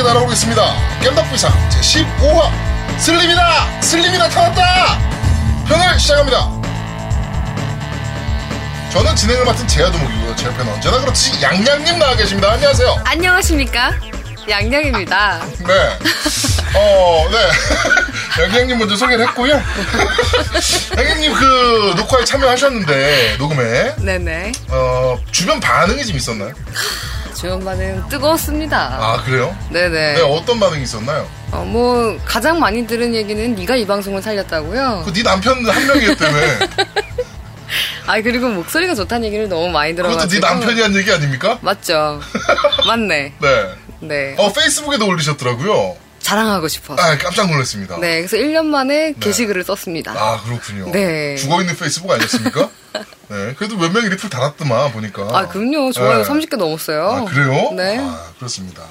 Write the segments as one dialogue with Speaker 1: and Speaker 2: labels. Speaker 1: 날아오고 있습니다. 겜덕비상 제15화 슬림이다! 슬림이 나타났다! 편을 시작합니다. 저는 진행을 맡은 제아도목이고요. 제 편은 언제나 그렇지 양양님 나와 계십니다. 안녕하세요.
Speaker 2: 안녕하십니까? 양양입니다.
Speaker 1: 네. 어, 네. 양양님 먼저 소개를 했고요. 양양님 그 녹화에 참여하셨는데 녹음에
Speaker 2: 네네.
Speaker 1: 어, 주변 반응이 좀 있었나요?
Speaker 2: 주연 반응 뜨거웠습니다.
Speaker 1: 아 그래요?
Speaker 2: 네네.
Speaker 1: 네 어떤 반응이 있었나요?
Speaker 2: 어, 뭐 가장 많이 들은 얘기는 네가 이 방송을 살렸다고요.
Speaker 1: 그 네 남편 한 명이었다며.
Speaker 2: 아 그리고 목소리가 좋다는 얘기를 너무 많이
Speaker 1: 그것도
Speaker 2: 들어가지고.
Speaker 1: 네 남편이 한 얘기 아닙니까?
Speaker 2: 맞죠. 맞네.
Speaker 1: 네.
Speaker 2: 네.
Speaker 1: 어 페이스북에도 올리셨더라고요.
Speaker 2: 자랑하고 싶어서.
Speaker 1: 아 깜짝 놀랐습니다.
Speaker 2: 네. 그래서 1년 만에 게시글을 썼습니다.
Speaker 1: 아 그렇군요.
Speaker 2: 네.
Speaker 1: 죽어 있는 페이스북 아니었습니까? 네. 그래도 몇 명이 리플 달았더만 보니까.
Speaker 2: 아 그럼요. 좋아요.
Speaker 1: 네.
Speaker 2: 30개 넘었어요.
Speaker 1: 아 그래요?
Speaker 2: 네.
Speaker 1: 아 그렇습니다.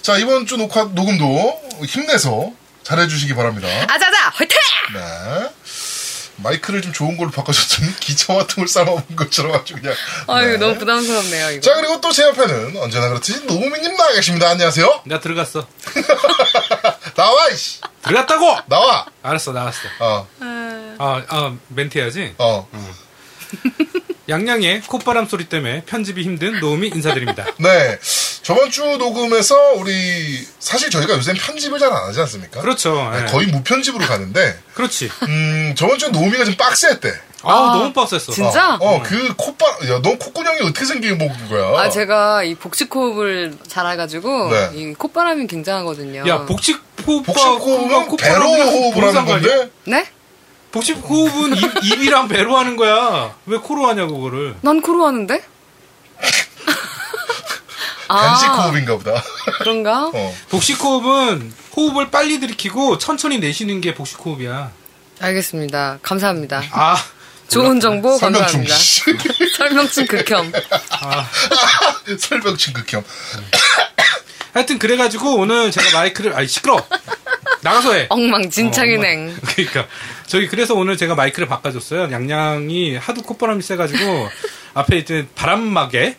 Speaker 1: 자 이번 주 녹화 녹음도 힘내서 잘해주시기 바랍니다.
Speaker 2: 아자자 화이팅!
Speaker 1: 네. 마이크를 좀 좋은 걸로 바꿔줬더니 기차와 통을 삶아본 것처럼 아주 그냥.
Speaker 2: 아유
Speaker 1: 네.
Speaker 2: 너무 부담스럽네요 이거.
Speaker 1: 자 그리고 또 제 옆에는 언제나 그렇듯이 노무미님 나와 계십니다. 안녕하세요.
Speaker 3: 내가 들어갔어.
Speaker 1: 나와 이씨.
Speaker 3: 들어갔다고!
Speaker 1: 나와.
Speaker 3: 알았어, 나왔어.
Speaker 1: 어.
Speaker 3: 아, 아, 멘트 해야지.
Speaker 1: 어.
Speaker 3: 양양의 콧바람 소리 때문에 편집이 힘든 노음이 인사드립니다.
Speaker 1: 네. 저번 주 녹음에서 우리 사실 저희가 요새 편집을 잘 안 하지 않습니까?
Speaker 3: 그렇죠.
Speaker 1: 네,
Speaker 3: 예.
Speaker 1: 거의 무편집으로 가는데
Speaker 3: 그렇지.
Speaker 1: 음, 저번 주에 노미가 좀 빡세했대.
Speaker 3: 아,
Speaker 2: 아,
Speaker 3: 너무 빡셌어.
Speaker 1: 어,
Speaker 2: 진짜?
Speaker 1: 어, 그 콧바, 야, 넌 콧구멍이 어떻게 생긴 목인 거야?
Speaker 2: 아, 제가 이 복식호흡을 잘해가지고
Speaker 1: 네.
Speaker 2: 이 콧바람이 굉장하거든요.
Speaker 3: 어. 야, 복식 호흡과
Speaker 1: 어. 복식호흡은 배로 호흡을 하는 건데?
Speaker 2: 네?
Speaker 3: 복식 호흡은 입, 입이랑 배로 하는 거야. 왜 코로 하냐고, 그거를.
Speaker 2: 난 코로 하는데?
Speaker 1: 아, 간식 호흡인가 보다.
Speaker 2: 아, 그런가?
Speaker 1: 어.
Speaker 3: 복식 호흡은 호흡을 빨리 들이키고 천천히 내쉬는 게 복식 호흡이야.
Speaker 2: 알겠습니다. 감사합니다.
Speaker 3: 아,
Speaker 2: 좋은 정보
Speaker 1: 설명 중.
Speaker 2: 감사합니다. 설명충 극혐.
Speaker 1: 아. 설명 중 극혐.
Speaker 3: 하여튼 그래가지고 오늘 제가 마이크를, 아이, 시끄러! 나가서 해!
Speaker 2: 엉망진창이냉.
Speaker 3: 그러니까 저희 그래서 오늘 제가 마이크를 바꿔줬어요. 양양이 하도 콧바람이 세가지고 앞에 이제 바람막에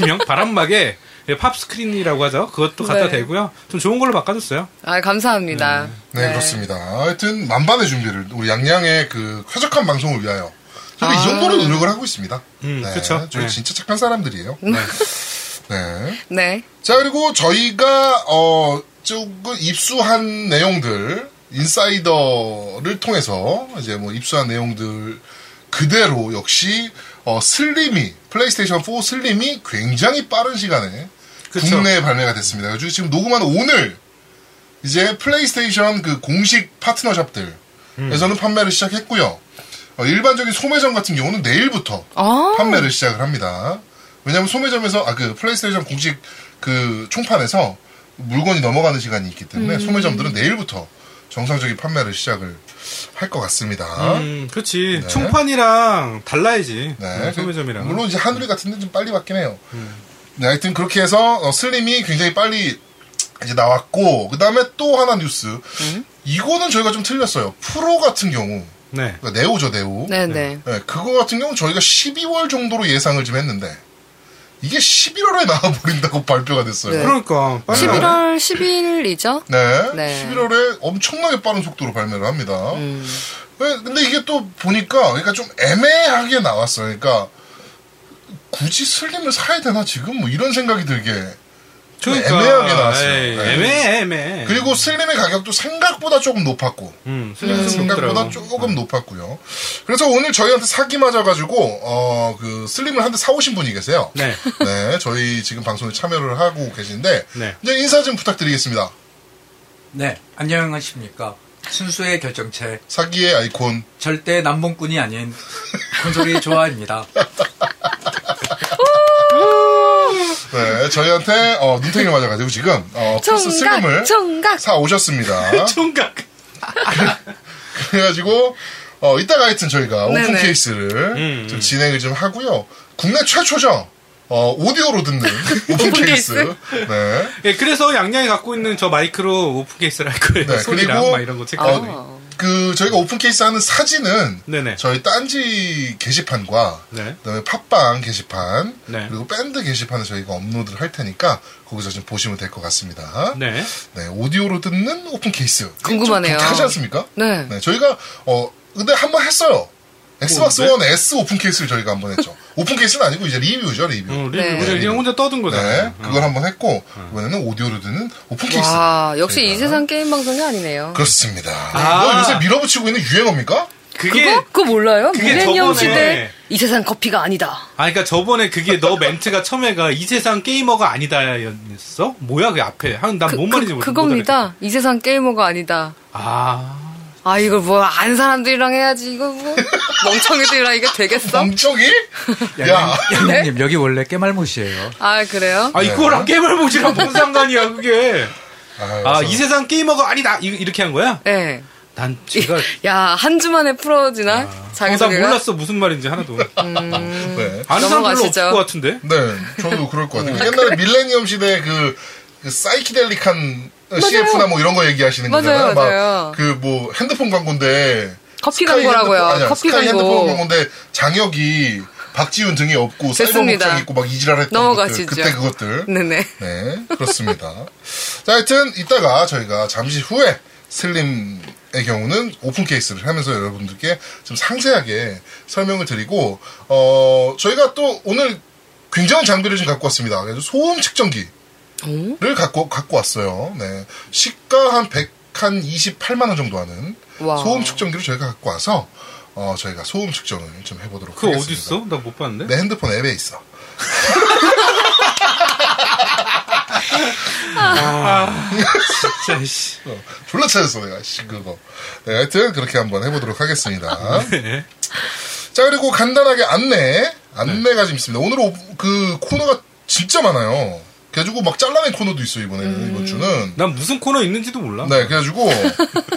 Speaker 3: 일명 바람막에 예, 팝 스크린이라고 하죠. 그것도 갖다
Speaker 2: 네.
Speaker 3: 대고요. 좀 좋은 걸로 바꿔줬어요.
Speaker 2: 아, 감사합니다.
Speaker 1: 네, 그렇습니다. 하여튼 만반의 준비를 우리 양양의 그 쾌적한 방송을 위하여 저는 이 정도로 노력을 하고 있습니다.
Speaker 3: 음, 그쵸.
Speaker 1: 저희
Speaker 3: 네.
Speaker 1: 진짜 착한 사람들이에요. 네.
Speaker 2: 네.
Speaker 1: 자 그리고 저희가 어 조금 입수한 내용들 인사이더를 통해서 이제 뭐 입수한 내용들 그대로 역시 어 슬림이 플레이스테이션 4 슬림이 굉장히 빠른 시간에
Speaker 3: 그쵸.
Speaker 1: 국내에 발매가 됐습니다. 그래서 지금 녹음한 오늘 이제 플레이스테이션 그 공식
Speaker 3: 음.
Speaker 1: 파트너샵들에서는 판매를 시작했고요. 어, 일반적인 소매점 같은 경우는 내일부터
Speaker 3: 어.
Speaker 2: 아,
Speaker 1: 판매를 시작을 합니다. 왜냐하면 소매점에서 아 그 플레이스테이션 공식 그 총판에서 물건이 넘어가는 시간이 있기
Speaker 3: 음.
Speaker 1: 때문에 소매점들은 내일부터 정상적인 판매를 시작을 할 것 같습니다.
Speaker 3: 음, 그렇지. 총판이랑 달라야지.
Speaker 1: 네,
Speaker 3: 네, 소매점이랑.
Speaker 1: 물론 이제
Speaker 3: 음.
Speaker 1: 하늘이 같은데 좀 빨리 받긴 해요. 네, 하여튼 그렇게 해서 어, 슬림이 굉장히 빨리 이제 나왔고 그 다음에 또 하나 뉴스.
Speaker 3: 음.
Speaker 1: 이거는 저희가 좀 틀렸어요. 프로 같은 경우
Speaker 3: 네.
Speaker 1: 그러니까 네오죠 네오.
Speaker 2: 네네.
Speaker 1: 네, 그거 같은 경우는 저희가 12월 정도로 예상을 좀 했는데 이게 11월에 나와버린다고 발표가 됐어요.
Speaker 2: 네.
Speaker 3: 그러니까 빨리
Speaker 2: 11월 10일이죠?
Speaker 1: 네,
Speaker 2: 네.
Speaker 1: 11월에 엄청나게 빠른 속도로 발매를 합니다. 네, 근데 이게 또 보니까 그러니까 좀 애매하게 나왔어요. 그러니까 굳이 슬림을 사야 되나 지금 뭐 이런 생각이 들게.
Speaker 3: 네,
Speaker 1: 좀 애매하게 나왔어요.
Speaker 3: 그러니까. 에이,
Speaker 1: 네.
Speaker 3: 애매해, 애매해.
Speaker 1: 그리고 슬림의 가격도 생각보다 조금 높았고. 음,
Speaker 3: 음,
Speaker 1: 생각보다
Speaker 3: 생각보다
Speaker 1: 조금 높았고요. 그래서 오늘 저희한테 사기 맞아가지고 어 그 슬림을 한 대 사오신 분이 계세요.
Speaker 3: 네.
Speaker 1: 네, 저희 지금 방송에 참여를 하고 계신데
Speaker 3: 네.
Speaker 1: 이제 인사 좀 부탁드리겠습니다.
Speaker 4: 네, 안녕하십니까. 순수의 결정체,
Speaker 1: 사기의 아이콘.
Speaker 4: 절대 남봉꾼이 아닌 콘솔이 좋아입니다.
Speaker 1: 네, 저희한테 어, 눈탱이를 맞아가지고 지금 어, 플스
Speaker 2: 총각,
Speaker 1: 슬림을 아,
Speaker 2: 총각.
Speaker 1: 사 오셨습니다.
Speaker 3: 총각.
Speaker 1: 그래가지고 어, 이따가 하여튼 저희가 오픈
Speaker 2: 네네.
Speaker 1: 케이스를
Speaker 3: 음,
Speaker 1: 좀
Speaker 3: 음.
Speaker 1: 진행을 좀 하고요. 국내 최초죠. 어, 오디오로 듣는 오픈 케이스.
Speaker 2: 케이스?
Speaker 1: 네.
Speaker 3: 예, 그래서 양양이 갖고 있는 저 마이크로 오픈 케이스를 할 거예요.
Speaker 1: 네,
Speaker 3: 소리랑
Speaker 1: 그리고-
Speaker 3: 막 이런 거
Speaker 2: 아,
Speaker 3: 체크하고.
Speaker 2: 어.
Speaker 1: 그 저희가 오픈 케이스 하는 사진은
Speaker 3: 네네.
Speaker 1: 저희 딴지 게시판과
Speaker 3: 네.
Speaker 1: 그다음에 팟빵 게시판
Speaker 3: 네.
Speaker 1: 그리고 밴드 게시판을 저희가 업로드를 할 테니까 거기서 좀 보시면 될 것 같습니다.
Speaker 3: 네.
Speaker 1: 네, 오디오로 듣는 오픈 케이스
Speaker 2: 궁금하네요.
Speaker 1: 하지 않습니까?
Speaker 2: 네.
Speaker 1: 네, 저희가 어 근데 한 번 했어요. 엑스박스
Speaker 3: 네.
Speaker 1: 원 S 오픈 케이스를 저희가 한 번 했죠. 오픈 케이스는 아니고 이제 리뷰죠 리뷰.
Speaker 3: 어, 리뷰
Speaker 2: 네.
Speaker 3: 우리 그냥 혼자 떠든
Speaker 1: 네,
Speaker 3: 거잖아요.
Speaker 1: 그걸 한 번 했고
Speaker 3: 음.
Speaker 1: 이번에는 오디오로 듣는 오픈 케이스.
Speaker 2: 와, 역시
Speaker 1: 저희가.
Speaker 2: 이 세상 게임 방송이 아니네요.
Speaker 1: 그렇습니다.
Speaker 3: 아.
Speaker 1: 너 요새 밀어붙이고 있는 유행어입니까?
Speaker 3: 그게
Speaker 2: 그거? 그거 몰라요?
Speaker 3: 그게
Speaker 2: 밀레니엄
Speaker 3: 저번에-
Speaker 2: 시대 이 세상 커피가 아니다.
Speaker 3: 아, 그러니까 저번에 그게 너 멘트가 처음에가 이 세상 게이머가 아니다였어? 뭔 뭐야 그 앞에? 한 난
Speaker 2: 그,
Speaker 3: 뭔 말인지
Speaker 2: 그,
Speaker 3: 모르겠어.
Speaker 2: 그겁니다. 이 세상 게이머가 아니다.
Speaker 3: 아,
Speaker 2: 아 이걸 뭐 아는 사람들이랑 해야지 이거 뭐 멍청이들이랑 이게 되겠어?
Speaker 1: 멍청이? 야,
Speaker 4: 양양님 여기 원래 깨말못이에요.
Speaker 2: 아 그래요?
Speaker 1: 네.
Speaker 3: 아 이거랑 깨말못이랑 뭔 상관이야 그게? 아,
Speaker 1: 아,
Speaker 3: 이 세상 게이머가 아니다. 이- 이렇게 한 거야?
Speaker 2: 네.
Speaker 3: 난 제가
Speaker 2: 야 한 주만에 풀어지나
Speaker 3: 어, 나
Speaker 2: 자기소개가? 음,
Speaker 3: 몰랐어 무슨 말인지 하나도.
Speaker 1: 네.
Speaker 3: 아는 사람 별로
Speaker 2: 넘어가시죠.
Speaker 3: 없을 것 같은데.
Speaker 1: 네, 저도 그럴 것
Speaker 2: 음.
Speaker 1: 같아요. 옛날에 밀레니엄 시대 그, 그 사이키델릭한 CF나 뭐 이런 거 얘기하시는
Speaker 2: 맞아요,
Speaker 1: 거잖아요.
Speaker 2: 맞아요.
Speaker 1: 그 뭐 핸드폰 광고인데
Speaker 2: 커피
Speaker 1: 스카이
Speaker 2: 광고라고요.
Speaker 1: 핸드폰- 아니야,
Speaker 2: 커피
Speaker 1: 스카이 핸드폰
Speaker 2: 광고.
Speaker 1: 광고인데 장혁이 박지훈 등이 없고 사이버
Speaker 2: 됐습니다.
Speaker 1: 복장 입고 막 이지랄했던
Speaker 2: 넘어가시죠.
Speaker 1: 것들, 그때 그것들.
Speaker 2: 네네.
Speaker 1: 네, 그렇습니다. 자, 하여튼 이따가 저희가 잠시 후에 슬림의 경우는 오픈 케이스를 하면서 여러분들께 좀 상세하게 설명을 드리고 어 저희가 또 오늘 굉장한 장비를 좀 갖고 왔습니다. 그래서 소음 측정기를 어? 갖고 갖고 왔어요. 네, 시가 한 100, 한 28만 원 정도 하는
Speaker 2: 와우.
Speaker 1: 소음 측정기를 저희가 갖고 와서 어 저희가 소음 측정을 좀 해보도록
Speaker 3: 그거
Speaker 1: 하겠습니다. 네.
Speaker 3: 어디 있어? 나 못 봤는데.
Speaker 1: 내 핸드폰 앱에 있어.
Speaker 3: 진짜 씨.
Speaker 1: 어, 졸라 찾았어 내가 씨 그거 네, 하여튼 그렇게 한번 해보도록 하겠습니다
Speaker 3: 네.
Speaker 1: 자 그리고 간단하게 안내 안내가 좀 있습니다 오늘 오- 그 코너가 진짜 많아요 그래가지고 막 잘라낸 코너도 있어 이번에는 이번 주는
Speaker 3: 난 무슨 코너 있는지도 몰라.
Speaker 1: 네 그래가지고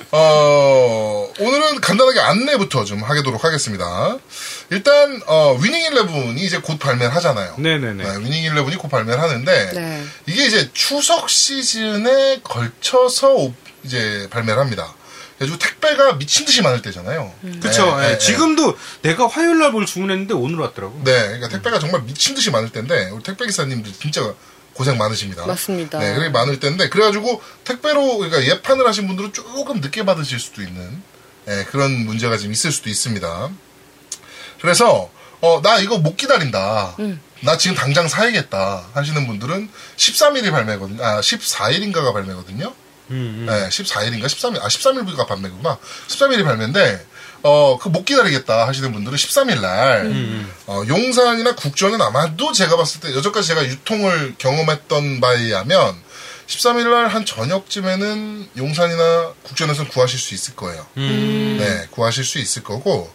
Speaker 1: 어, 오늘은 간단하게 안내부터 좀 하도록 하겠습니다 일단 어, 위닝 일레븐이 이제 곧 발매를 하잖아요
Speaker 3: 네네네.
Speaker 1: 네, 위닝 일레븐이 곧 발매를 하는데
Speaker 2: 네.
Speaker 1: 이게 이제 추석 시즌에 걸쳐서 오- 이제 발매를 합니다. 그래가지고 택배가 미친 듯이 많을 때잖아요.
Speaker 3: 그쵸.
Speaker 1: 네,
Speaker 3: 예,
Speaker 1: 네,
Speaker 3: 지금도 내가 화요일 날 뭘 주문했는데 오늘 왔더라고.
Speaker 1: 네, 그러니까 택배가 정말 미친 듯이 많을 텐데 우리 택배 기사님들 진짜 고생 많으십니다.
Speaker 2: 맞습니다.
Speaker 1: 네, 그렇게 많을 텐데 그래가지고 택배로 그러니까 예판을 하신 분들은 조금 늦게 받으실 수도 있는 예, 그런 문제가 지금 있을 수도 있습니다. 그래서 어, 나 이거 못 기다린다.
Speaker 2: 음.
Speaker 1: 나 지금 당장 사야겠다 하시는 분들은 13일이 발매거든요. 아, 14일인가가 발매거든요.
Speaker 3: 음,
Speaker 1: 네, 14일인가 13일 아 13일부가 발매구나 13일이 발매인데 어그 못 기다리겠다 하시는 분들은 13일 날 어, 용산이나 국정은 아마도 제가 봤을 때 여전까지 제가 유통을 경험했던 바에 의하면 13일 날 한 저녁쯤에는 용산이나 국정에서는 구하실 수 있을 거예요. 네, 구하실 수 있을 거고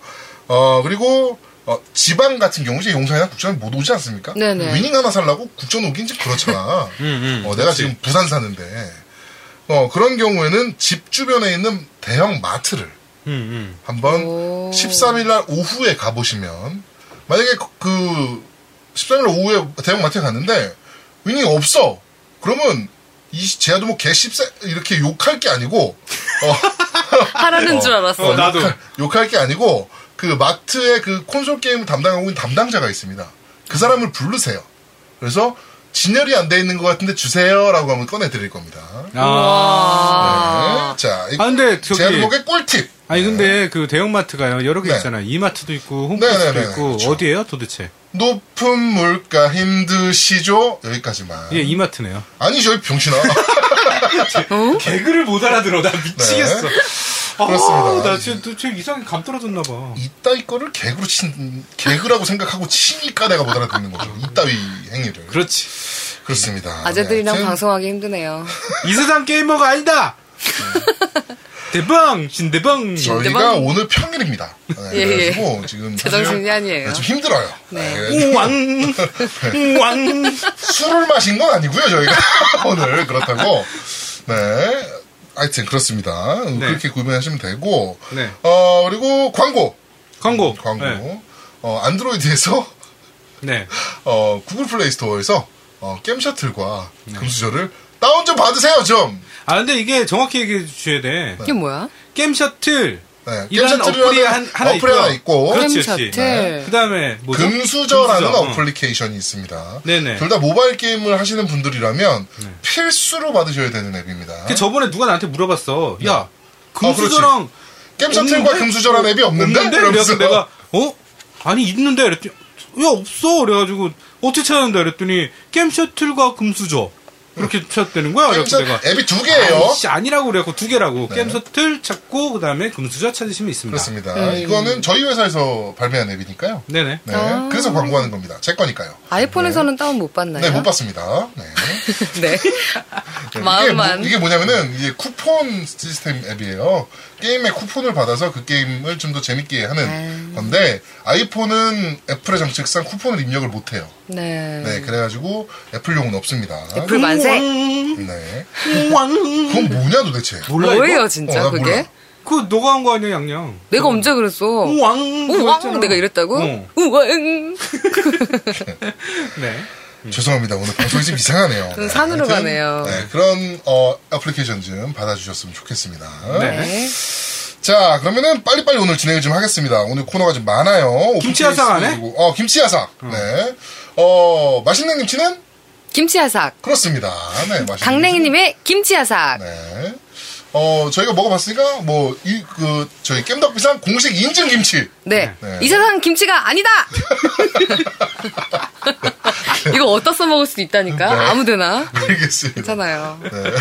Speaker 1: 어 그리고 어, 지방 같은 경우 이제 용산이나 국정은 못 오지 않습니까?
Speaker 2: 네네.
Speaker 1: 위닝 하나 살라고 국정 오긴 좀 그렇잖아.
Speaker 3: 음, 음.
Speaker 1: 어, 내가 지금 부산 사는데 어, 그런 경우에는 집 주변에 있는 대형 마트를
Speaker 3: 음, 음.
Speaker 1: 한번
Speaker 2: 오.
Speaker 1: 13일 날 오후에 가보시면 만약에 그- 그 13일 날 오후에 대형 마트에 갔는데 윈이 없어 그러면 이 제아도뭐 개씹세 이렇게 욕할 게 아니고 어, 그
Speaker 2: 하라는 줄 알았어.
Speaker 3: 어, 나도.
Speaker 1: 욕할 게 아니고 그 마트에 그 콘솔 게임 담당하고 있는 담당자가 있습니다. 그 사람을 부르세요. 그래서 진열이 안 돼 있는 것 같은데 주세요라고 하면 꺼내 드릴 겁니다.
Speaker 3: 아.
Speaker 2: 아.
Speaker 1: 네. 자, 이-
Speaker 3: 아, 근데 저기-
Speaker 1: 제목의 꿀팁.
Speaker 3: 아니 근데 그 대형마트가요 여러 개
Speaker 1: 네.
Speaker 3: 있잖아요 이마트도 있고 홈플러스도
Speaker 1: 네네네,
Speaker 3: 있고
Speaker 1: 그렇죠.
Speaker 3: 어디예요 도대체
Speaker 1: 높은 물가 힘드시죠? 여기까지만.
Speaker 3: 이게 이마트네요
Speaker 1: 아니죠, 이 병신아.
Speaker 3: 개그를 못 알아들어 나 미치겠어
Speaker 1: 네.
Speaker 3: 아,
Speaker 1: 그렇습니다. 네.
Speaker 3: 나 지금 도대체 이상하게 감 떨어졌나 봐
Speaker 1: 이따위 거를 개그로 친, 개그라고 생각하고 치니까 내가 못 알아듣는 거죠. 이따위 행위를.
Speaker 3: 그렇지
Speaker 1: 그렇습니다.
Speaker 2: 아재들이랑
Speaker 1: 네, 하여튼
Speaker 2: 방송하기 힘드네요.
Speaker 3: 이 세상 게이머가 아니다
Speaker 1: 네.
Speaker 3: 대방 신대방
Speaker 1: 저희가
Speaker 2: 인대방?
Speaker 1: 오늘 평일입니다. 네,
Speaker 2: 뭐? 예,
Speaker 1: 그래가지고 지금
Speaker 2: 제정신이
Speaker 1: 사실
Speaker 2: 아니에요.
Speaker 1: 좀 힘들어요.
Speaker 2: 네.
Speaker 1: 네,
Speaker 3: 우왕 우왕
Speaker 1: 술을 마신 건 아니고요 저희가 오늘 그렇다고 네 하여튼 그렇습니다 음, 그렇게 구매하시면 되고
Speaker 3: 네.
Speaker 1: 어 그리고 광고
Speaker 3: 광고
Speaker 1: 광고
Speaker 3: 네,
Speaker 1: 어 안드로이드에서
Speaker 3: 네. 네.
Speaker 1: 어 구글 플레이 스토어에서 어 게임 셔틀과 금수저를 다운 좀 받으세요 좀.
Speaker 3: 아 근데 이게 정확히 얘기해 주셔야 돼.
Speaker 2: 이게 뭐야?
Speaker 3: 게임 셔틀.
Speaker 1: 네,
Speaker 3: 이런
Speaker 1: 겜셔틀이라는
Speaker 3: 어플이 한, 하나
Speaker 1: 어플이
Speaker 3: 있고요.
Speaker 1: 하나 있고.
Speaker 3: 그렇지,
Speaker 2: 게임
Speaker 3: 그렇지.
Speaker 2: 셔틀. 네.
Speaker 3: 그다음에 뭐죠?
Speaker 1: 금수저라는
Speaker 3: 금수저. 음.
Speaker 1: 어플리케이션이 있습니다.
Speaker 3: 네네. 네.
Speaker 1: 둘 다 모바일 게임을 하시는 분들이라면 필수로 받으셔야 되는 앱입니다.
Speaker 3: 그 저번에 누가 나한테 물어봤어. 야,
Speaker 1: 그렇지.
Speaker 3: 금수저랑
Speaker 1: 겜셔틀과
Speaker 3: 없는데?
Speaker 1: 금수저라는 앱이 없는데?
Speaker 3: 없는데?
Speaker 1: 이러면서.
Speaker 3: 그래서 내가 어? 아니 있는데 그랬더니 야 없어 그래가지고 어떻게 찾았는데 그랬더니 게임 셔틀과 금수저 그렇게 찾았다는 거야 그래서
Speaker 1: 음. 겜셔-
Speaker 3: 내가
Speaker 1: 앱이 두 개예요. 네.
Speaker 3: 아이씨, 아니라고 그래갖고 두 개라고 게임 셔틀 찾고 그 다음에 금수저 찾으시면 있습니다
Speaker 1: 그렇습니다. 이거는 저희 회사에서 발매한 앱이니까요.
Speaker 3: 네네
Speaker 1: 네. 그래서 광고하는 겁니다. 제 거니까요.
Speaker 2: 아이폰에서는 다운 못 받나요?
Speaker 1: 네, 못 봤습니다. 네.
Speaker 2: 네.
Speaker 1: 네,
Speaker 2: 마음만.
Speaker 1: 이게, 뭐, 냐면은 이게 쿠폰 시스템 앱이에요. 게임에 쿠폰을 받아서 그 게임을 좀 더 재밌게 하는
Speaker 2: 아.
Speaker 1: 건데 아이폰은 애플의 정책상 쿠폰을 입력을 못 해요.
Speaker 2: 네.
Speaker 1: 네, 그래가지고 애플용은 없습니다.
Speaker 3: 그
Speaker 2: 애플 만세.
Speaker 1: 네. 그건 뭐냐 도대체?
Speaker 3: 몰라 이거?
Speaker 2: 뭐예요
Speaker 1: 어,
Speaker 2: 진짜
Speaker 1: 나
Speaker 2: 그게?
Speaker 1: 몰라.
Speaker 3: 그거 너가 한 거 아니야 양양
Speaker 2: 내가 언제 그랬어?
Speaker 3: 우왕
Speaker 2: 우왕
Speaker 3: 그랬잖아.
Speaker 2: 내가 이랬다고?
Speaker 3: 어.
Speaker 2: 우왕.
Speaker 3: 네
Speaker 1: 죄송합니다. 오늘 방송이 좀 이상하네요.
Speaker 2: 좀 음. 산으로
Speaker 1: 하여튼,
Speaker 2: 가네요.
Speaker 1: 네, 그런 어, 애플리케이션 좀 받아주셨으면 좋겠습니다.
Speaker 3: 네.
Speaker 2: 네.
Speaker 1: 자, 그러면은 빨리빨리 오늘 진행을 좀 하겠습니다. 오늘 코너가 좀 많아요.
Speaker 3: 김치 야상 안 해?
Speaker 1: 오픈케이스도 그리고- 어, 김치 야상.
Speaker 2: 음.
Speaker 1: 네. 어, 맛있는 김치는?
Speaker 2: 김치야삭.
Speaker 1: 그렇습니다. 네, 맛있는.
Speaker 2: 강냉이님의 김치야삭.
Speaker 1: 김치. 네. 어, 저희가 먹어봤으니까, 뭐, 이, 그, 저희 겜덕비상 공식 인증 김치.
Speaker 2: 네.
Speaker 1: 네.
Speaker 2: 이 세상 김치가 아니다! 이거 어디다 써먹을 수도 있다니까?
Speaker 1: 네.
Speaker 2: 아무데나.
Speaker 1: 알겠습니다.
Speaker 2: 괜찮아요.
Speaker 1: 네.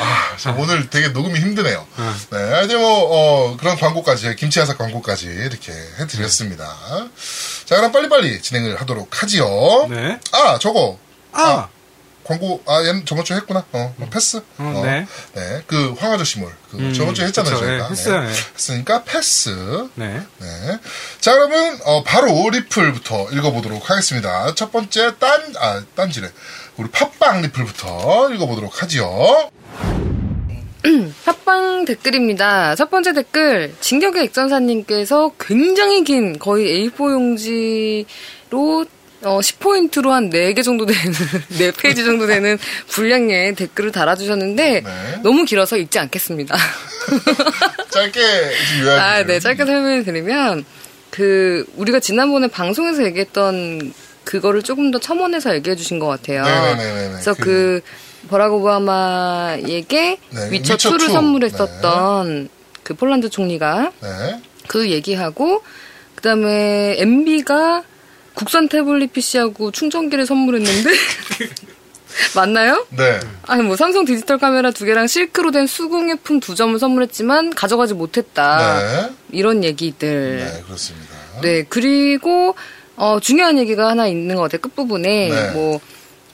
Speaker 1: 아, 참 오늘 되게 녹음이 힘드네요. 네, 하여튼 뭐, 어, 그런 광고까지, 김치 야삭 광고까지 이렇게 해드렸습니다. 자, 그럼 빨리빨리 진행을 하도록 하지요.
Speaker 3: 네.
Speaker 1: 아, 저거.
Speaker 3: 아
Speaker 1: 광고, 아, 얘는 저번 주에 했구나. 어, 뭐 패스. 어,
Speaker 3: 네.
Speaker 1: 네, 그, 황아저씨몰. 그, 저번 주에 했잖아요,
Speaker 3: 그쵸,
Speaker 1: 저희가.
Speaker 3: 네, 했어요, 네.
Speaker 1: 했으니까 패스.
Speaker 3: 네.
Speaker 1: 네. 자, 그러면, 어, 바로 리플부터 읽어보도록 하겠습니다. 첫 번째, 딴, 아, 딴지래. 우리 팟빵 리플부터 읽어보도록 하지요.
Speaker 2: 팟빵 댓글입니다. 첫 번째 댓글, 진격의 액전사님께서 굉장히 긴, 거의 A4 용지로, 어, 10포인트로 한 4개 정도 되는, 4페이지 정도 되는 분량의 댓글을 달아주셨는데,
Speaker 1: 네.
Speaker 2: 너무 길어서 읽지 않겠습니다.
Speaker 1: 짧게 지금 요약을.
Speaker 2: 아, 네. 짧게 설명을 드리면, 그, 우리가 지난번에 방송에서 얘기했던 그거를 조금 더 첨언해서 얘기해 주신 것 같아요.
Speaker 1: 네네네네네.
Speaker 2: 그래서
Speaker 1: 그-
Speaker 2: 그, 버락 오바마에게
Speaker 1: 네,
Speaker 2: 위쳐
Speaker 1: 위쳐
Speaker 2: 2를
Speaker 1: 투.
Speaker 2: 선물했었던 그 폴란드 총리가
Speaker 1: 네.
Speaker 2: 그 얘기하고, 그 다음에 MB가 국산 태블릿 PC하고 충전기를 선물했는데, 맞나요?
Speaker 1: 네.
Speaker 2: 아니 뭐 삼성 디지털 카메라 두 개랑 실크로 된 수공예품 두 점을 선물했지만 가져가지 못했다
Speaker 1: 네.
Speaker 2: 이런
Speaker 1: 네.
Speaker 2: 얘기들
Speaker 1: 그렇습니다.
Speaker 2: 네, 그리고 어, 중요한 얘기가 하나 있는 것 같아요 끝 부분에
Speaker 1: 네.
Speaker 2: 뭐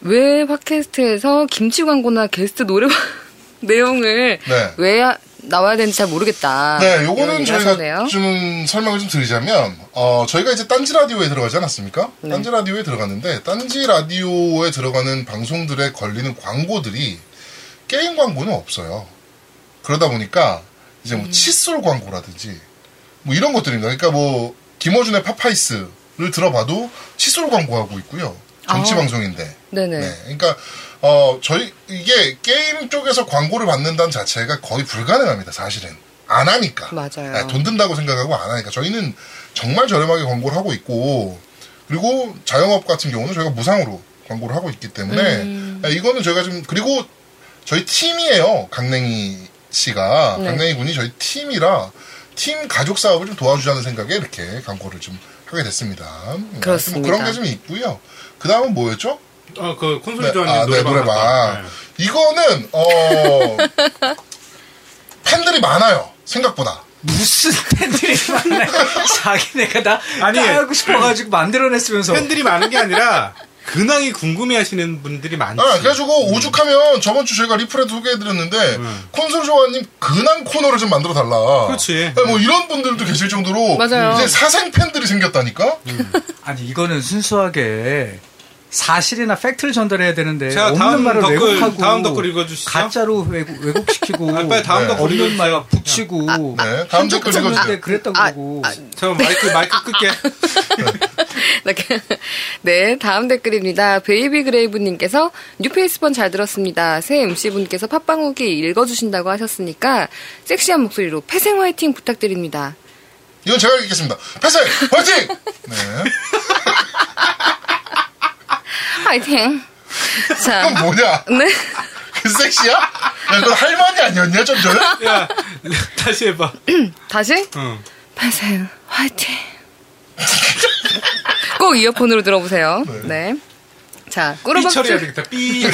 Speaker 2: 왜 팟캐스트에서 김치 광고나 게스트 노래 내용을
Speaker 1: 네.
Speaker 2: 왜 하- 나와야 되는지 잘 모르겠다
Speaker 1: 네,
Speaker 2: 이런
Speaker 1: 요거는
Speaker 2: 얘기를
Speaker 1: 저희가
Speaker 2: 하셨네요.
Speaker 1: 좀 설명을 좀 드리자면, 어, 저희가 이제 딴지 라디오에 들어가지 않았습니까?
Speaker 2: 네.
Speaker 1: 딴지 라디오에 들어갔는데, 딴지 라디오에 들어가는 방송들에 걸리는 광고들이 게임 광고는 없어요. 그러다 보니까, 이제
Speaker 2: 음.
Speaker 1: 뭐 칫솔 광고라든지, 뭐 이런 것들입니다. 그러니까 뭐, 김어준의 파파이스를 들어봐도 칫솔 광고하고 있고요. 정치
Speaker 2: 아.
Speaker 1: 방송인데.
Speaker 2: 네네
Speaker 1: 네. 그러니까 어 저희 이게 게임 쪽에서 광고를 받는다는 자체가 거의 불가능합니다. 사실은 안 하니까.
Speaker 2: 맞아요.
Speaker 1: 네, 돈 든다고 생각하고 안 하니까 저희는 정말 저렴하게 광고를 하고 있고 그리고 자영업 같은 경우는 저희가 무상으로 광고를 하고 있기 때문에
Speaker 2: 음.
Speaker 1: 네, 이거는 저희가 지금 그리고 저희 팀이에요. 강냉이 씨가
Speaker 2: 네.
Speaker 1: 강냉이 군이 저희 팀이라 팀 가족 사업을 좀 도와주자는 생각에 이렇게 광고를 좀 하게 됐습니다. 네,
Speaker 2: 그렇습니다.
Speaker 1: 뭐 그런 게 좀 있고요. 그 다음은 뭐였죠?
Speaker 3: 아, 그 콘솔
Speaker 1: 네,
Speaker 3: 좋아하는
Speaker 1: 아, 네,
Speaker 3: 노래방.
Speaker 1: 노래방.
Speaker 3: 갔다.
Speaker 1: 이거는 어 팬들이 많아요 생각보다.
Speaker 4: 무슨 팬들이 많나 자기네가 다
Speaker 3: 아니.
Speaker 4: 따라하고 싶어가지고 만들어냈으면서
Speaker 3: 네. 팬들이 많은 게 아니라 근황이 궁금해하시는 분들이 많지.
Speaker 1: 아, 그래가지고
Speaker 3: 음.
Speaker 1: 오죽하면 저번 주 저희가 리플에도 소개해드렸는데 콘솔 조아님 근황 코너를 좀 만들어 달라.
Speaker 3: 그렇지.
Speaker 1: 네, 뭐 이런 분들도 계실 정도로
Speaker 2: 맞아요.
Speaker 3: 음.
Speaker 1: 이제 사생 팬들이 생겼다니까.
Speaker 4: 아니 이거는 순수하게 사실이나 팩트를 전달해야 되는데
Speaker 3: 제가
Speaker 4: 없는
Speaker 3: 다음
Speaker 4: 말을
Speaker 3: 댓글,
Speaker 4: 왜곡하고
Speaker 3: 다음 댓글 읽어주시죠.
Speaker 4: 가짜로 왜곡, 왜곡시키고
Speaker 3: 아니, 빨리 다음 아,
Speaker 1: 네.
Speaker 3: 댓글
Speaker 4: 없는
Speaker 3: 읽어주세요.
Speaker 4: 말 붙이고
Speaker 1: 네, 다음 댓글
Speaker 4: 한국도
Speaker 1: 읽어주세요.
Speaker 4: 없는데 그랬다고
Speaker 2: 아,
Speaker 4: 그러고
Speaker 2: 아,
Speaker 3: 저 마이크 마이크 끌게.
Speaker 2: 이렇게. 그, 네, 다음 댓글입니다. 베이비 그레이브님께서 뉴페이스번 잘 들었습니다. 새 MC분께서 팟빵 후기 읽어주신다고 하셨으니까 섹시한 목소리로 패생 화이팅 부탁드립니다.
Speaker 1: 이건 제가 읽겠습니다. 패스! 화이팅! 네.
Speaker 2: 화이팅!
Speaker 1: 그건
Speaker 2: 자,
Speaker 1: 뭐냐?
Speaker 2: 네.
Speaker 1: 그 섹시야? 야, 그건 할머니 아니었냐, 좀 전에?
Speaker 3: 야 다시 해봐.
Speaker 2: 다시
Speaker 3: 응.
Speaker 2: 패생 화이팅! 꼭 이어폰으로 들어보세요. 네. 자,
Speaker 3: 삐
Speaker 2: 꾸르박죽.
Speaker 3: 처리해야 되겠다. 삐.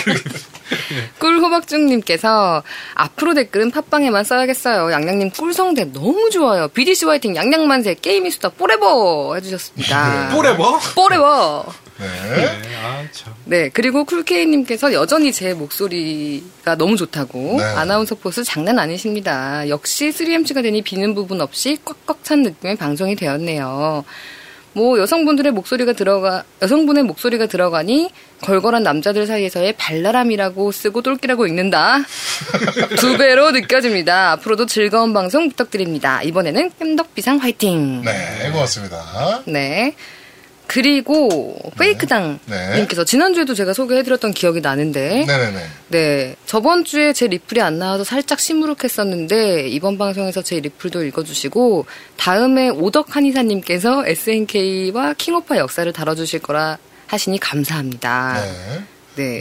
Speaker 2: 꿀호박죽님께서 앞으로 댓글은 팟빵에만 써야겠어요. 양양님 꿀성대 너무 좋아요. BDC 화이팅 양양만세 게임이 수다 뽀레버 해주셨습니다.
Speaker 3: 뽀레버.
Speaker 2: 뽀레버.
Speaker 1: 네.
Speaker 3: 네, 아 참.
Speaker 2: 네 그리고 쿨케이님께서 여전히 제 목소리가 너무 좋다고
Speaker 1: 네.
Speaker 2: 아나운서 포스 장난 아니십니다. 역시 3MC가 되니 비는 부분 없이 꽉꽉 찬 느낌의 방송이 되었네요. 뭐 여성분들의 목소리가 들어가 여성분의 목소리가 들어가니 걸걸한 남자들 사이에서의 발랄함이라고 쓰고 똘끼라고 읽는다 두 배로 느껴집니다. 앞으로도 즐거운 방송 부탁드립니다. 이번에는 깸덕비상 화이팅.
Speaker 1: 네, 고맙습니다.
Speaker 2: 네. 그리고 페이크당
Speaker 1: 네.
Speaker 2: 님께서 지난주에도 제가 소개해드렸던 기억이 나는데 네.
Speaker 1: 네네네.
Speaker 2: 저번 주에 제 리플이 안 나와서 살짝 시무룩했었는데 이번 방송에서 제 리플도 읽어주시고 다음에 오덕 한의사님께서 SNK와 킹오파 역사를 다뤄주실 거라 하시니 감사합니다. 네,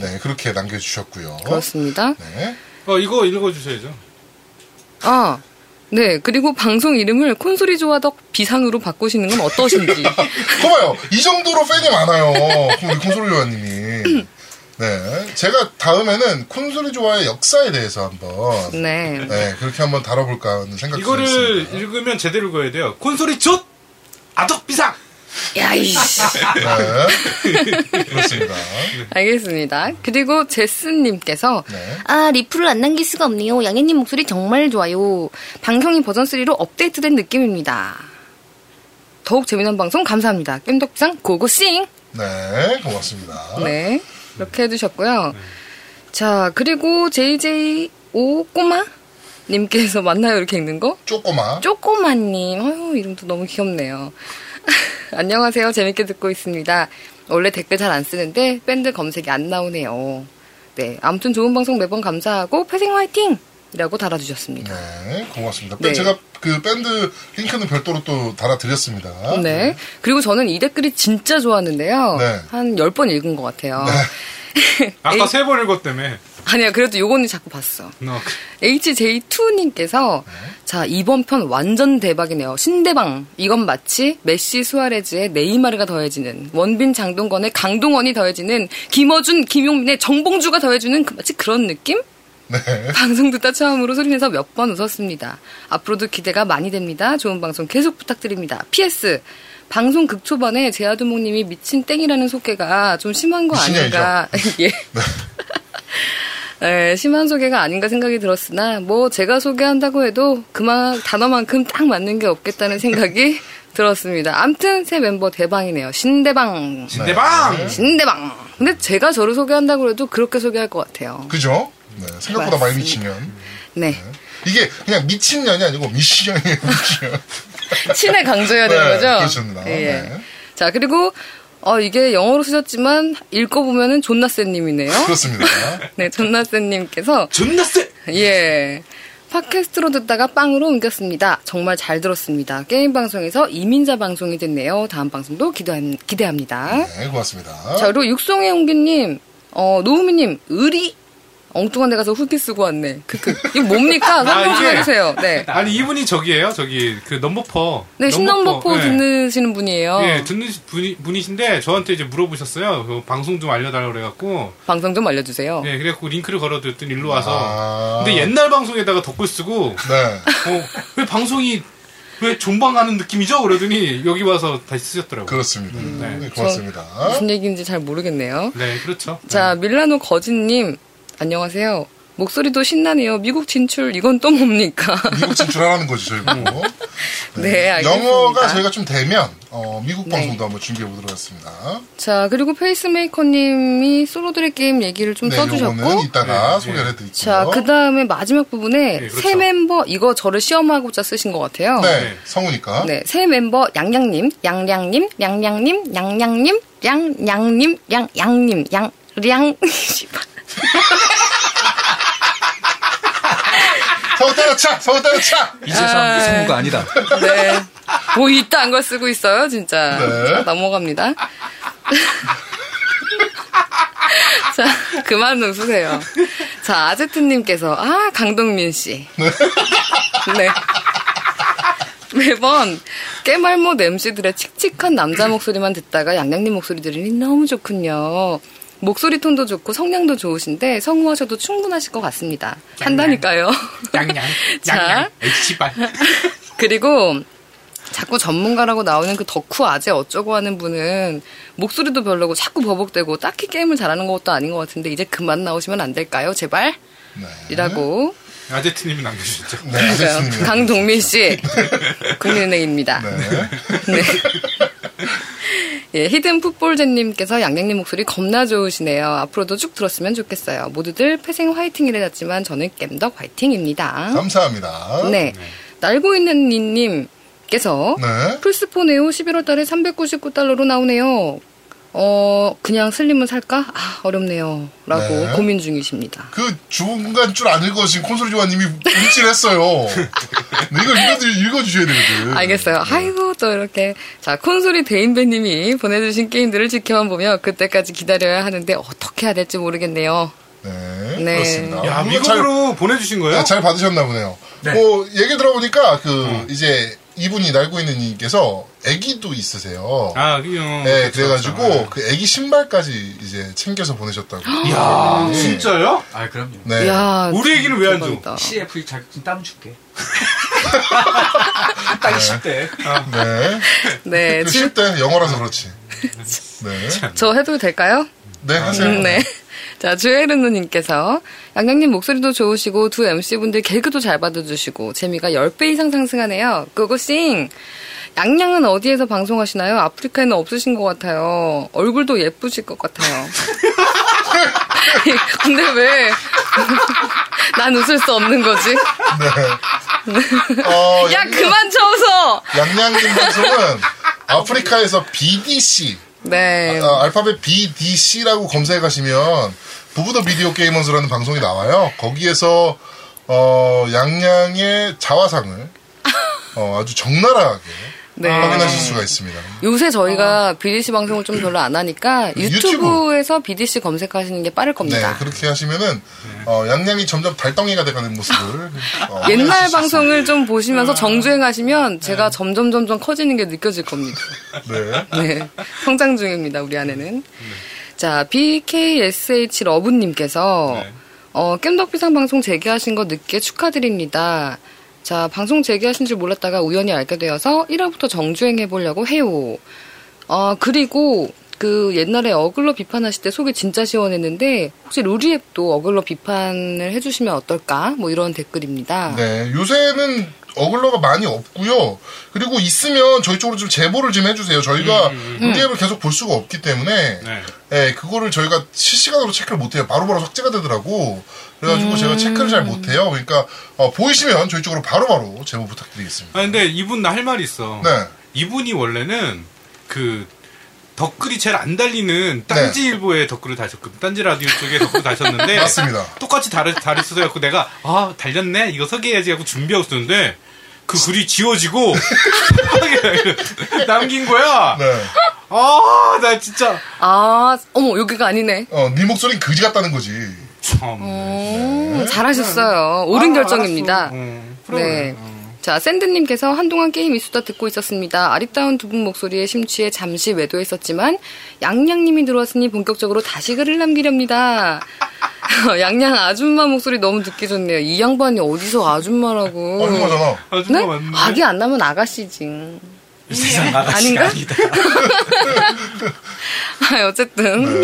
Speaker 1: 네. 네, 그렇게 남겨주셨고요.
Speaker 2: 그렇습니다.
Speaker 1: 네.
Speaker 3: 어 이거 읽어주셔야죠.
Speaker 2: 아 네, 그리고 방송 이름을 콘솔이 좋아덕 비상으로 바꾸시는 건 어떠신지.
Speaker 1: 봐봐요. 이 정도로 팬이 많아요. 우리 콘솔 요아님이. 네. 제가 다음에는 콘솔이 좋아의 역사에 대해서 한번.
Speaker 2: 네.
Speaker 1: 네, 그렇게 한번 다뤄볼까 하는 생각이
Speaker 3: 이거를
Speaker 1: 들었습니다.
Speaker 3: 읽으면 제대로 읽어야 돼요. 콘솔이 좆 아덕 비상.
Speaker 2: 야이씨.
Speaker 1: 네. 그렇습니다.
Speaker 2: 알겠습니다. 그리고 제스님께서
Speaker 1: 네.
Speaker 2: 아 리플을 안 남길 수가 없네요. 양현님 목소리 정말 좋아요. 방송이 버전 3로 업데이트된 느낌입니다. 더욱 재미난 방송 감사합니다. 깸덕비상 고고싱.
Speaker 1: 네, 고맙습니다.
Speaker 2: 네 이렇게 해주셨고요. 자 그리고 JJ 오 꼬마 님께서 맞나요 이렇게 읽는 거?
Speaker 1: 쪼꼬마.
Speaker 2: 쪼꼬마님, 어휴, 이름도 너무 귀엽네요. 안녕하세요. 재밌게 듣고 있습니다. 원래 댓글 잘 안 쓰는데 밴드 검색이 안 나오네요. 네, 아무튼 좋은 방송 매번 감사하고 패생 화이팅! 이라고 달아주셨습니다.
Speaker 1: 네, 고맙습니다.
Speaker 2: 네.
Speaker 1: 제가 그 밴드 링크는 별도로 또 달아드렸습니다.
Speaker 2: 네. 그리고 저는 이 댓글이 진짜 좋았는데요.
Speaker 1: 네.
Speaker 2: 한 10번 읽은 것 같아요.
Speaker 3: 아까
Speaker 2: 에이.
Speaker 3: 세 번 읽었다며.
Speaker 2: 아니야, 그래도 요거는 자꾸 봤어.
Speaker 1: 네.
Speaker 3: 너
Speaker 2: HJ2님께서 자 이번 편 완전 대박이네요. 신대방 이건 마치 메시 수아레즈의 네이마르가 더해지는 원빈 장동건의 강동원이 더해지는 김어준 김용민의 정봉주가 더해주는 그 마치 그런 느낌?
Speaker 1: 네.
Speaker 2: 방송 듣다 처음으로 소리내서 몇 번 웃었습니다. 앞으로도 기대가 많이 됩니다. 좋은 방송 계속 부탁드립니다. PS 방송 극초반에 제아두목님이 미친 땡이라는 소개가 좀 심한 거
Speaker 1: 미친년이죠.
Speaker 2: 아닌가? 예. 네, 심한 소개가 아닌가 생각이 들었으나 뭐 제가 소개한다고 해도 그만 단어만큼 딱 맞는 게 없겠다는 생각이 들었습니다. 암튼 새 멤버 대방이네요. 신대방,
Speaker 3: 진대방.
Speaker 1: 네.
Speaker 2: 신대방. 근데 제가 저를 소개한다고 해도 그렇게 소개할 것 같아요.
Speaker 1: 그죠? 네, 생각보다 많이 미친년.
Speaker 2: 네,
Speaker 1: 이게 그냥 미친년이 아니고 미친년이에요, 미친년.
Speaker 2: 신에 강조해야 되는
Speaker 1: 네,
Speaker 2: 거죠.
Speaker 1: 그렇습니다.
Speaker 2: 예.
Speaker 1: 네.
Speaker 2: 자 그리고 어, 이게 영어로 쓰셨지만 읽고 보면은 존나쌤님이네요.
Speaker 1: 그렇습니다.
Speaker 2: 네, 존나쌤님께서
Speaker 3: 존나 쎄.
Speaker 2: 예. 팟캐스트로 듣다가 빵으로 옮겼습니다. 정말 잘 들었습니다. 게임 방송에서 이민자 방송이 됐네요. 다음 방송도 기대함, 기대합니다.
Speaker 1: 네, 고맙습니다.
Speaker 2: 자, 그리고 육성의 용기님, 어, 노우미님, 의리? 엉뚱한 데 가서 후기 쓰고 왔네. 크크. 이거
Speaker 1: 아,
Speaker 2: 뭡니까? 설명 좀
Speaker 3: 이게-
Speaker 2: 해주세요. 네.
Speaker 3: 아니 이분이 저기예요. 저기 그 넘버퍼.
Speaker 2: 네, 신넘버포
Speaker 1: 예.
Speaker 3: 네.
Speaker 2: 듣는 분이에요.
Speaker 3: 예, 듣는 시- 분이, 분이신데 저한테 이제 물어보셨어요. 그 방송 좀 알려달라고 그래갖고
Speaker 2: 방송 좀 알려주세요.
Speaker 3: 예, 그래갖고 링크를 걸어드렸더니 일로 와서
Speaker 1: 아.
Speaker 3: 근데 옛날 방송에다가 덧글 쓰고
Speaker 1: 네.
Speaker 3: 어, 왜 방송이 왜 존방하는 느낌이죠? 그러더니 여기 와서 다시 쓰셨더라고요.
Speaker 1: 그렇습니다.
Speaker 3: 네.
Speaker 1: 네,
Speaker 2: 음, 저
Speaker 1: 고맙습니다. 그
Speaker 2: 무슨 얘기인지 잘 모르겠네요.
Speaker 3: 네, 그렇죠.
Speaker 2: 자, 밀라노 거진님, 안녕하세요. 목소리도 신나네요. 미국 진출 이건 또 뭡니까?
Speaker 1: 미국 진출하라는 거죠, 저희가. 뭐.
Speaker 2: 네, 알겠습니다.
Speaker 1: 영어가 저희가 좀 되면 어, 미국
Speaker 2: 네.
Speaker 1: 방송도 한번 준비해 보도록 하겠습니다.
Speaker 2: 자 그리고 페이스메이커님이 솔로들의 게임 얘기를 좀
Speaker 1: 네,
Speaker 2: 써주셨고
Speaker 1: 요거는 이따가
Speaker 3: 네,
Speaker 1: 소개를 해드릴게요.
Speaker 2: 자 그 다음에 마지막 부분에
Speaker 3: 네, 그렇죠.
Speaker 2: 새 멤버 이거 저를 시험하고자 쓰신 것 같아요.
Speaker 1: 네,
Speaker 3: 네.
Speaker 1: 성우니까.
Speaker 2: 네, 새 멤버 양양님, 양양님, 양양님, 양양님, 양양님, 양양님, 양양. 씨발.
Speaker 1: 성우 따라차! 성우 따라차!
Speaker 4: 이재성 성우가 아니다.
Speaker 2: 네. 뭐 이딴 걸 쓰고 있어요, 진짜.
Speaker 1: 네.
Speaker 2: 자, 넘어갑니다. 자, 그만 웃으세요. 자, 아제트님께서, 아, 강동민씨. 네. 매번 깨말못 MC들의 칙칙한 남자 목소리만 듣다가 양양님 목소리 들으니 너무 좋군요. 목소리 톤도 좋고 성량도 좋으신데 성우하셔도 충분하실 것 같습니다. 한다니까요.
Speaker 3: 양양
Speaker 2: 자.
Speaker 3: 씨발.
Speaker 2: 그리고 자꾸 전문가라고 나오는 그 덕후 아재 어쩌고 하는 분은 목소리도 별로고 자꾸 버벅대고 딱히 게임을 잘하는 것도 아닌 것 같은데 이제 그만 나오시면 안 될까요? 제발? 이라고
Speaker 3: 아제트님이 남겨주셨죠.
Speaker 1: 네, 알겠습니다.
Speaker 2: 강동민 씨 국민은행입니다.
Speaker 1: 네.
Speaker 2: 네. 예, 히든 풋볼제님께서 양양님 목소리 겁나 좋으시네요. 앞으로도 쭉 들었으면 좋겠어요. 모두들 패생 화이팅이래졌지만 저는 겜덕 화이팅입니다.
Speaker 1: 감사합니다.
Speaker 2: 네. 날고 있는 니님께서
Speaker 1: 어? 네.
Speaker 2: 플스포 네오 11월 달에 399달러로 나오네요. 어, 그냥 슬림을 살까? 아, 어렵네요. 라고
Speaker 1: 네.
Speaker 2: 고민 중이십니다.
Speaker 1: 그 중간 줄 안 읽어진 콘솔 조아님이 움찔했어요. 근데 이걸 읽어주, 읽어주셔야 되거든.
Speaker 3: 음.
Speaker 2: 알겠어요. 아이고, 또 이렇게. 자, 콘솔이 대인배님이 보내주신 게임들을 지켜만 보며 그때까지 기다려야 하는데 어떻게 해야 될지 모르겠네요.
Speaker 1: 네.
Speaker 2: 네.
Speaker 1: 그렇습니다.
Speaker 3: 야
Speaker 1: 물론
Speaker 3: 미국으로 보내주신
Speaker 1: 잘,
Speaker 3: 거예요?
Speaker 1: 네, 잘 받으셨나 보네요.
Speaker 4: 네.
Speaker 1: 뭐, 얘기 들어보니까 그, 이제 이분이 날고 있는 이님께서 애기도 있으세요.
Speaker 3: 아 그요.
Speaker 1: 네, 그래가지고그 애기 신발까지 이제 챙겨서 보내셨다고.
Speaker 3: 야
Speaker 1: 네.
Speaker 3: 진짜요?
Speaker 4: 아 그럼요.
Speaker 1: 네.
Speaker 2: 아, 이야,
Speaker 3: 우리 얘기는 왜안 줘?
Speaker 2: 대박이다.
Speaker 4: CF 자격증 따면 줄게.
Speaker 3: 딱 10대. 아,
Speaker 1: 네.
Speaker 2: 네,
Speaker 1: 그
Speaker 2: 지금
Speaker 1: 쉴 때 영어라서 그렇지. 네.
Speaker 2: 저 해도 될까요?
Speaker 1: 네, 하세요.
Speaker 2: 음, 네. 자, 주에르누님께서 양양님 목소리도 좋으시고 두 MC분들 개그도 잘 받아주시고 재미가 10배 이상 상승하네요. 그거싱! 양양은 어디에서 방송하시나요? 아프리카에는 없으신 것 같아요. 얼굴도 예쁘실 것 같아요. 근데 왜? 난 웃을 수 없는 거지?
Speaker 1: 어,
Speaker 2: 야, 그만 쳐 웃어!
Speaker 1: 양양님 방송은 아프리카에서 BDC,
Speaker 2: 네.
Speaker 1: 아, 알파벳 BDC라고 검색해 가시면 부부 더 비디오 게이머즈라는 방송이 나와요. 거기에서 어, 양양의 자화상을 어, 아주 적나라하게
Speaker 2: 네.
Speaker 1: 확인하실 수가 있습니다.
Speaker 2: 요새 저희가 BDC 방송을 좀 별로 안 하니까
Speaker 1: 어. 유튜브.
Speaker 2: 유튜브에서 BDC 검색하시는 게 빠를
Speaker 1: 네,
Speaker 2: 겁니다.
Speaker 1: 그렇게 하시면은 어, 양양이 점점 달덩이가 돼가는 모습을 어, 확인하실
Speaker 2: 옛날
Speaker 1: 수 아. 네.
Speaker 2: 방송을 좀 보시면서 정주행하시면 제가 점점 점점 커지는 게 느껴질 겁니다.
Speaker 1: 있습니다. 네.
Speaker 2: 네. 성장 중입니다, 우리 아내는. 자, BKSH 러브님께서,
Speaker 3: 네.
Speaker 2: 어, 깸덕비상 방송 재개하신 거 늦게 축하드립니다. 자, 방송 재개하신 줄 몰랐다가 우연히 알게 되어서 1화부터 정주행 해보려고 해요. 어, 그리고 그 옛날에 어글러 비판하실 때 속이 진짜 시원했는데, 혹시 루리앱도 어글러 비판을 해주시면 어떨까? 뭐 이런 댓글입니다.
Speaker 1: 네, 요새는 어글러가 많이 없고요. 그리고 있으면 저희 쪽으로 좀 제보를 좀 해주세요. 저희가
Speaker 2: 음,
Speaker 1: 루리앱을 계속 볼 수가 없기 때문에
Speaker 3: 네.
Speaker 1: 예, 그거를 저희가 실시간으로 체크를 못해요. 바로바로 삭제가 되더라고. 그래가지고 제가 체크를
Speaker 2: 음.
Speaker 1: 잘 못해요. 그러니까 어, 보이시면 저희 쪽으로 바로바로 제보 부탁드리겠습니다.
Speaker 3: 아 근데 이분 나 할 말 있어.
Speaker 1: 네.
Speaker 3: 이분이 원래는 그 댓글이 제일
Speaker 1: 네.
Speaker 3: 안 달리는 딴지일보에 댓글을 다셨거든. 딴지 라디오 쪽에 댓글 다셨는데
Speaker 1: 맞습니다.
Speaker 3: 똑같이 다리 다리 쓰서 갖고 내가 아 달렸네 이거 소개해야지 하고 준비하고 있었는데 그 글이 지워지고 남긴 거야.
Speaker 1: 네.
Speaker 3: 아 나 진짜
Speaker 2: 아, 어머, 여기가 아니네.
Speaker 1: 어, 네 목소리는 그지 같다는 거지.
Speaker 3: 참.
Speaker 2: 어. 오, 음, 잘하셨어요. 옳은
Speaker 3: 아,
Speaker 2: 결정입니다.
Speaker 3: 알았어. 어,
Speaker 2: 네.
Speaker 3: 그래.
Speaker 2: 자, 샌드님께서 한동안 게임 이수다 듣고 있었습니다. 아리따운 두 분 목소리에 심취해 잠시 외도했었지만, 양양님이 들어왔으니 본격적으로 다시 글을 남기렵니다. 양양 아줌마 목소리 너무 듣기 좋네요. 이 양반이 어디서 아줌마라고.
Speaker 1: 얼마잖아.
Speaker 3: 아줌마
Speaker 2: 네?
Speaker 3: 맞네.
Speaker 2: 악이 안 나면 아가씨지.
Speaker 4: 이 세상 아가씨가
Speaker 2: 아닌가?
Speaker 4: 아니다.
Speaker 2: 아, 어쨌든.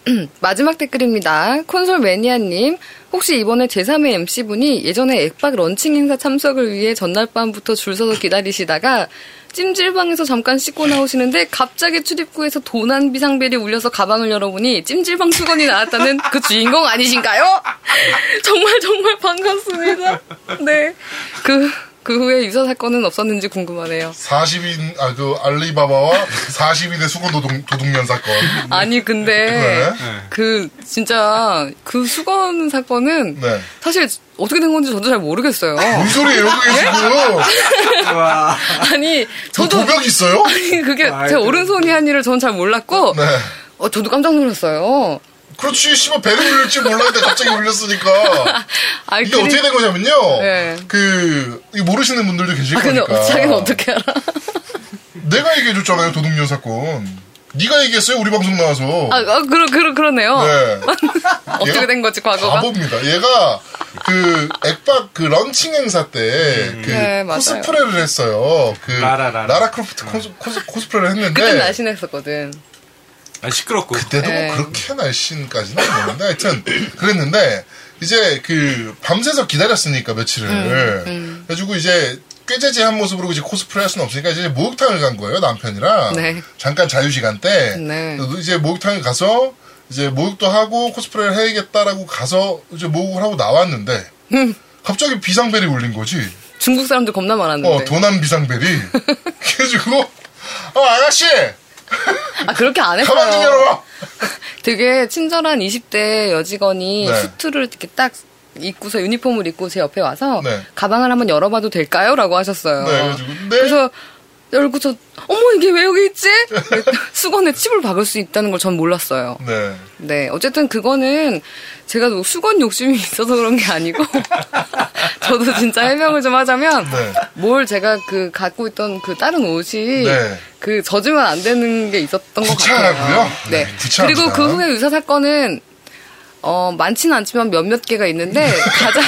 Speaker 2: 마지막 댓글입니다. 콘솔 매니아님, 혹시 이번에 제3회 MC분이 예전에 액박 런칭 행사 참석을 위해 전날 밤부터 줄 서서 기다리시다가 찜질방에서 잠깐 씻고 나오시는데 갑자기 출입구에서 도난 비상벨이 울려서 가방을 열어보니 찜질방 수건이 나왔다는 그 주인공 아니신가요? 정말 정말 반갑습니다. 네. 그, 그 후에 유사 사건은 없었는지 궁금하네요.
Speaker 1: 40인, 아, 그, 알리바바와 40인의 수건 도둑, 도둑년 사건.
Speaker 2: 아니 근데
Speaker 1: 네.
Speaker 2: 그 진짜 그 수건 사건은
Speaker 1: 네.
Speaker 2: 사실 어떻게 된 건지 저도 잘 모르겠어요.
Speaker 1: 뭔 소리예요, 그게 지금?
Speaker 4: 와.
Speaker 2: 아니
Speaker 1: 저
Speaker 2: 저도
Speaker 1: 도벽 있어요?
Speaker 2: 그게
Speaker 4: 아이,
Speaker 2: 제
Speaker 4: 그래.
Speaker 2: 오른손이 한 일을 저는 잘 몰랐고
Speaker 1: 네.
Speaker 2: 어, 저도 깜짝 놀랐어요.
Speaker 1: 그렇지, 씨발, 배를 울릴지 몰랐는데 갑자기 울렸으니까.
Speaker 2: 아
Speaker 1: 이게 어떻게 된 거냐면요.
Speaker 2: 네.
Speaker 1: 그, 이거 모르시는 분들도 계실
Speaker 2: 아 근데
Speaker 1: 거니까.
Speaker 2: 자기는 어떻게 알아?
Speaker 1: 내가 얘기해줬잖아요, 도둑년 사건. 네가 얘기했어요, 우리 방송 나와서.
Speaker 2: 아, 아 그러 그러 그러네요.
Speaker 1: 네.
Speaker 2: 어떻게 된 거지 과거가?
Speaker 1: 바보입니다. 얘가 그 액박 그 런칭 행사 때 그
Speaker 2: 네, 맞아요.
Speaker 1: 코스프레를 했어요. 그
Speaker 3: 라라, 라라.
Speaker 1: 크로프트 코스, 코스, 코스프레를 했는데
Speaker 2: 그때 날씬했었거든.
Speaker 3: 아, 시끄럽고.
Speaker 1: 때도
Speaker 2: 네.
Speaker 1: 뭐 그렇게 날씬까지는 아니었는데 하여튼 그랬는데 이제 그 밤새서 기다렸으니까 며칠을
Speaker 2: 음,
Speaker 1: 그래가지고 이제 꾀재재한 모습으로 이제 코스프레 할 수는 없으니까 이제 목욕탕을 간 거예요 남편이랑
Speaker 2: 네.
Speaker 1: 잠깐 자유 시간 때
Speaker 2: 네.
Speaker 1: 이제 목욕탕에 가서 이제 목욕도 하고 코스프레를 해야겠다라고 가서 이제 목욕을 하고 나왔는데 갑자기 비상벨이 울린 거지
Speaker 2: 중국 사람들 겁나 많았는데.
Speaker 1: 어 도난 비상벨이 그래가지고 어 아가씨
Speaker 2: 아 그렇게 안 했어요.
Speaker 1: 가만 좀 열어봐
Speaker 2: 되게 친절한 20대 여직원이
Speaker 1: 네.
Speaker 2: 수트를 이렇게 딱 입고서 유니폼을 입고 제 옆에 와서
Speaker 1: 네.
Speaker 2: 가방을 한번 열어봐도 될까요? 라고 하셨어요.
Speaker 1: 네, 그래가지고, 네.
Speaker 2: 그래서 열고 저 어머 이게 왜 여기 있지? 수건에 칩을 박을 수 있다는 걸 전 몰랐어요.
Speaker 1: 네
Speaker 2: 네, 어쨌든 그거는 제가 노- 수건 욕심이 있어서 그런 게 아니고 저도 진짜 해명을 좀 하자면
Speaker 1: 네.
Speaker 2: 뭘 제가 그 갖고 있던 그 다른 옷이
Speaker 1: 네.
Speaker 2: 그 젖으면 안 되는 게 있었던 것 같아요.
Speaker 1: 구차하고요.
Speaker 2: 네.
Speaker 1: 네, 구차합니다.
Speaker 2: 그리고 그 후에 유사 사건은 어 많지는 않지만 몇몇 개가 있는데 가장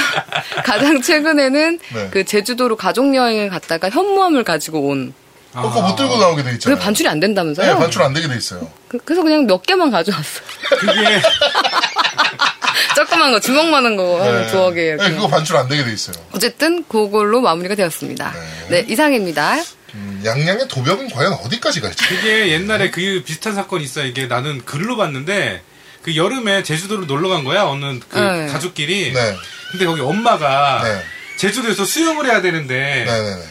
Speaker 2: 가장 최근에는
Speaker 1: 네.
Speaker 2: 그 제주도로 가족 여행을 갔다가 현무암을 가지고 온.
Speaker 1: 어, 그거 못 들고 나오게 돼
Speaker 2: 그게
Speaker 1: 있잖아요.
Speaker 2: 반출이 안 된다면서요?
Speaker 1: 네, 반출 안 되게 돼 있어요.
Speaker 2: 그, 래서 그냥 몇 개만 가져왔어요.
Speaker 3: 그게
Speaker 2: 조그만 거 주먹만한 거 한 두어 개 이렇게.
Speaker 1: 네, 그거 반출 안 되게 돼 있어요.
Speaker 2: 어쨌든 그걸로 마무리가 되었습니다. 네, 이상입니다.
Speaker 1: 음, 양양의 도벽은 과연 어디까지 갈지.
Speaker 3: 그게 옛날에 그 비슷한 사건이 있어. 이게 나는 글로 봤는데 그 여름에 제주도를 놀러 간 거야. 어느 그
Speaker 2: 네.
Speaker 3: 가족끼리.
Speaker 1: 네.
Speaker 3: 근데 거기 엄마가
Speaker 1: 네.
Speaker 3: 제주도에서 수영을 해야 되는데
Speaker 1: 네네네.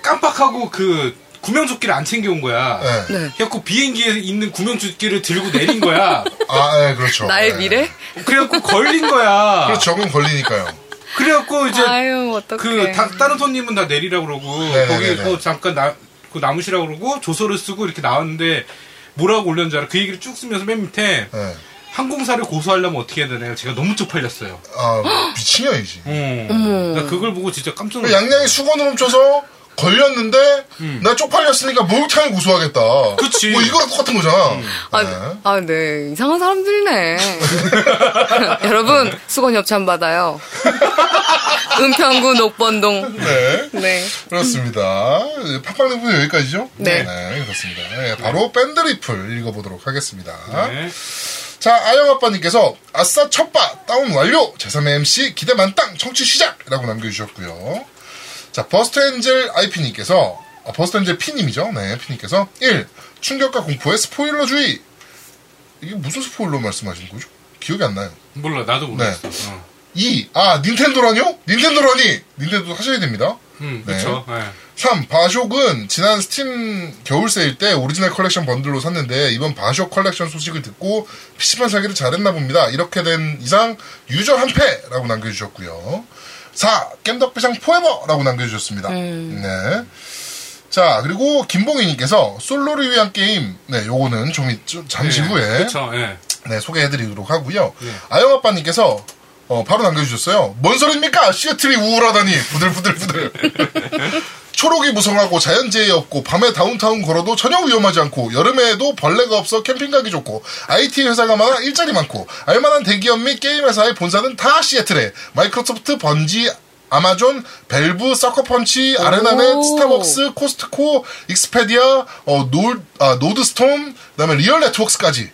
Speaker 3: 깜빡하고 그 구명조끼를 안 챙겨온 거야.
Speaker 1: 네.
Speaker 2: 네.
Speaker 3: 그래갖고 비행기에 있는 구명조끼를 들고 내린 거야.
Speaker 1: 아, 네, 그렇죠.
Speaker 2: 나의
Speaker 1: 네.
Speaker 2: 미래?
Speaker 3: 그래갖고 걸린 거야.
Speaker 1: 그래서 적응 걸리니까요.
Speaker 3: 그래갖고 이제
Speaker 2: 아유, 어떡해.
Speaker 3: 그 다, 다른 손님은 다 내리라고 그러고
Speaker 1: 네네네네.
Speaker 3: 거기 그 잠깐 나, 그 남으시라고 그러고 조서를 쓰고 이렇게 나왔는데 뭐라고 올렸는지 알아 그 얘기를 쭉 쓰면서 맨 밑에
Speaker 1: 네.
Speaker 3: 항공사를 고소하려면 어떻게 해야 되나요? 제가 너무 쪽팔렸어요.
Speaker 1: 아, 미친년이지.
Speaker 3: 음. 나 그걸 보고 진짜 깜짝 놀랐어.
Speaker 1: 양양이 수건을 훔쳐서 걸렸는데, 나 쪽팔렸으니까 목욕탕에 고소하겠다.
Speaker 3: 음. 그치. 음.
Speaker 1: 뭐 이거랑 똑같은 거잖아.
Speaker 2: 아,
Speaker 1: 네.
Speaker 2: 아, 네. 이상한 사람들이네. 여러분, 수건 협찬 받아요. 은평구 녹번동.
Speaker 1: 네.
Speaker 2: 네.
Speaker 1: 그렇습니다. 팝빵리프 여기까지죠?
Speaker 2: 네.
Speaker 1: 그렇습니다. 네, 바로 밴드리플 읽어보도록 하겠습니다.
Speaker 3: 네.
Speaker 1: 자, 아영아빠님께서, 아싸, 첫바, 다운 완료! 제3의 MC, 기대 만땅, 청취 시작! 라고 남겨주셨고요 자, 버스트 엔젤 IP님께서, 아, 버스트 엔젤 P님이죠? 네, P님께서, 1. 충격과 공포의 스포일러 주의! 이게 무슨 스포일러 말씀하시는 거죠? 기억이 안 나요.
Speaker 3: 몰라 나도
Speaker 1: 네.
Speaker 3: 모르겠어. 어.
Speaker 1: 2. 아, 닌텐도라뇨? 닌텐도라니! 닌텐도 하셔야 됩니다.
Speaker 3: 음,
Speaker 1: 네.
Speaker 3: 그렇죠.
Speaker 1: 3. 바쇼은 지난 스팀 겨울 세일 때 오리지널 컬렉션 번들로 샀는데 이번 바쇼 컬렉션 소식을 듣고 PC판 사기를 잘했나 봅니다. 이렇게 된 이상 유저 한패라고 남겨주셨고요. 4. 겜덕비상 포에버라고 남겨주셨습니다. 네. 자 그리고 김봉희님께서 솔로를 위한 게임 네 요거는 좀, 있- 좀 잠시 후에
Speaker 3: 그렇죠. 예.
Speaker 1: 네, 소개해드리도록 하고요. 아영아빠님께서 어, 바로 남겨주셨어요. 뭔 소리입니까? 시애틀이 우울하다니 부들부들부들. 초록이 무성하고 자연재해 없고 밤에 다운타운 걸어도 전혀 위험하지 않고 여름에도 벌레가 없어 캠핑 가기 좋고 IT 회사가 많아 일자리 많고 알만한 대기업 및 게임 회사의 본사는 다 시애틀에 마이크로소프트 번지 아마존, 벨브, 서커펀치, 아레나넷, 스타벅스, 코스트코, 익스페디아, 어, 노, 아, 노드스톰, 그다음에 리얼 네트웍스까지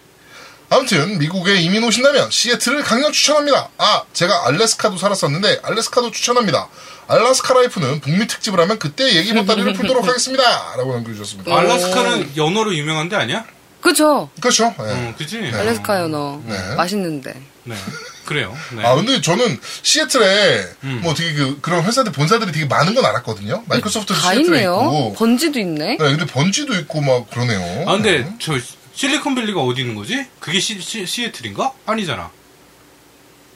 Speaker 1: 아무튼 미국에 이민 오신다면 시애틀을 강력 추천합니다. 아, 제가 알래스카도 살았었는데 알래스카도 추천합니다. 알래스카 라이프는 북미 특집을 하면 그때 얘기 못다리를 풀도록 하겠습니다. 라고 남겨주셨습니다.
Speaker 2: 어. 음.
Speaker 3: 알라스카는 연어로 유명한 데 아니야?
Speaker 2: 그쵸?
Speaker 1: 그렇죠. 예.
Speaker 3: 어, 그지?
Speaker 2: 알래스카 연어.
Speaker 1: 네.
Speaker 2: 맛있는데.
Speaker 3: 네. 그래요. 네. 음.
Speaker 1: 아 근데 저는 시애틀에 뭐 되게 그, 그런 회사들 본사들이 되게 많은 건 알았거든요. 마이크로소프트
Speaker 2: 음, 다
Speaker 1: 시애틀에
Speaker 2: 있네요.
Speaker 1: 있고,
Speaker 2: 번지도 있네.
Speaker 1: 네, 근데 번지도 있고 막 그러네요.
Speaker 3: 아, 근데
Speaker 1: 네.
Speaker 3: 저 실리콘밸리가 어디 있는 거지? 그게 시, 애틀인가 아니잖아.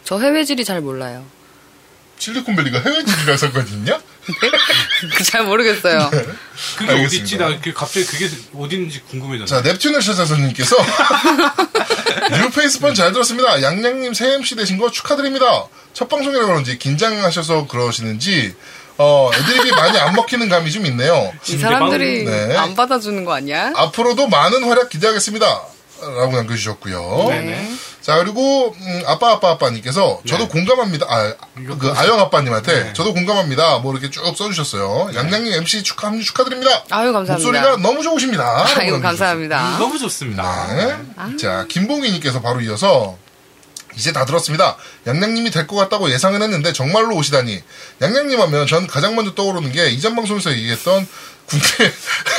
Speaker 2: 저 해외질이 잘 몰라요.
Speaker 1: 실리콘밸리가 해외 지리랑 상관이 있냐?
Speaker 2: 잘 모르겠어요.
Speaker 1: 네.
Speaker 3: 그게
Speaker 1: 알겠습니다.
Speaker 3: 어디 있지? 나 그- 갑자기 그게 어디인지 궁금해졌네.
Speaker 1: 자, 넵튠을 찾아서님께서 뉴페이스펀 잘 들었습니다. 양양님 새 MC 되신 거 축하드립니다. 첫 방송이라 그런지 긴장하셔서 그러시는지 어, 애드립이 많이 안 먹히는 감이 좀 있네요.
Speaker 2: 이 사람들이
Speaker 1: 진대방? 네.
Speaker 2: 안 받아주는 거 아니야?
Speaker 1: 앞으로도 많은 활약 기대하겠습니다. 라고 남겨주셨고요.
Speaker 3: 네네. 네.
Speaker 1: 자 그리고 음, 아빠 아빠 아빠님께서 저도 공감합니다. 아, 그 아영 아빠님한테 저도 공감합니다. 뭐 이렇게 쭉 써주셨어요.
Speaker 3: 네.
Speaker 1: 양양님 MC 축하 합류 축하드립니다.
Speaker 2: 아유, 감사합니다.
Speaker 1: 목소리가 너무 좋으십니다. 라고
Speaker 2: 아이고,
Speaker 1: 남겨주셨어요.
Speaker 2: 감사합니다.
Speaker 1: 음.
Speaker 3: 너무 좋습니다.
Speaker 1: 네. 자, 김봉희님께서 바로 이어서 이제 다 들었습니다. 양양님이 될 것 같다고 예상은 했는데 정말로 오시다니. 양양님 하면 전 가장 먼저 떠오르는 게 이전 방송에서 얘기했던 군대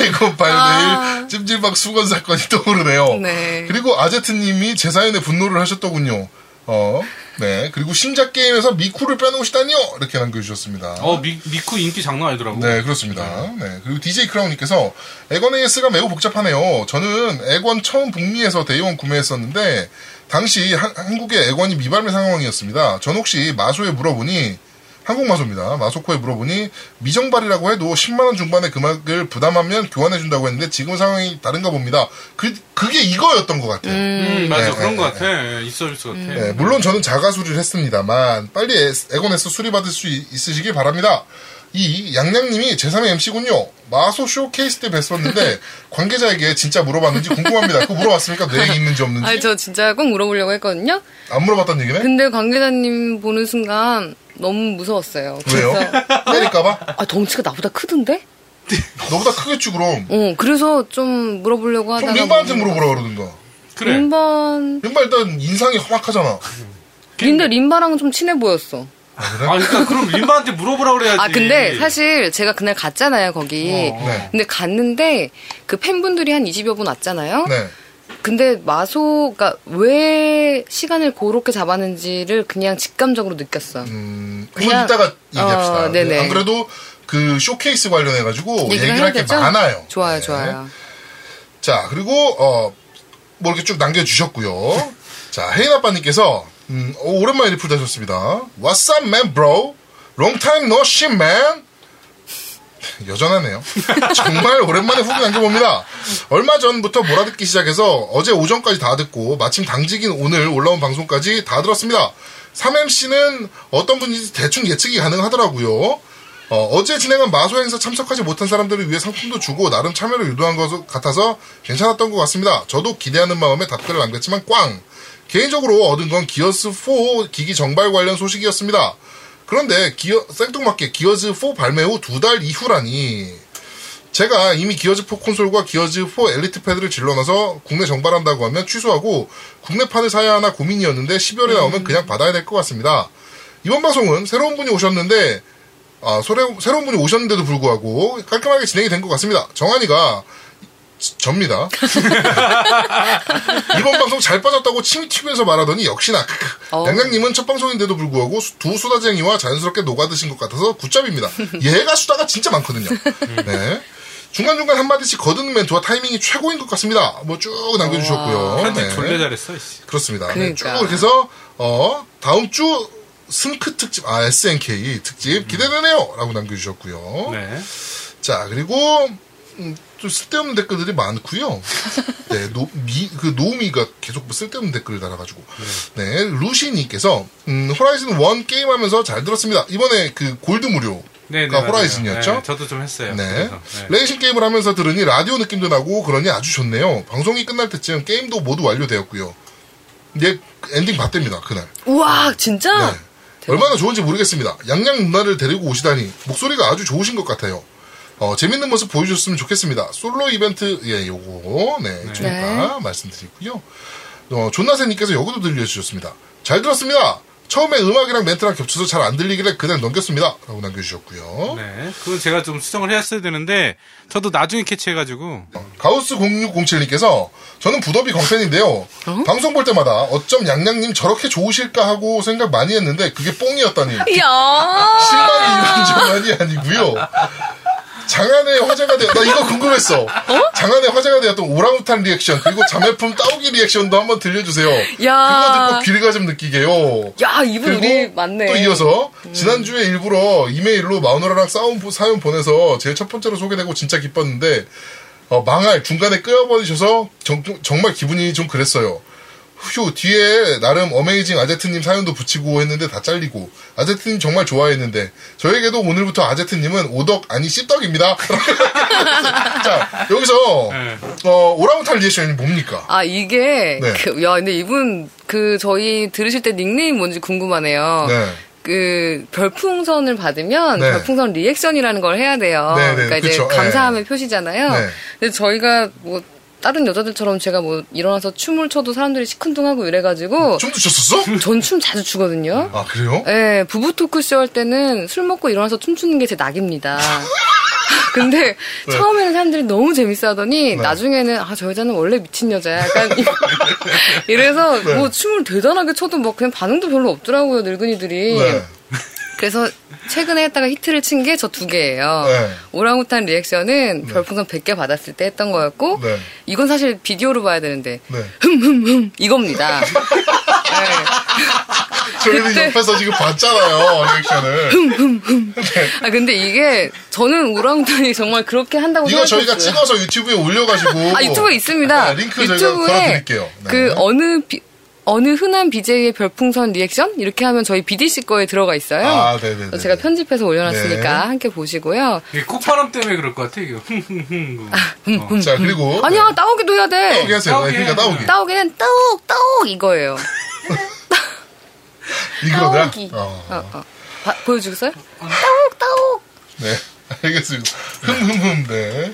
Speaker 1: 해고 발매일 찜질방 수건 사건이 떠오르네요.
Speaker 2: 네.
Speaker 1: 그리고 아제트님이 제 사연에 분노를 하셨더군요. 어, 네. 그리고 신작 게임에서 미쿠를 빼놓으시다니요. 이렇게 남겨주셨습니다.
Speaker 3: 어, 미, 미쿠 인기 장난 아니더라고.
Speaker 1: 네, 그렇습니다. 네. 그리고 DJ 크라운님께서 에건 AS가 매우 복잡하네요. 저는 에건 처음 북미에서 대의원 구매했었는데, 당시 한, 한국의 에건이 미발매 상황이었습니다. 전 혹시 마소에 물어보니, 한국 마소입니다. 마소코에 물어보니, 미정발이라고 해도 10만원 중반의 금액을 부담하면 교환해준다고 했는데, 지금 상황이 다른가 봅니다. 그, 그게 이거였던 것 같아요.
Speaker 3: 음, 맞아.
Speaker 1: 네,
Speaker 3: 그런
Speaker 1: 네,
Speaker 3: 것 같아. 이 서비스 같아.
Speaker 2: 음.
Speaker 1: 네, 물론 저는 자가 수리를 했습니다만 빨리 에- 에곤에서 수리받을 수 있- 있으시길 바랍니다. 이 양양님이 제3의 MC군요. 마소 쇼케이스 때 뵀었는데 관계자에게 진짜 물어봤는지 궁금합니다. 그거 물어봤습니까? 내 얘기 있는지 없는지?
Speaker 2: 아니, 저 진짜 꼭 물어보려고 했거든요.
Speaker 1: 안 물어봤단 얘기네?
Speaker 2: 근데 관계자님 보는 순간 너무 무서웠어요.
Speaker 1: 왜요?
Speaker 2: 그래서
Speaker 1: 때릴까봐?
Speaker 2: 아, 덩치가 나보다 크던데?
Speaker 1: 너보다 크겠지 그럼.
Speaker 2: 어, 그래서 좀 물어보려고 하다가.
Speaker 1: 그럼 민바한테 물어보라 그러든가.
Speaker 3: 그래.
Speaker 2: 음. 림반.
Speaker 1: 민바 일단 인상이 험악하잖아.
Speaker 2: 근데 림바랑은 좀 친해 보였어.
Speaker 3: 아, 그러니까 그럼 림바한테 물어보라 그래야지.
Speaker 2: 아, 근데 사실 제가 그날 갔잖아요, 거기.
Speaker 3: 어.
Speaker 1: 네.
Speaker 2: 근데 갔는데 그 팬분들이 한 20여 분 왔잖아요.
Speaker 1: 네.
Speaker 2: 근데 마소가 왜 시간을 그렇게 잡았는지를 그냥 직감적으로 느꼈어.
Speaker 1: 음, 그건
Speaker 2: 그냥-
Speaker 1: 이따가 얘기합시다.
Speaker 2: 어, 네네.
Speaker 1: 안 그래도 그 쇼케이스 관련해가지고 뭐 얘기를 할 게
Speaker 2: 해야겠죠?
Speaker 1: 많아요.
Speaker 2: 좋아요,
Speaker 1: 네.
Speaker 2: 좋아요.
Speaker 1: 자, 그리고, 어, 뭐 이렇게 쭉 남겨주셨고요. 자, 혜인 아빠님께서, 음, 오, 오랜만에 리플 다셨습니다. What's up, man, bro? Long time no shit, man? 여전하네요. 정말 오랜만에 후기 남겨봅니다. 얼마 전부터 몰아듣기 시작해서 어제 오전까지 다 듣고 마침 당직인 오늘 올라온 방송까지 다 들었습니다. 3MC는 어떤 분인지 대충 예측이 가능하더라고요. 어, 제 진행한 마소 행사 참석하지 못한 사람들을 위해 상품도 주고 나름 참여를 유도한 것 같아서 괜찮았던 것 같습니다. 저도 기대하는 마음에 답글을 남겼지만 꽝! 개인적으로 얻은 건 기어스4 기기 정발 관련 소식이었습니다. 그런데 기어, 생뚱맞게 기어즈4 발매 후 두 달 이후라니. 제가 이미 기어즈4 콘솔과 기어즈4 엘리트 패드를 질러놔서 국내 정발한다고 하면 취소하고 국내판을 사야 하나 고민이었는데 12월에 나오면 그냥 받아야 될 것 같습니다. 이번 방송은 새로운 분이 오셨는데 아, 소래- 새로운 분이 오셨는데도 불구하고 깔끔하게 진행이 된 것 같습니다. 정한이가 지- 접니다. 이번 방송 잘 빠졌다고 침이 튀면서 말하더니 역시나
Speaker 2: 어.
Speaker 1: 양양님은 첫 방송인데도 불구하고 수- 두 수다쟁이와 자연스럽게 녹아드신 것 같아서 굿잡입니다. 얘가 수다가 진짜 많거든요. 네. 중간중간 한마디씩 거드는 멘트와 타이밍이 최고인 것 같습니다. 뭐 쭉 남겨주셨고요.
Speaker 3: 편집
Speaker 1: 네.
Speaker 3: 어, 졸래 잘했어, 이씨.
Speaker 1: 그렇습니다. 네, 쭉
Speaker 2: 그러니까.
Speaker 1: 이렇게 해서 어 다음 주 승크 특집 아 SNK 특집 기대되네요라고 남겨주셨고요.
Speaker 3: 음. 네.
Speaker 1: 자 그리고 음, 좀 쓸데없는 댓글들이 많고요. 네, 노, 미, 그 노미가 계속 뭐 쓸데없는 댓글을 달아가지고 네 루시님께서 음, 호라이즌 1 게임하면서 잘 들었습니다. 이번에 그 골드 무료. 가
Speaker 3: 네, 네,
Speaker 1: 그러니까 호라이즌이었죠?
Speaker 3: 맞아요. 네, 저도 좀 했어요.
Speaker 1: 네.
Speaker 3: 그래서, 네.
Speaker 1: 레이싱 게임을 하면서 들으니 라디오 느낌도 나고 그러니 아주 좋네요. 방송이 끝날 때쯤 게임도 모두 완료되었고요. 이제 엔딩 봤답니다 그날.
Speaker 2: 우와, 진짜?
Speaker 1: 네. 얼마나 좋은지 모르겠습니다. 양양 누나를 데리고 오시다니 목소리가 아주 좋으신 것 같아요. 어, 재밌는 모습 보여주셨으면 좋겠습니다. 솔로 이벤트 예 요거 네, 좀
Speaker 2: 네.
Speaker 1: 이따 말씀드리고요. 어, 존나세님께서 여기도 들려주셨습니다. 잘 들었습니다. 처음에 음악이랑 멘트랑 겹쳐서 잘 안 들리길래 그냥 넘겼습니다. 라고 남겨주셨고요.
Speaker 3: 네. 그건 제가 좀 수정을 했어야 되는데 저도 나중에 캐치해가지고
Speaker 1: 가우스0607님께서 저는 부더비 광팬인데요. 방송 볼 때마다 어쩜 양양님 저렇게 좋으실까 하고 생각 많이 했는데 그게 뽕이었다니.
Speaker 2: 이야.
Speaker 1: 실망이 이런저런이 아니고요. 장안의 화제가 되었, 나 이거 궁금했어. 장안의 화제가 되었던 오랑우탄 리액션, 그리고 자매품 따오기 리액션도 한번 들려주세요.
Speaker 2: 아.
Speaker 1: 그거 듣고 귀리가 좀 느끼게요.
Speaker 2: 야, 이분 우리 맞네. 음.
Speaker 1: 또 이어서 지난주에 일부러 이메일로 마누라랑 싸움 보- 사연 보내서 제일 첫 번째로 소개되고 진짜 기뻤는데 어, 망할 중간에 끄어버리셔서 정, 말 기분이 좀 그랬어요. 휴 뒤에 나름 어메이징 아제트님 사연도 붙이고 했는데 다 잘리고 아제트님 정말 좋아했는데 저에게도 오늘부터 아제트님은 오덕 아니 씹덕입니다. 자 여기서
Speaker 3: 네.
Speaker 1: 어, 오랑우탄 리액션이 뭡니까?
Speaker 2: 아, 이게,
Speaker 1: 네.
Speaker 2: 그- 야, 근데 이분, 그, 저희 들으실 때 닉네임 뭔지 궁금하네요.
Speaker 1: 네.
Speaker 2: 그, 별풍선을 받으면,
Speaker 1: 네.
Speaker 2: 별풍선 리액션이라는 걸 해야 돼요.
Speaker 1: 네, 네,
Speaker 2: 그러니까 이제
Speaker 1: 그쵸.
Speaker 2: 감사함의 표시잖아요.
Speaker 1: 네.
Speaker 2: 근데 저희가 뭐, 다른 여자들처럼 제가 뭐, 일어나서 춤을 춰도 사람들이 시큰둥하고 이래가지고,
Speaker 1: 춤도 췄었어?
Speaker 2: 전 춤 자주 추거든요.
Speaker 1: 아 그래요?
Speaker 2: 예, 부부 토크쇼 할 때는 술 먹고 일어나서 춤추는 게 제 낙입니다. 근데 처음에는 사람들이 너무 재밌어
Speaker 1: 네.
Speaker 2: 하더니 나중에는 아, 저 여자는 원래 미친 여자야. 약간 이래서
Speaker 1: 네.
Speaker 2: 뭐 춤을 대단하게 춰도 뭐 그냥 반응도 별로 없더라고요, 늙은이들이.
Speaker 1: 네.
Speaker 2: 그래서 최근에 했다가 히트를 친 게 저 두 개예요.
Speaker 1: 네.
Speaker 2: 오랑우탄 리액션은 별풍선 100개 받았을 때 했던 거였고
Speaker 1: 네.
Speaker 2: 이건 사실 비디오로 봐야 되는데
Speaker 1: 네.
Speaker 2: 이겁니다. 네.
Speaker 1: 저희는
Speaker 2: 그때-
Speaker 1: 옆에서 지금 봤잖아요 리액션을
Speaker 2: 아 근데 이게 저는 오랑우탄이 정말 그렇게 한다고
Speaker 1: 이거
Speaker 2: 생각했어요.
Speaker 1: 저희가 찍어서 유튜브에 올려가지고
Speaker 2: 아 유튜브에 있습니다.
Speaker 1: 네, 링크 저희가 걸어드릴게요 네.
Speaker 2: 그 어느 비- 어느 흔한 BJ의 별풍선 리액션 이렇게 하면 저희 BDC 거에 들어가 있어요.
Speaker 1: 아, 네네네.
Speaker 2: 그래서 제가 편집해서 올려놨으니까
Speaker 1: 네.
Speaker 2: 함께 보시고요.
Speaker 3: 이게 콧바람 때문에 그럴 것 같아 이거. 흥흥흥. 어.
Speaker 1: 자 그리고
Speaker 2: 음. 아니야 따오기도 해야 돼.
Speaker 1: 네. 따오기 하세요
Speaker 3: 따오기
Speaker 1: 그러니까
Speaker 3: 해야죠.
Speaker 1: 따오기
Speaker 2: 따오기는 따옥 따옥 이거예요.
Speaker 1: 이거다
Speaker 2: 따오기.
Speaker 1: 어,
Speaker 2: 어, 어. 봐- 보여주겠어요?
Speaker 1: 네 알겠습니다 흠흠흠 네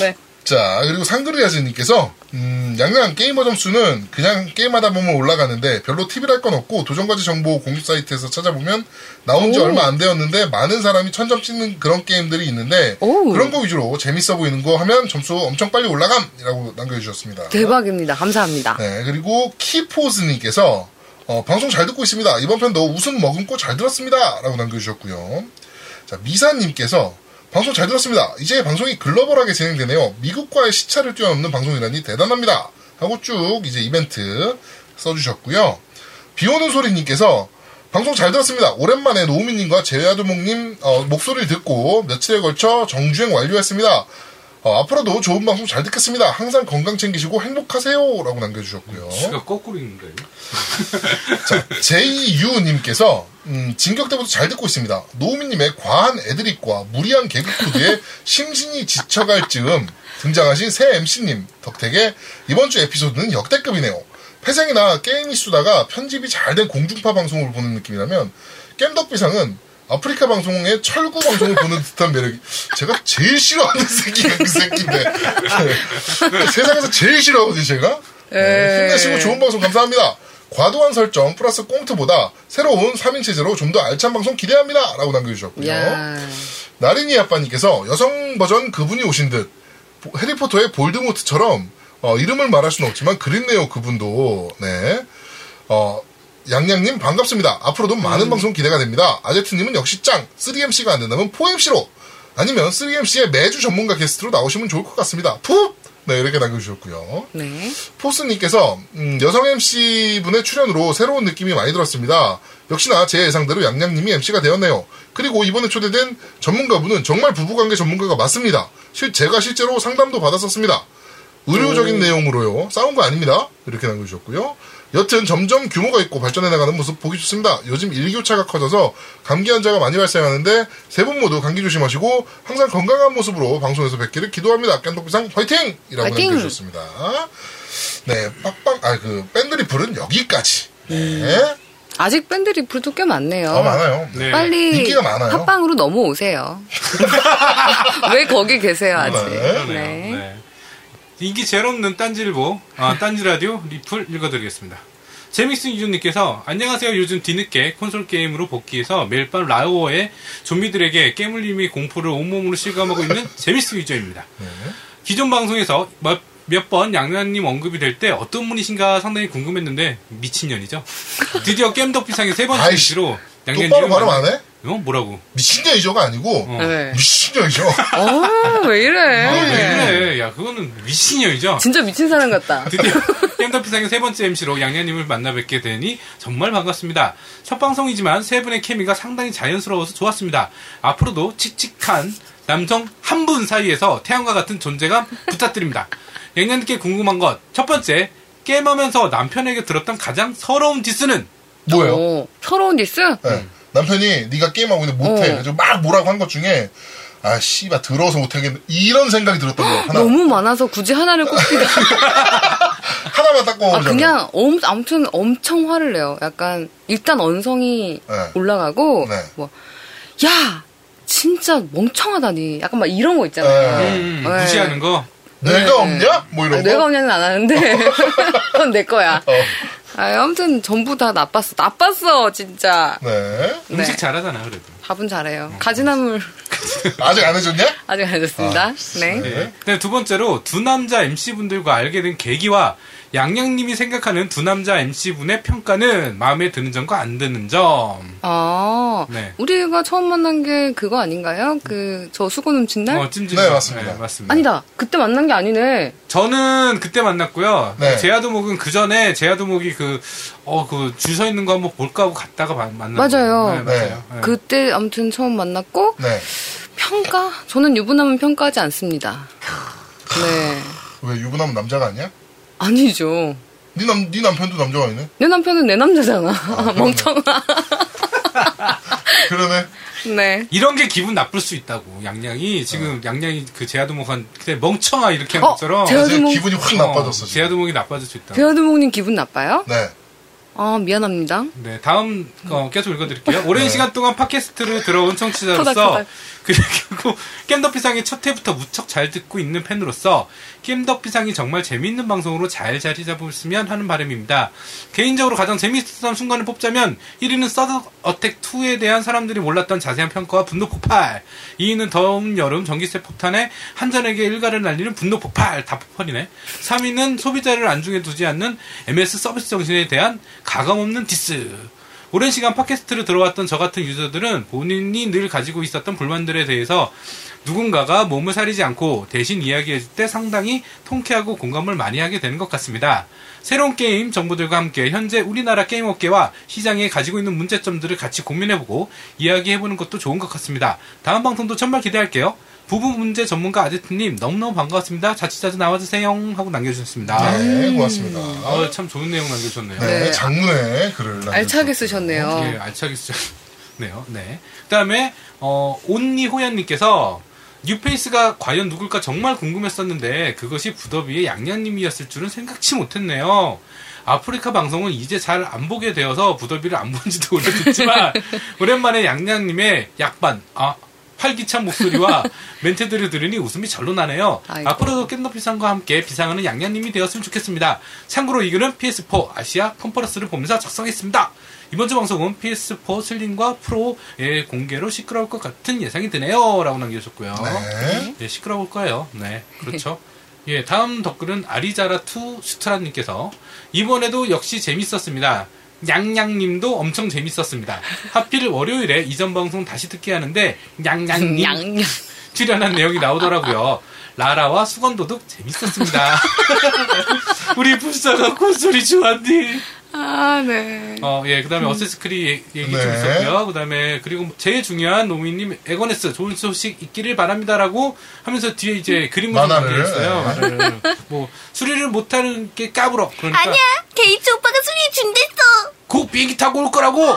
Speaker 2: 네.
Speaker 1: 자, 그리고 상그리아즈님께서, 음, 양양 게이머 점수는 그냥 게임하다 보면 올라가는데 별로 팁을 할 건 없고 도전과제 정보 공식 사이트에서 찾아보면 나온 지 얼마 안 되었는데 많은 사람이 천점 찍는 그런 게임들이 있는데
Speaker 2: 오.
Speaker 1: 그런 거 위주로 재밌어 보이는 거 하면 점수 엄청 빨리 올라감이라고 남겨주셨습니다.
Speaker 2: 대박입니다. 감사합니다.
Speaker 1: 네, 그리고 키포즈님께서 어, 방송 잘 듣고 있습니다. 이번 편도 웃음 머금고 잘 들었습니다. 라고 남겨주셨고요. 자, 미사님께서 방송 잘 들었습니다. 이제 방송이 글로벌하게 진행되네요. 미국과의 시차를 뛰어넘는 방송이라니 대단합니다. 하고 쭉 이제 이벤트 써주셨고요. 비오는 소리님께서 방송 잘 들었습니다. 오랜만에 노우미님과 제야두목님 어, 목소리를 듣고 며칠에 걸쳐 정주행 완료했습니다. 어, 앞으로도 좋은 방송 잘 듣겠습니다. 항상 건강 챙기시고 행복하세요. 라고 남겨주셨고요.
Speaker 3: 가 거꾸로 있는 거예요.
Speaker 1: 제이유님께서 음, 진격 때부터 잘 듣고 있습니다. 노우미님의 과한 애드립과 무리한 개그 코드에 심신이 지쳐갈 즈음 등장하신 새 MC님 덕택에 이번 주 에피소드는 역대급이네요. 폐생이나 게임이 쓰다가 편집이 잘 된 공중파 방송을 보는 느낌이라면 겜덕비상은 아프리카 방송의 철구 방송을 보는 듯한 매력이 제가 제일 싫어하는 새끼가 그 새끼인데 네. 세상에서 제일 싫어하거든요 제가 네, 힘내시고 좋은 방송 감사합니다. 과도한 설정 플러스 꽁트보다 새로운 3인 체제로 좀 더 알찬 방송 기대합니다. 라고 남겨주셨고요.
Speaker 2: 야.
Speaker 1: 나린이 아빠님께서 여성 버전 그분이 오신 듯 보- 해리포터의 볼드모트처럼 어, 이름을 말할 수는 없지만 그립네요 그분도 네 어, 양양님 반갑습니다 앞으로도 많은 방송 기대가 됩니다 아제트님은 역시 짱 3MC가 안 된다면 4MC로 아니면 3MC의 매주 전문가 게스트로 나오시면 좋을 것 같습니다 푹! 네 이렇게 남겨주셨고요
Speaker 2: 네.
Speaker 1: 포스님께서 음, 여성 MC 분의 출연으로 새로운 느낌이 많이 들었습니다. 역시나 제 예상대로 양양님이 MC가 되었네요. 그리고 이번에 초대된 전문가분은 정말 부부관계 전문가가 맞습니다. 실 제가 실제로 상담도 받았었습니다. 의료적인 내용으로요. 싸운 거 아닙니다. 이렇게 남겨주셨고요. 여튼 점점 규모가 있고 발전해 나가는 모습 보기 좋습니다. 요즘 일교차가 커져서 감기 환자가 많이 발생하는데 세 분 모두 감기 조심하시고 항상 건강한 모습으로 방송에서 뵙기를 기도합니다. 깐독비상 화이팅! 이라고
Speaker 2: 화이팅!
Speaker 1: 남겨주셨습니다. 네, 빡빡, 아, 그, 밴드리플은 여기까지. 네.
Speaker 2: 음. 아직 밴드 리플도 꽤 많네요.
Speaker 1: 아, 많아요.
Speaker 3: 네.
Speaker 2: 빨리
Speaker 1: 인기가 많아요.
Speaker 2: 팟빵으로 넘어오세요. 왜 거기 계세요 아직?
Speaker 1: 네.
Speaker 2: 네.
Speaker 3: 그러네요. 네. 인기 제일 없는 딴지일보, 아, 딴지라디오 리플 읽어드리겠습니다. 재믹스 이준님께서 안녕하세요. 요즘 뒤늦게 콘솔 게임으로 복귀해서 매일 밤 라오어에 좀비들에게 깨물림이 공포를 온몸으로 실감하고 있는 재믹스 유저입니다.
Speaker 1: 네.
Speaker 3: 기존 방송에서 몇 번 양양님 언급이 될 때 어떤 분이신가 상당히 궁금했는데 미친년이죠. 드디어 겜덕비상의 세 번째
Speaker 1: 아이씨,
Speaker 3: 인기로
Speaker 1: 똑바로 발음 안 해?
Speaker 3: 어? 뭐라고?
Speaker 1: 미친년이죠가 아니고
Speaker 3: 어.
Speaker 2: 네.
Speaker 1: 미친년이죠. 네.
Speaker 2: 어, 왜
Speaker 3: 아, 왜
Speaker 2: 이래.
Speaker 3: 그래? 야 그거는 미친년이죠.
Speaker 2: 진짜 미친 사람 같다.
Speaker 3: 드디어 겜더피상의 세 번째 MC로 양양님을 만나 뵙게 되니 정말 반갑습니다. 첫 방송이지만 세 분의 케미가 상당히 자연스러워서 좋았습니다. 앞으로도 칙칙한 남성 한 분 사이에서 태양과 같은 존재감 부탁드립니다. 양양님께 궁금한 것 첫 번째 게임하면서 남편에게 들었던 가장 서러운 디스는
Speaker 1: 뭐예요?
Speaker 2: 어, 서러운 디스?
Speaker 1: 네. 남편이 네가 게임하고 있는데 못해.
Speaker 2: 어.
Speaker 1: 그래서 막 뭐라고 한 것 중에 아 씨발 들어서 못하겠네 이런 생각이 들었던 거 하나
Speaker 2: 너무 많아서 굳이 하나를 꼽히 다
Speaker 1: 하나만 딱
Speaker 2: 아,
Speaker 1: 꼽아보자.
Speaker 2: 그냥 엄, 아무튼 엄청 화를 내요. 약간 일단 언성이
Speaker 1: 네.
Speaker 2: 올라가고
Speaker 1: 네.
Speaker 2: 뭐 야, 진짜 멍청하다니. 약간 막 이런 거 있잖아요.
Speaker 1: 네.
Speaker 3: 음,
Speaker 2: 네.
Speaker 3: 무시하는 거
Speaker 1: 내가 없냐? 뭐 이런
Speaker 2: 아,
Speaker 1: 거.
Speaker 2: 내가 없냐는 안 하는데 그건 내 거야.
Speaker 1: 어.
Speaker 2: 아, 아무튼 전부 다 나빴어. 나빴어, 진짜.
Speaker 1: 네.
Speaker 3: 음식
Speaker 2: 네.
Speaker 3: 잘하잖아 그래도.
Speaker 2: 밥은 잘해요. 가지나물
Speaker 1: 아직 안 해줬냐?
Speaker 2: 아직 안 해줬습니다. 네.
Speaker 1: 네.
Speaker 3: 그다음에 두 번째로 두 남자 MC분들과 알게 된 계기와 양양님이 생각하는 두 남자 MC분의 평가는 마음에 드는 점과 안 드는 점.
Speaker 2: 아,
Speaker 3: 네.
Speaker 2: 우리가 처음 만난 게 그거 아닌가요? 그, 저 수건 훔친 날?
Speaker 3: 어, 찜찜.
Speaker 1: 네, 맞습니다.
Speaker 3: 맞습니다.
Speaker 2: 아니다. 그때 만난 게 아니네.
Speaker 3: 저는 그때 만났고요.
Speaker 1: 네.
Speaker 3: 제야도목은 그 전에 제야도목이 그, 어, 그, 줄 서 있는 거 한번 볼까 하고 갔다가 마- 만났어요.
Speaker 2: 맞아요.
Speaker 3: 네, 맞아요. 네.
Speaker 2: 그때 아무튼 처음 만났고,
Speaker 1: 네.
Speaker 2: 평가? 저는 유부남은 평가하지 않습니다. 네.
Speaker 1: 왜 유부남은 남자가 아니야?
Speaker 2: 아니죠.
Speaker 1: 네, 남, 네 남편도 남자가 아니네?
Speaker 2: 내 남편은 내 남자잖아. 멍청아.
Speaker 1: 그러네.
Speaker 2: 네.
Speaker 3: 이런 게 기분 나쁠 수 있다고. 양양이, 지금
Speaker 1: 네.
Speaker 3: 양양이 그 제야도목한, 그때 멍청아 이렇게 한
Speaker 2: 어,
Speaker 3: 것처럼.
Speaker 2: 제야-
Speaker 1: 이제
Speaker 2: 그래도 뭐-
Speaker 1: 기분이 확
Speaker 3: 어,
Speaker 1: 나빠졌어. 지금.
Speaker 3: 제야도목이 나빠질 수 있다고.
Speaker 2: 배아드몽님 기분
Speaker 3: 어,
Speaker 2: 나빠요?
Speaker 1: 네.
Speaker 2: 아, 미안합니다.
Speaker 3: 네, 다음 어, 계속 읽어드릴게요. 오랜 시간 동안 팟캐스트를 들어온 청취자로서
Speaker 2: 네. 토닥토닥.
Speaker 3: 그리고 겜덕비상의 첫 회부터 무척 잘 듣고 있는 팬으로서 겜덕비상이 정말 재미있는 방송으로 잘 자리 잡으면 하는 바람입니다. 개인적으로 가장 재미있었던 순간을 뽑자면 1위는 서드 어택 2에 대한 사람들이 몰랐던 자세한 평가와 분노 폭발 2위는 더운 여름 전기세 폭탄에 한전에게 일가를 날리는 분노 폭발 다 폭발이네 3위는 소비자를 안중에 두지 않는 MS 서비스 정신에 대한 가감없는 디스 오랜 시간 팟캐스트를 들어왔던 저 같은 유저들은 본인이 늘 가지고 있었던 불만들에 대해서 누군가가 몸을 사리지 않고 대신 이야기해줄 때 상당히 통쾌하고 공감을 많이 하게 되는 것 같습니다. 새로운 게임 정보들과 함께 현재 우리나라 게임 업계와 시장에 가지고 있는 문제점들을 같이 고민해보고 이야기해보는 것도 좋은 것 같습니다. 다음 방송도 정말 기대할게요. 부부 문제 전문가 아제트님 너무너무 반가웠습니다. 자칫자주 나와주세요 하고 남겨주셨습니다.
Speaker 1: 네, 고맙습니다.
Speaker 3: 어, 참 좋은 내용 남겨주셨네요.
Speaker 1: 네,
Speaker 2: 네.
Speaker 1: 장문의 글을 남겨
Speaker 2: 알차게 쓰셨네요.
Speaker 3: 예, 알차게 쓰셨네요. 네. 그다음에 어 온니호연님께서 뉴페이스가 과연 누굴까 정말 궁금했었는데 그것이 부더비의 양양님이었을 줄은 생각치 못했네요. 아프리카 방송은 이제 잘 안 보게 되어서 부더비를 안 본지도 오래됐지만 오랜만에 양양님의 약반 아 활기찬 목소리와 멘트들을 들으니 웃음이 절로 나네요.
Speaker 2: 아이고.
Speaker 3: 앞으로도 깻노피상과 함께 비상하는 양양님이 되었으면 좋겠습니다. 참고로 이 글은 PS4 아시아 컨퍼런스를 보면서 작성했습니다. 이번 주 방송은 PS4 슬림과 프로의 공개로 시끄러울 것 같은 예상이 드네요. 라고 남겨주셨고요.
Speaker 1: 네.
Speaker 3: 예, 시끄러울 거예요. 네, 그렇죠. 예, 다음 댓글은 아리자라2 스트라님께서 이번에도 역시 재밌었습니다. 양양님도 엄청 재밌었습니다. 하필 월요일에 이전 방송 다시 듣게 하는데 양양님
Speaker 2: 양, 양.
Speaker 3: 출연한 내용이 나오더라고요. 라라와 수건 도둑 재밌었습니다. 우리 불사가 콘솔이 좋았니?
Speaker 2: 아, 네.
Speaker 3: 어, 예, 그 다음에 어세스크리 얘기 좀
Speaker 1: 네.
Speaker 3: 있었고요. 그 다음에, 그리고 제일 중요한 노미님, 에고네스, 좋은 소식 있기를 바랍니다라고 하면서 뒤에 이제 그림을 좀
Speaker 1: 만화를,
Speaker 3: 남겨있어요.
Speaker 1: 네.
Speaker 3: 만화를. 뭐, 수리를 못하는 게 까불어. 그러니까,
Speaker 5: 아니야, 게이츠 오빠가 수리 준댔어.
Speaker 3: 곧 비행기 타고 올 거라고!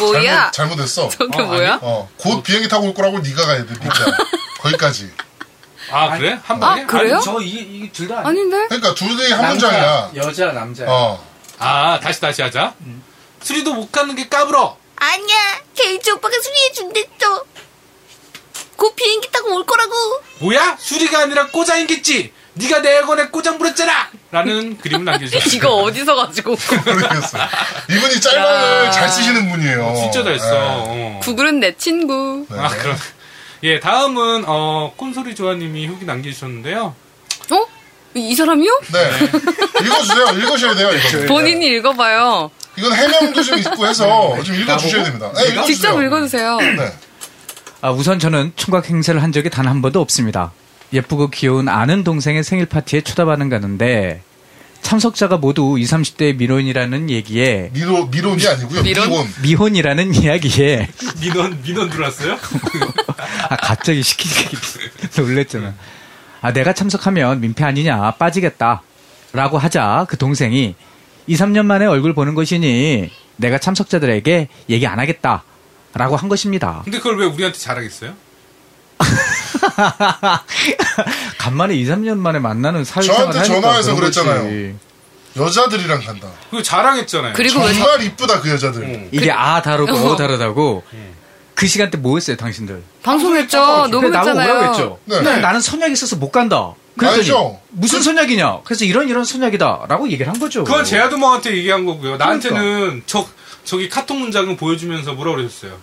Speaker 2: 뭐야?
Speaker 1: 잘못, 잘못했어.
Speaker 2: 저게
Speaker 3: 어,
Speaker 2: 뭐야?
Speaker 1: 어, 곧 비행기 타고 올 거라고 네가 가야 돼, 진짜. 거기까지.
Speaker 3: 아, 그래? 한
Speaker 2: 아,
Speaker 3: 번에?
Speaker 2: 그래요?
Speaker 4: 아니, 저 이게 둘 다 아니.
Speaker 2: 아닌데?
Speaker 1: 그러니까 둘이 한
Speaker 4: 남자, 예.
Speaker 1: 문장이야.
Speaker 4: 여자, 남자.
Speaker 1: 어.
Speaker 3: 아, 다시, 다시 하자. 수리도 못 가는 게 까불어!
Speaker 5: 아니야, 게이츠 오빠가 수리해 준댔어. 곧 비행기 타고 올 거라고.
Speaker 3: 뭐야? 수리가 아니라 꼬장이겠지. 네가 내 학원에 꼬장 부렸잖아. 라는 그림을 남겨주셨어요.
Speaker 2: 이거 어디서 가지고.
Speaker 1: 모르겠어요. 이분이 짤방을
Speaker 2: 야.
Speaker 1: 잘 쓰시는 분이에요.
Speaker 3: 어, 진짜 잘 써.
Speaker 1: 네.
Speaker 4: 예.
Speaker 3: 어.
Speaker 2: 구글은 내 친구.
Speaker 1: 네.
Speaker 3: 아 그럼. 예, 다음은 어 콘솔이 조아님이 후기 남겨주셨는데요.
Speaker 2: 어? 이, 이 사람이요?
Speaker 1: 네. 읽어주세요. 읽으셔야 돼요, 이거.
Speaker 2: 본인이 읽어봐요.
Speaker 1: 이건 해명도 좀 있고 해서 좀 읽어주셔야 됩니다. 네, 읽어주세요.
Speaker 2: 직접 읽어주세요.
Speaker 1: 네.
Speaker 4: 아, 우선 저는 총각 행세를 한 적이 단 한 번도 없습니다. 예쁘고 귀여운 아는 동생의 생일 파티에 초대받은 가는데 참석자가 모두 20, 30대의 미혼이라는 얘기에
Speaker 1: 미로, 미론이 아니고요.
Speaker 2: 미론?
Speaker 1: 미혼.
Speaker 4: 미혼이라는 이야기에
Speaker 3: 민원 민원 들어왔어요?
Speaker 4: 아, 갑자기 시키기 놀랬잖아. 아, 내가 참석하면 민폐 아니냐, 빠지겠다. 라고 하자 그 동생이 2, 3년 만에 얼굴 보는 것이니 내가 참석자들에게 얘기 안 하겠다. 라고 한 것입니다.
Speaker 3: 근데 그걸 왜 우리한테 잘하겠어요?
Speaker 4: 간만에 2, 3년 만에 만나는 사회생활
Speaker 1: 저한테
Speaker 4: 하니까
Speaker 1: 전화해서
Speaker 4: 그런 거지.
Speaker 1: 그랬잖아요. 여자들이랑 간다.
Speaker 3: 그거 자랑했잖아요. 어.
Speaker 2: 그리고 왜 사-
Speaker 1: 정말 이쁘다, 그 여자들.
Speaker 3: 응.
Speaker 4: 이게 아 다르고
Speaker 2: 어.
Speaker 4: 어 다르다고
Speaker 3: 예.
Speaker 4: 그 시간대 뭐 했어요 당신들?
Speaker 2: 방송했죠.
Speaker 4: 그래, 나보고 오라고
Speaker 2: 녹음했잖아요.
Speaker 4: 했죠.
Speaker 1: 네.
Speaker 4: 근데 나는 선약이 있어서 못 간다. 그랬더니
Speaker 1: 알죠.
Speaker 4: 무슨 선약이냐? 그래서 이런 이런 선약이다라고 얘기를 한 거죠.
Speaker 3: 그건 제아도모한테 얘기한 거고요.
Speaker 2: 그러니까.
Speaker 3: 나한테는 저 저기 카톡 문장은 보여주면서 뭐라 그러셨어요?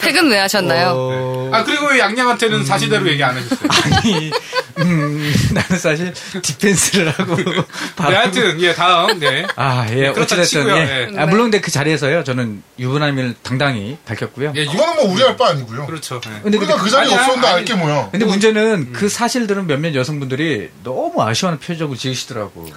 Speaker 2: 팩은 왜 하셨나요?
Speaker 4: 어,
Speaker 3: 아 그리고 왜
Speaker 4: 음.
Speaker 3: 양양한테는 사실대로 얘기 안 하셨어요?
Speaker 4: 아니, 음, 나는 사실 디펜스를 하고
Speaker 3: 네,
Speaker 4: 바로
Speaker 3: 하여튼 예 다음 네.
Speaker 4: 아, 예,
Speaker 3: 그렇다
Speaker 4: 어찌됐든,
Speaker 3: 치고요, 네.
Speaker 4: 예.
Speaker 2: 예.
Speaker 4: 아, 물론 근데 그 자리에서요, 저는 유부남을 당당히 밝혔고요.
Speaker 3: 예, 유-
Speaker 1: 이거는 뭐 우리할 바 아니고요.
Speaker 3: 그렇죠. 예.
Speaker 4: 근데, 근데,
Speaker 1: 우리가 그 자리에
Speaker 3: 아니야,
Speaker 1: 없었는데
Speaker 3: 아니.
Speaker 1: 알게 뭐야.
Speaker 3: 음.
Speaker 4: 근데 문제는 그 사실들은 몇몇 여성분들이 너무 아쉬워하는 표정을 지으시더라고.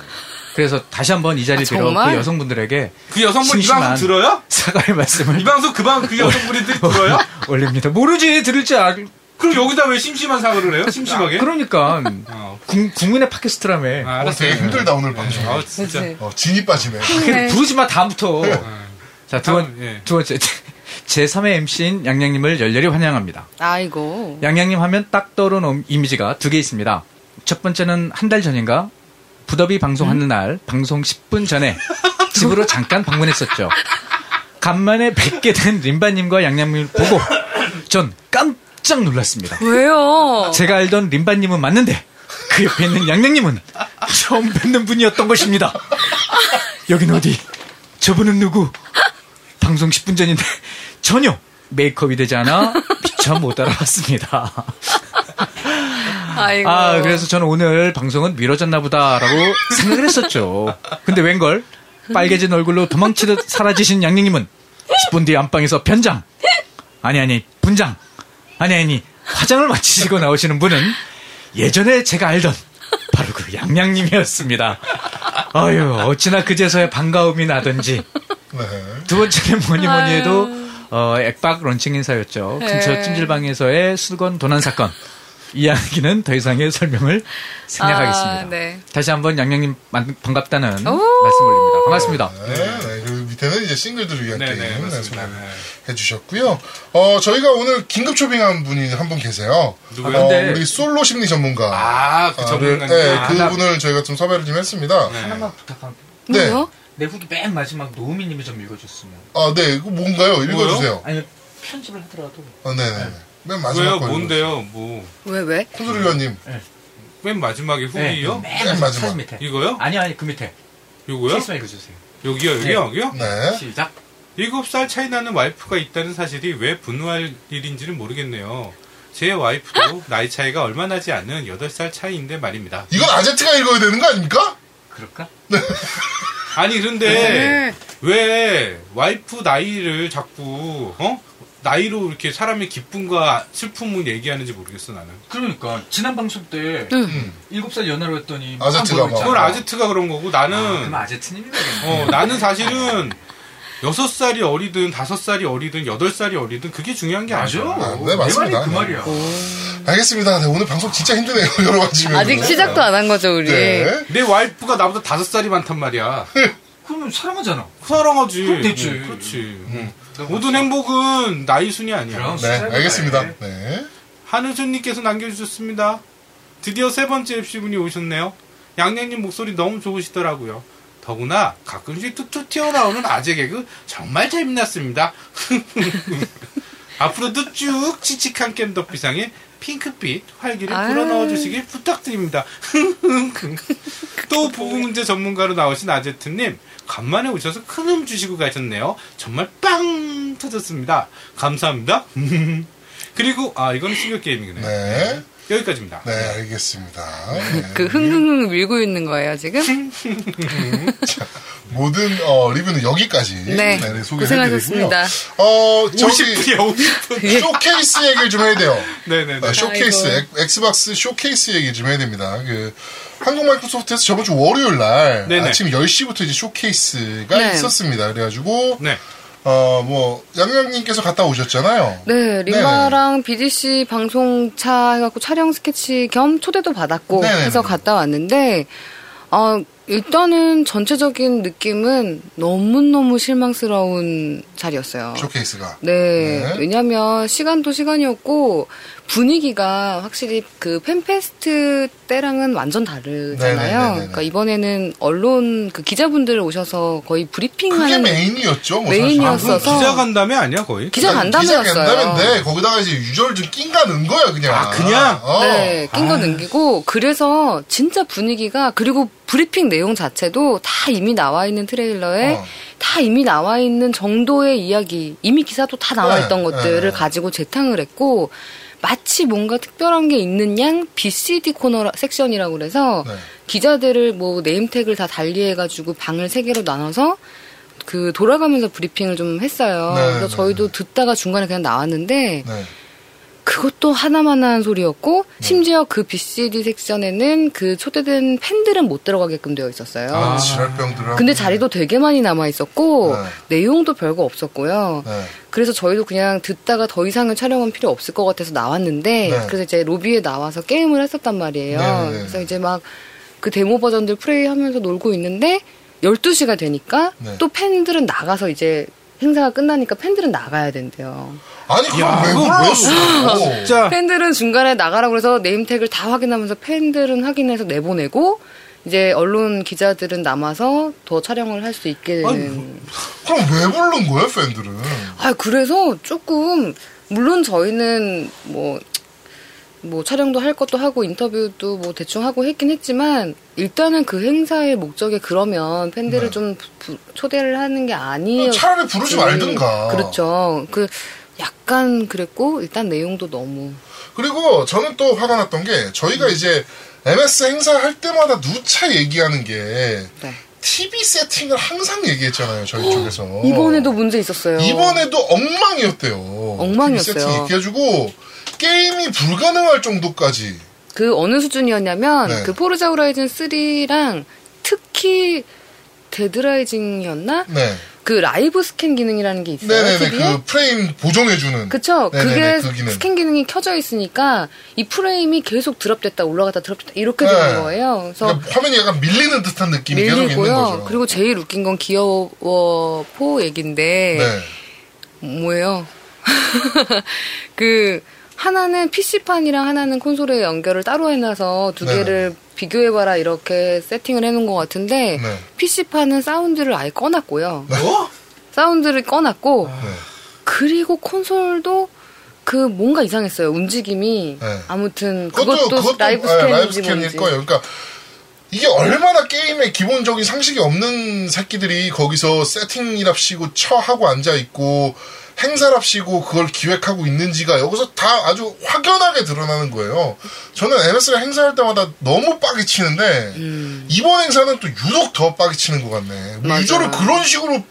Speaker 4: 그래서 다시 한번 이 자리
Speaker 2: 아,
Speaker 4: 빌어
Speaker 2: 정말?
Speaker 4: 그 여성분들에게
Speaker 3: 그 여성분 이
Speaker 4: 심심한-
Speaker 3: 방송 들어요?
Speaker 4: 사과의
Speaker 3: 이
Speaker 4: 말씀을
Speaker 3: 방송 그방그 여성분들이 들어요?
Speaker 4: 올립니다. 모르지, 들을지 알.
Speaker 3: 그럼 여기다 왜 심심한 사과를 해요? 심심하게?
Speaker 4: 그러니까
Speaker 3: 어.
Speaker 4: 국, 국민의 팟캐스트라며.
Speaker 3: 아,
Speaker 1: 어,
Speaker 3: 알았어요.
Speaker 1: 되게 힘들다, 오늘 방송.
Speaker 3: 아 진짜.
Speaker 2: 그치.
Speaker 1: 어, 진이 빠지네.
Speaker 4: 그냥 부르지 마 다음부터. 자, 두,
Speaker 3: 아. 다음,
Speaker 4: 번,
Speaker 3: 예.
Speaker 4: 두 번째. 제 3의 MC인 양양님을 열렬히 환영합니다.
Speaker 2: 아이고.
Speaker 4: 양양님 하면 딱 떠오르는 음- 이미지가 두 개 있습니다. 첫 번째는 한 달 전인가 부더비 방송하는 날 방송 10분 전에 집으로 잠깐 방문했었죠. 간만에 뵙게 된 림바님과 양양님을 보고 전 깜짝 놀랐습니다.
Speaker 2: 왜요?
Speaker 4: 제가 알던 림바님은 맞는데 그 옆에 있는 양양님은 처음 뵙는 분이었던 것입니다. 여긴 어디? 저분은 누구? 방송 10분 전인데 전혀 메이크업이 되지 않아 미처 못 따라왔습니다.
Speaker 2: 아이고.
Speaker 4: 아 그래서 저는 오늘 방송은 미뤄졌나 보다라고 생각을 했었죠. 근데 웬걸 빨개진 얼굴로 도망치듯 사라지신 양양님은 10분 뒤 안방에서 변장 아니 아니 분장 아니 아니 화장을 마치시고 나오시는 분은 예전에 제가 알던 바로 그 양양님이었습니다. 아유 어찌나 그제서야 반가움이 나던지
Speaker 1: 네.
Speaker 4: 두 번째는 뭐니 뭐니 해도 어, 액박 런칭 행사였죠.
Speaker 2: 네.
Speaker 4: 근처 찜질방에서의 수건 도난 사건. 이야기는 더 이상의 설명을 생략하겠습니다.
Speaker 2: 아, 네.
Speaker 4: 다시 한번 양양님 만- 반갑다는 말씀
Speaker 2: 오.
Speaker 4: 올립니다. 반갑습니다.
Speaker 1: 네, 네. 그 밑에는 이제 싱글들을 위한
Speaker 3: 네, 네,
Speaker 1: 게임 네,
Speaker 3: 맞습니다. 네.
Speaker 1: 소개해 주셨고요. 어, 저희가 오늘 긴급 초빙한 분이 한 분 계세요.
Speaker 3: 누구요?
Speaker 1: 어,
Speaker 4: 근데-
Speaker 1: 우리 솔로 심리 전문가.
Speaker 3: 네, 아, 그
Speaker 1: 아,
Speaker 3: 전문가님.
Speaker 1: 네,
Speaker 3: 아, 나-
Speaker 1: 그분을 저희가 좀 섭외를 좀 했습니다.
Speaker 3: 네.
Speaker 4: 부탁합니다.
Speaker 1: 네.
Speaker 2: 뭐요?
Speaker 4: 내 후기 맨 마지막 노우미님이 좀 읽어줬으면.
Speaker 1: 아, 네, 이거 뭔가요? 읽어주세요.
Speaker 4: 아니 편집을 하더라도.
Speaker 1: 아, 네, 네. 맨 마지막
Speaker 3: 왜요?
Speaker 1: 거
Speaker 3: 뭔데요? 뭐.
Speaker 2: 왜 왜?
Speaker 1: 콘솔 의원님.
Speaker 3: 맨 마지막에
Speaker 4: 네.
Speaker 3: 후기요?
Speaker 4: 맨
Speaker 1: 마지막.
Speaker 4: 사진 밑에.
Speaker 3: 이거요?
Speaker 4: 아니 아니 그 밑에.
Speaker 3: 요거요?
Speaker 4: 실수만 읽어주세요.
Speaker 3: 여기요, 여기요, 여기요?
Speaker 1: 네.
Speaker 4: 시작.
Speaker 3: 7살 차이 나는 와이프가 있다는 사실이 왜 분노할 일인지는 모르겠네요. 제 와이프도 나이 차이가 얼마 나지 않은 8살 차이인데 말입니다.
Speaker 1: 이건 아제트가 읽어야 되는 거 아닙니까?
Speaker 4: 그럴까?
Speaker 3: 아니,
Speaker 2: 네.
Speaker 3: 그런데 왜 와이프 나이를 자꾸, 어? 나이로 이렇게 사람의 기쁨과 슬픔을 얘기하는지 모르겠어, 나는.
Speaker 4: 그러니까 지난 방송 때 음.
Speaker 2: 응.
Speaker 4: 일곱 살 연하로 했더니
Speaker 1: 아재트가 막.
Speaker 3: 그건 아제트가 그런 거고, 나는,
Speaker 4: 그럼 아제트님이 되겠네.
Speaker 3: 어, 나는 사실은 6살이 어리든 5살이 어리든 8살이 어리든 그게 중요한 게
Speaker 4: 맞아.
Speaker 3: 아니죠.
Speaker 1: 아, 네, 맞습니다.
Speaker 4: 내 말이 그 말이야.
Speaker 1: 알겠습니다. 네, 오늘 방송 진짜 힘드네요. 여러 가지 면으로.
Speaker 2: 아직 시작도 예. 안 한 거죠 우리.
Speaker 1: 네.
Speaker 3: 내 와이프가 나보다 다섯 살이 많단 말이야.
Speaker 4: 그러면 사랑하잖아.
Speaker 3: 사랑하지.
Speaker 4: 그럼 됐지.
Speaker 3: 응, 그렇지. 응. 모든 행복은 나이 순이 아니야.
Speaker 4: 그럼.
Speaker 1: 네, 알겠습니다. 네.
Speaker 3: 한우준님께서 남겨주셨습니다. 드디어 세 번째 MC분이 오셨네요. 양양님 목소리 너무 좋으시더라고요. 더구나 가끔씩 툭툭 튀어나오는 아재 개그 정말 재미났습니다. 앞으로도 쭉 칙칙한 겜 덕비상에 핑크빛 활기를
Speaker 2: 아유.
Speaker 3: 불어넣어 주시길 부탁드립니다. 또 보고 문제 전문가로 나오신 아제트님 간만에 오셔서 큰 음 주시고 가셨네요. 정말 빵 터졌습니다. 감사합니다. 그리고 아 이건 싱글 게이밍이네요.
Speaker 1: 네.
Speaker 3: 여기까지입니다.
Speaker 1: 네, 알겠습니다. 네.
Speaker 2: 그 흥흥흥 밀고 있는 거예요 지금.
Speaker 1: 모든 어, 리뷰는 여기까지
Speaker 2: 네.
Speaker 1: 네, 소개해드리고요.
Speaker 2: 고생하셨습니다. 예.
Speaker 1: 어, 저기
Speaker 3: 50분이야 50분.
Speaker 1: 쇼케이스 얘기를 좀 해야 돼요.
Speaker 3: 네네네.
Speaker 1: 아, 쇼케이스
Speaker 2: 아이고.
Speaker 1: 엑- 엑스박스 쇼케이스 얘기 좀 해야 됩니다. 그 한국 마이크로소프트에서 저번 주 월요일 날
Speaker 3: 네네.
Speaker 1: 아침 10시부터 이제 쇼케이스가
Speaker 2: 네.
Speaker 1: 있었습니다. 그래가지고
Speaker 3: 네.
Speaker 1: 어 뭐 양양님께서 갔다 오셨잖아요.
Speaker 2: 네, 리마랑 BDC 방송차 해갖고 촬영 스케치 겸 초대도 받았고
Speaker 1: 네네네.
Speaker 2: 해서 갔다 왔는데, 어, 일단은 전체적인 느낌은 너무너무 실망스러운 자리였어요.
Speaker 1: 쇼케이스가
Speaker 2: 네,
Speaker 1: 네.
Speaker 2: 왜냐면 시간도 시간이었고 분위기가 확실히 그 팬페스트 때랑은 완전 다르잖아요.
Speaker 1: 네네네네네.
Speaker 2: 그러니까 이번에는 언론 그 기자분들 오셔서 거의
Speaker 1: 그게
Speaker 2: 브리핑하는
Speaker 1: 메인이었죠. 뭐 사실.
Speaker 2: 네. 메인이었어서.
Speaker 3: 그럼 기자 간담회 아니야 거의?
Speaker 2: 기자 간담회였어요.
Speaker 1: 간담회인데 거기다가 이제 유저를 좀 낀가 넣은 거야 그냥.
Speaker 3: 아, 그냥?
Speaker 1: 어.
Speaker 2: 네, 낀 거 넘기고 그래서 진짜 분위기가 그리고 브리핑 내용 자체도 다 이미 나와 있는 트레일러에
Speaker 1: 어.
Speaker 2: 다 이미 나와 있는 정도의 이야기, 이미 기사도 다 나와
Speaker 1: 네,
Speaker 2: 있던 것들을
Speaker 1: 네.
Speaker 2: 가지고 재탕을 했고 마치 뭔가 특별한 게 있는 양 BCD 코너 섹션이라고 그래서
Speaker 1: 네.
Speaker 2: 기자들을 뭐 네임택을 다 달리해가지고 방을 세 개로 나눠서 그 돌아가면서 브리핑을 좀 했어요.
Speaker 1: 네,
Speaker 2: 그래서
Speaker 1: 네,
Speaker 2: 저희도 듣다가 중간에 그냥 나왔는데
Speaker 1: 네.
Speaker 2: 그것도 하나만한 소리였고 심지어 그 BCD 섹션에는 그 초대된 팬들은 못 들어가게끔 되어 있었어요.
Speaker 1: 아, 지랄병들하고.
Speaker 2: 근데 자리도 되게 많이 남아 있었고
Speaker 1: 네.
Speaker 2: 내용도 별거 없었고요.
Speaker 1: 네.
Speaker 2: 그래서 저희도 그냥 듣다가 더 이상은 촬영은 필요 없을 것 같아서 나왔는데
Speaker 1: 네.
Speaker 2: 그래서 이제 로비에 나와서 게임을 했었단 말이에요.
Speaker 1: 네네네.
Speaker 2: 그래서 이제 막 그 데모 버전들 플레이하면서 놀고 있는데 12시가 되니까
Speaker 1: 네.
Speaker 2: 또 팬들은 나가서 이제 행사가 끝나니까 팬들은 나가야 된대요.
Speaker 1: 아니 그걸
Speaker 3: 야,
Speaker 1: 왜
Speaker 3: 그거 왜
Speaker 2: 아.
Speaker 1: 불렀어?
Speaker 3: 진짜
Speaker 2: 팬들은 중간에 나가라고 그래서 네임택을 다 확인하면서 팬들은 확인해서 내보내고 이제 언론 기자들은 남아서 더 촬영을 할 수 있게 되는.
Speaker 3: 아니, 뭐-
Speaker 1: 그럼 왜 부른 거야 팬들은?
Speaker 2: 아, 그래서 조금, 물론 저희는 뭐, 뭐 촬영도 할 것도 하고 인터뷰도 뭐 대충 하고 했긴 했지만 일단은 그 행사의 목적이 그러면 팬들을
Speaker 1: 네.
Speaker 2: 좀 부- 초대를 하는 게 아니에요. 음,
Speaker 1: 차라리 부르지 말든가.
Speaker 2: 그렇죠. 그 약간 그랬고 일단 내용도 너무
Speaker 1: 그리고 저는 또 화가 났던 게 저희가 이제 MS 행사할 때마다 누차 얘기하는 게
Speaker 2: 네.
Speaker 1: TV 세팅을 항상 얘기했잖아요 저희 쪽에서
Speaker 2: 이번에도 문제 있었어요.
Speaker 1: 어. 이번에도 엉망이었대요
Speaker 2: 엉망이었어요.
Speaker 1: TV 세팅 얘기해주고 게임이 불가능할 정도까지
Speaker 2: 그 어느 수준이었냐면
Speaker 1: 네.
Speaker 2: 그 포르자 호라이즌 3랑 특히 데드라이징이었나?
Speaker 1: 네
Speaker 2: 그 라이브 스캔 기능이라는 게 있어요.
Speaker 1: 네네네
Speaker 2: TV에.
Speaker 1: 그 프레임 보정해주는
Speaker 2: 그쵸?
Speaker 1: 네네네,
Speaker 2: 그게
Speaker 1: 그 기능.
Speaker 2: 스캔 기능이 켜져 있으니까 이 프레임이 계속 드랍됐다 올라갔다 드랍됐다 이렇게 되는
Speaker 1: 네.
Speaker 2: 거예요. 그래서
Speaker 1: 그러니까 화면이 약간 밀리는 듯한 느낌이 계속 있는
Speaker 2: 밀리고요.
Speaker 1: 거죠
Speaker 2: 그리고 제일 웃긴 건 기어워 포 얘긴데
Speaker 1: 네.
Speaker 2: 뭐예요? 그 하나는 PC판이랑 하나는 콘솔에 연결을 따로 해놔서 두
Speaker 1: 네.
Speaker 2: 개를 비교해봐라 이렇게 세팅을 해놓은 것 같은데
Speaker 1: 네.
Speaker 2: PC판은 사운드를 아예 꺼놨고요.
Speaker 3: 뭐?
Speaker 2: 사운드를 꺼놨고
Speaker 1: 아. 네.
Speaker 2: 그리고 콘솔도 그 뭔가 이상했어요. 움직임이
Speaker 1: 네.
Speaker 2: 아무튼
Speaker 1: 그것도
Speaker 2: 그것도,
Speaker 1: 그것도
Speaker 2: 라이브
Speaker 1: 아, 라이브
Speaker 2: 스캔인지
Speaker 1: 스캔일
Speaker 2: 뭔지
Speaker 1: 거예요. 그러니까 이게 얼마나 게임의 기본적인 상식이 없는 새끼들이 거기서 세팅이랍시고 처하고 앉아 있고 행사랍시고 그걸 기획하고 있는지가 여기서 다 아주 확연하게 드러나는 거예요. 저는 MS가 행사할 때마다 너무 빡이 치는데 이번 행사는 또 유독 더 빡이 치는 것 같네. 뭐
Speaker 2: 음. 맞아요.
Speaker 1: 유저를 그런 식으로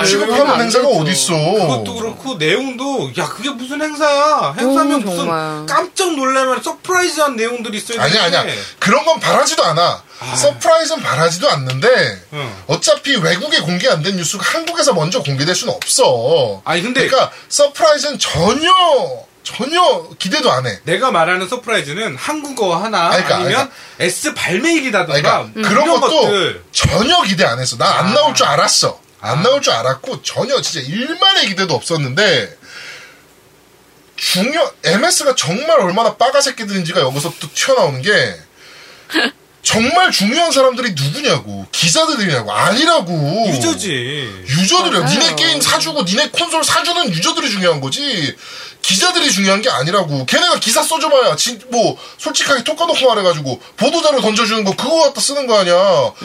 Speaker 2: 아, 이거는
Speaker 1: 취급하는
Speaker 2: 안
Speaker 1: 행사가
Speaker 2: 되죠.
Speaker 1: 어디 있어?
Speaker 3: 그것도 그렇고 내용도 야 그게 무슨 행사야 행사면
Speaker 2: 오,
Speaker 3: 무슨
Speaker 2: 정말.
Speaker 3: 깜짝 놀랄만한 서프라이즈한 내용들이 있어야
Speaker 1: 아니야
Speaker 3: 되는데.
Speaker 1: 아니야 그런 건 바라지도 않아 서프라이즈는 바라지도 않는데
Speaker 3: 응.
Speaker 1: 어차피 외국에 공개 안 된 뉴스가 한국에서 먼저 공개될 수는 없어
Speaker 3: 아니, 근데-
Speaker 1: 그러니까 서프라이즈는 전혀 전혀 기대도 안해
Speaker 3: 내가 말하는 서프라이즈는 한국어 하나
Speaker 1: 아니, 그러니까,
Speaker 3: 아니면
Speaker 1: 그러니까.
Speaker 3: S 발매일이라던가 음.
Speaker 1: 그러니까 그런
Speaker 3: 이런
Speaker 1: 것도
Speaker 3: 것들 아.
Speaker 1: 전혀 기대 안 했어 난 안 나올 줄 알았어 안 나올 줄 알았고 전혀 진짜 일만의 기대도 없었는데 중요 MS가 정말 얼마나 빠가 새끼들인지가 여기서 또 튀어나오는 게 정말 중요한 사람들이 누구냐고 기자들이냐고 아니라고
Speaker 3: 유저지.
Speaker 1: 유저들이야
Speaker 2: 맞아요.
Speaker 1: 니네 게임 사주고 니네 콘솔 사주는 유저들이 중요한 거지 기자들이 중요한 게 아니라고 걔네가 기사 써줘봐야 진, 뭐 솔직하게 톡 까놓고 말해가지고 보도자료 던져주는 거 그거 갖다 쓰는 거 아니야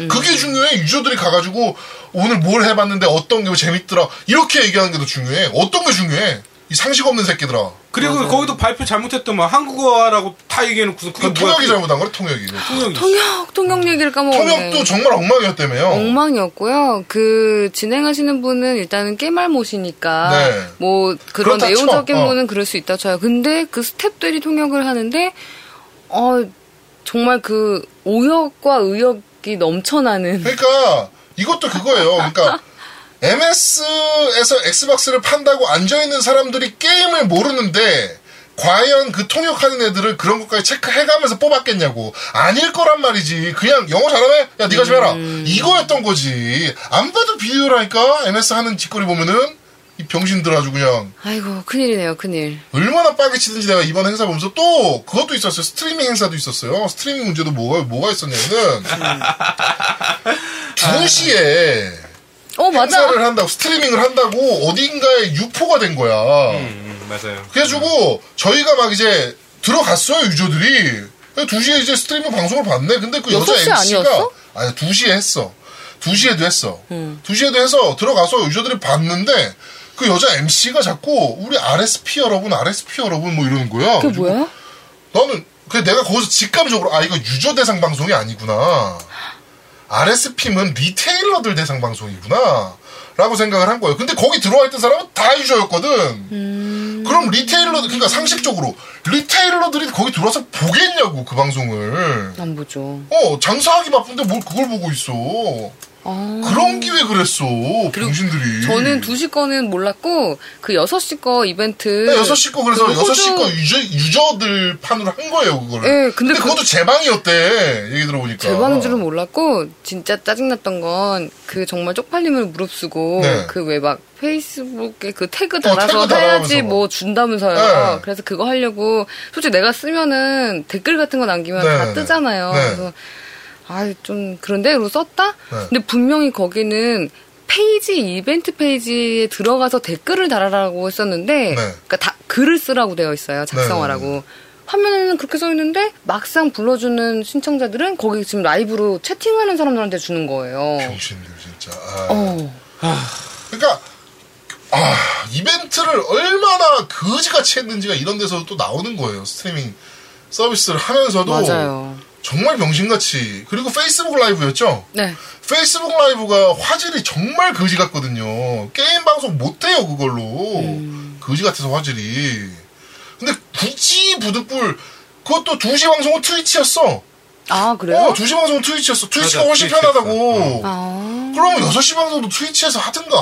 Speaker 1: 그게 중요해 유저들이 가가지고 오늘 뭘 해봤는데 어떤 게 재밌더라 이렇게 얘기하는 게 더 중요해 어떤 게 중요해 이 상식 없는 새끼들아
Speaker 3: 그리고 거기도 발표 잘못했더만 한국어라고 다 얘기해놓고서 그게
Speaker 1: 그
Speaker 3: 뭐야?
Speaker 1: 통역이 잘못한 거래 통역이
Speaker 3: 통역이.
Speaker 2: 통역
Speaker 1: 아.
Speaker 2: 통역 얘기를 까먹었네.
Speaker 1: 통역도 정말 엉망이었다며요
Speaker 2: 엉망이었고요. 그 진행하시는 분은 일단은 깨말 모시니까
Speaker 1: 네.
Speaker 2: 뭐 그런
Speaker 1: 그렇다
Speaker 2: 내용적인
Speaker 1: 쳐. 어.
Speaker 2: 거는 그럴 수 있다 쳐요. 근데 그 스탭들이 통역을 하는데 어 정말 그 오역과 의역이 넘쳐나는
Speaker 1: 그러니까 이것도 그거예요. 그러니까 MS에서 엑스박스를 판다고 앉아있는 사람들이 게임을 모르는데 과연 그 통역하는 애들을 그런 것까지 체크해가면서 뽑았겠냐고 아닐 거란 말이지 그냥 영어 잘하네 야 네가 좀 해라 이거였던 거지 안 봐도 비디오라니까 MS 하는 짓거리 보면은 이 병신들 아주 그냥
Speaker 2: 아이고 큰일이네요 큰일.
Speaker 1: 얼마나 빠개 치든지 내가 이번 행사 보면서 또 그것도 있었어요. 스트리밍 행사도 있었어요. 스트리밍 문제도 뭐가 뭐가 있었냐면은 2시에
Speaker 2: 어 맞아.
Speaker 1: 행사를 한다고 스트리밍을 한다고 어딘가에 유포가 된 거야.
Speaker 3: 음, 맞아요.
Speaker 1: 네. 그래가지고 저희가 막 이제 들어갔어요 유저들이 2시에 이제 스트리밍 방송을 봤네 근데 그 여자
Speaker 2: 여섯 시
Speaker 1: MC가
Speaker 2: 아니었어? 음.
Speaker 1: 아니 2시에 했어 2시에도 했어 2시에도 해서 들어가서 유저들이 봤는데 그 여자 MC가 자꾸 우리 RSP 여러분 RSP 여러분 뭐 이러는 거야
Speaker 2: 그게 뭐야?
Speaker 1: 나는 그 내가 거기서 직감적으로 아 이거 유저 대상 방송이 아니구나. RSP는 리테일러들 대상 방송이구나. 라고 생각을 한 거예요. 근데 거기 들어와 있던 사람은 다 유저였거든.
Speaker 2: 음.
Speaker 1: 그럼 리테일러 그러니까 상식적으로 리테일러들이 거기 들어와서 보겠냐고 그 방송을.
Speaker 2: 안 보죠.
Speaker 1: 어 장사하기 바쁜데 뭘 그걸 보고 있어.
Speaker 2: 아.
Speaker 1: 그런 기회 그랬어. 병신들이.
Speaker 2: 저는 2시 거는 몰랐고 그 6시 거 이벤트
Speaker 1: 네, 6시 거 그래서
Speaker 2: 그거
Speaker 1: 6시 거
Speaker 2: 호주-
Speaker 1: 유저, 유저들 판으로 한 거예요, 그거를.
Speaker 2: 예,
Speaker 1: 근데,
Speaker 2: 근데 그-
Speaker 1: 그것도 제방이었대. 얘기 들어보니까.
Speaker 2: 대박인 줄은 몰랐고 진짜 짜증났던 건 그 정말 쪽팔림을 무릅쓰고
Speaker 1: 네. 어,
Speaker 2: 그 왜 막 페이스북에 그 태그
Speaker 1: 태그
Speaker 2: 달아서
Speaker 1: 달아가면서
Speaker 2: 해야지
Speaker 1: 막.
Speaker 2: 뭐 준다면서요.
Speaker 1: 네.
Speaker 2: 그래서 그거 하려고 솔직히 내가 쓰면은 댓글 같은 거 남기면
Speaker 1: 네.
Speaker 2: 다 뜨잖아요.
Speaker 1: 네.
Speaker 2: 그래서 아 좀 그런데 이러고 썼다.
Speaker 1: 네.
Speaker 2: 근데 분명히 거기는 페이지 이벤트 페이지에 들어가서 댓글을 달아라고 했었는데
Speaker 1: 네.
Speaker 2: 그러니까 다 글을 쓰라고 되어 있어요. 작성하라고. 뭐 화면에는 그렇게 써 있는데 막상 불러주는 신청자들은 거기 지금 라이브로 채팅하는 사람들한테 주는 거예요.
Speaker 1: 병신들, 진짜. 아.
Speaker 2: 어.
Speaker 1: 그러니까, 아, 이벤트를 얼마나 거지같이 했는지가 이런 데서 또 나오는 거예요. 스트리밍 서비스를 하면서도.
Speaker 2: 맞아요.
Speaker 1: 정말 병신같이. 그리고 페이스북 라이브였죠?
Speaker 2: 네.
Speaker 1: 페이스북 라이브가 화질이 정말 거지 같거든요. 게임 방송 못해요, 그걸로.
Speaker 2: 음.
Speaker 1: 거지 같아서 화질이. 근데 굳이 부득불, 그것도 2시 방송은 트위치였어.
Speaker 2: 아, 그래요?
Speaker 1: 어, 2시 방송은 트위치였어. 트위치가
Speaker 3: 맞아,
Speaker 1: 훨씬
Speaker 3: 트위치였어.
Speaker 1: 편하다고.
Speaker 2: 아.
Speaker 1: 그럼 6시 방송도 트위치에서 하든가.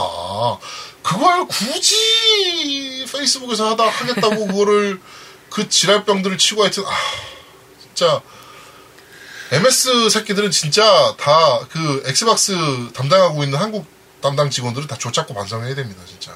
Speaker 1: 그걸 굳이 페이스북에서 하다 하겠다고 그거를 그 지랄병들을 치고 하여튼, 아, 진짜. MS 새끼들은 진짜 다 그 엑스박스 담당하고 있는 한국 담당 직원들은 다 조잡고 반성해야 됩니다, 진짜.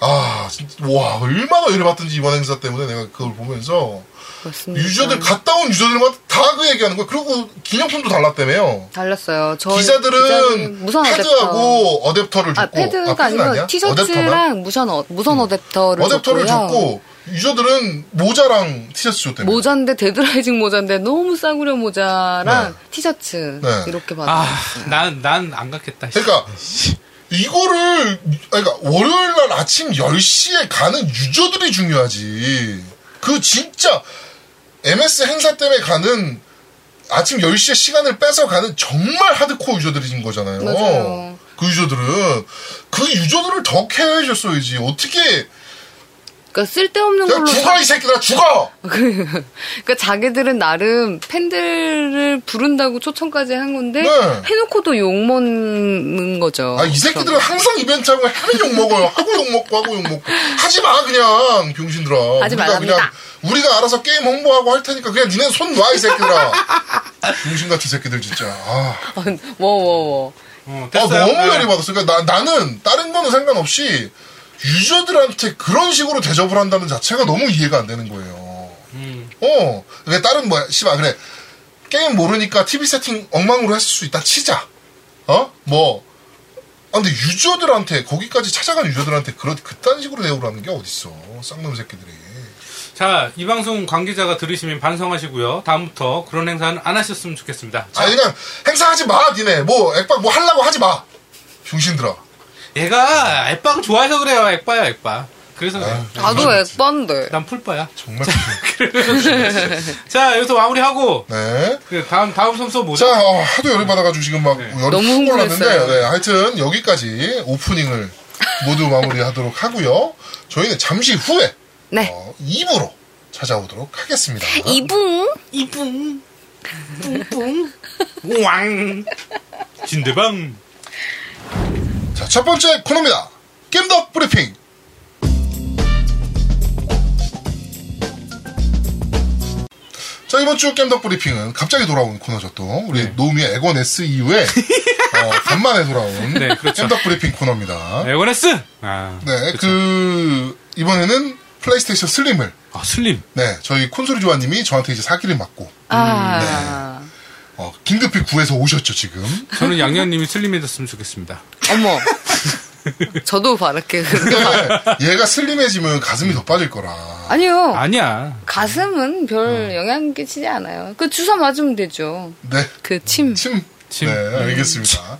Speaker 1: 아, 진짜, 와, 얼마나 열받든지 이번 행사 때문에 내가 그걸 보면서
Speaker 2: 맞습니다.
Speaker 1: 유저들, 갔다 온 유저들마다 다 그 얘기하는 거야. 그리고 기념품도 달랐다며.
Speaker 2: 달랐어요. 저
Speaker 1: 기자들은
Speaker 2: 무선 어댑터.
Speaker 1: 패드하고 어댑터를 줬고
Speaker 2: 아, 패드가 아, 니
Speaker 1: 패드는
Speaker 2: 고
Speaker 1: 아니야? 어댑터만? 음.
Speaker 2: 티셔츠랑 무선 어, 무선 어댑터를
Speaker 1: 어댑터를
Speaker 2: 줬고요.
Speaker 1: 줬고 유저들은 모자랑 티셔츠 줬대요.
Speaker 2: 모자인데 데드라이징 모자인데 너무 싸구려 모자랑
Speaker 1: 네.
Speaker 2: 티셔츠
Speaker 1: 네.
Speaker 2: 이렇게
Speaker 4: 아,
Speaker 2: 받았어요.
Speaker 3: 아난난안 갔겠다. 씨.
Speaker 1: 그러니까 이거를 그러니까 월요일 날 아침 10시에 가는 유저들이 중요하지. 그 진짜 MS 행사 때문에 가는 아침 10시에 시간을 빼서 가는 정말 하드코어 유저들인 거잖아요.
Speaker 2: 맞아요.
Speaker 1: 그 유저들은 그 유저들을 더 케어해 줬어야지. 어떻게
Speaker 2: 그러니까 쓸데없는
Speaker 1: 야
Speaker 2: 걸로 사-
Speaker 1: 죽어 이 새끼들아 죽어
Speaker 2: 그- 그러니까 자기들은 나름 팬들을 부른다고 초청까지 한 건데
Speaker 1: 네.
Speaker 2: 해놓고도 욕 먹는 거죠.
Speaker 1: 아 이 새끼들은 항상 이벤트 하고 하면 욕 먹어요 하고 욕 먹고 하고 욕 먹고 하지 마 그냥 병신들아
Speaker 2: 하지
Speaker 1: 우리가
Speaker 2: 말랍니다.
Speaker 1: 그냥 우리가 알아서 게임 홍보하고 할 테니까 그냥 니네 손 놔 이 새끼들아 병신 같은 새끼들 진짜 아,
Speaker 2: 워워워.
Speaker 3: 어,
Speaker 1: 아,
Speaker 3: 됐어요.
Speaker 1: 너무
Speaker 3: 네.
Speaker 1: 열이 받았어 그러니까 나, 나는 다른 거는 상관없이 유저들한테 그런 식으로 대접을 한다는 자체가 너무 이해가 안 되는 거예요 그러니까
Speaker 3: 음,
Speaker 1: 어, 왜 다른 뭐야, 씨발, 그래. 게임 모르니까 TV 세팅 엉망으로 했을 수 있다 치자. 어? 뭐. 아, 근데 유저들한테, 거기까지 찾아간 유저들한테 그런, 그딴 식으로 대우라는 게 어딨어. 쌍놈 새끼들이.
Speaker 3: 자, 이 방송 관계자가 들으시면 반성하시고요. 다음부터 그런 행사는 안 하셨으면 좋겠습니다. 자,
Speaker 1: 아니, 그냥 행사하지 마, 니네. 뭐, 액박 뭐 하려고 하지 마. 중신들아.
Speaker 3: 얘가 액방 좋아해서 그래요. 액바야, 액바. 그래서 그래요.
Speaker 1: 아, 음.
Speaker 2: 나도 액반데.
Speaker 3: 난 풀바야.
Speaker 1: 정말. 중신.
Speaker 3: 자, 여기서 마무리하고
Speaker 1: 네.
Speaker 3: 그 다음 다음 선수 모자.
Speaker 1: 자, 어, 하도 열이 받아가지고 지금
Speaker 3: 네.
Speaker 1: 막 열이
Speaker 2: 너무
Speaker 1: 훅 올랐는데,
Speaker 2: 흥분했어요.
Speaker 1: 네, 하여튼 여기까지 오프닝을 모두 마무리하도록 하고요. 저희는 잠시 후에
Speaker 2: 네.
Speaker 1: 어, 2부로 찾아오도록 하겠습니다.
Speaker 5: 이붕
Speaker 3: 이뿡 뿡뿡 우왕 진대방
Speaker 1: 자, 첫 번째 코너입니다. 겜덕 브리핑. 자, 이번 주 겜덕 브리핑은 갑자기 돌아온 코너죠, 또. 우리
Speaker 3: 네.
Speaker 1: 노미의 에건 S 이후에 어, 간만에 돌아온
Speaker 3: 네, 그렇죠.
Speaker 1: 겜덕 브리핑 코너입니다.
Speaker 3: 에고네스 아,
Speaker 1: 네,
Speaker 3: 그쵸.
Speaker 1: 그 이번에는 플레이스테이션 슬림을
Speaker 3: 아 슬림
Speaker 1: 네, 저희 콘솔이 조아님이 저한테 이제 사기를 맞고
Speaker 2: 아.
Speaker 1: 어, 긴급히 구해서 오셨죠 지금.
Speaker 3: 저는 양양님이 슬림해졌으면 좋겠습니다
Speaker 1: 네.
Speaker 2: 어머. 저도 바랄게.
Speaker 1: 근데 네, 얘가 슬림해지면 가슴이 더 빠질 거라.
Speaker 2: 아니요.
Speaker 3: 아니야
Speaker 2: 가슴은
Speaker 1: 음.
Speaker 2: 별 영향 끼치지 않아요. 그 주사 맞으면 되죠.
Speaker 1: 네,
Speaker 2: 그 침.
Speaker 1: 침.
Speaker 3: 침.
Speaker 1: 네, 알겠습니다.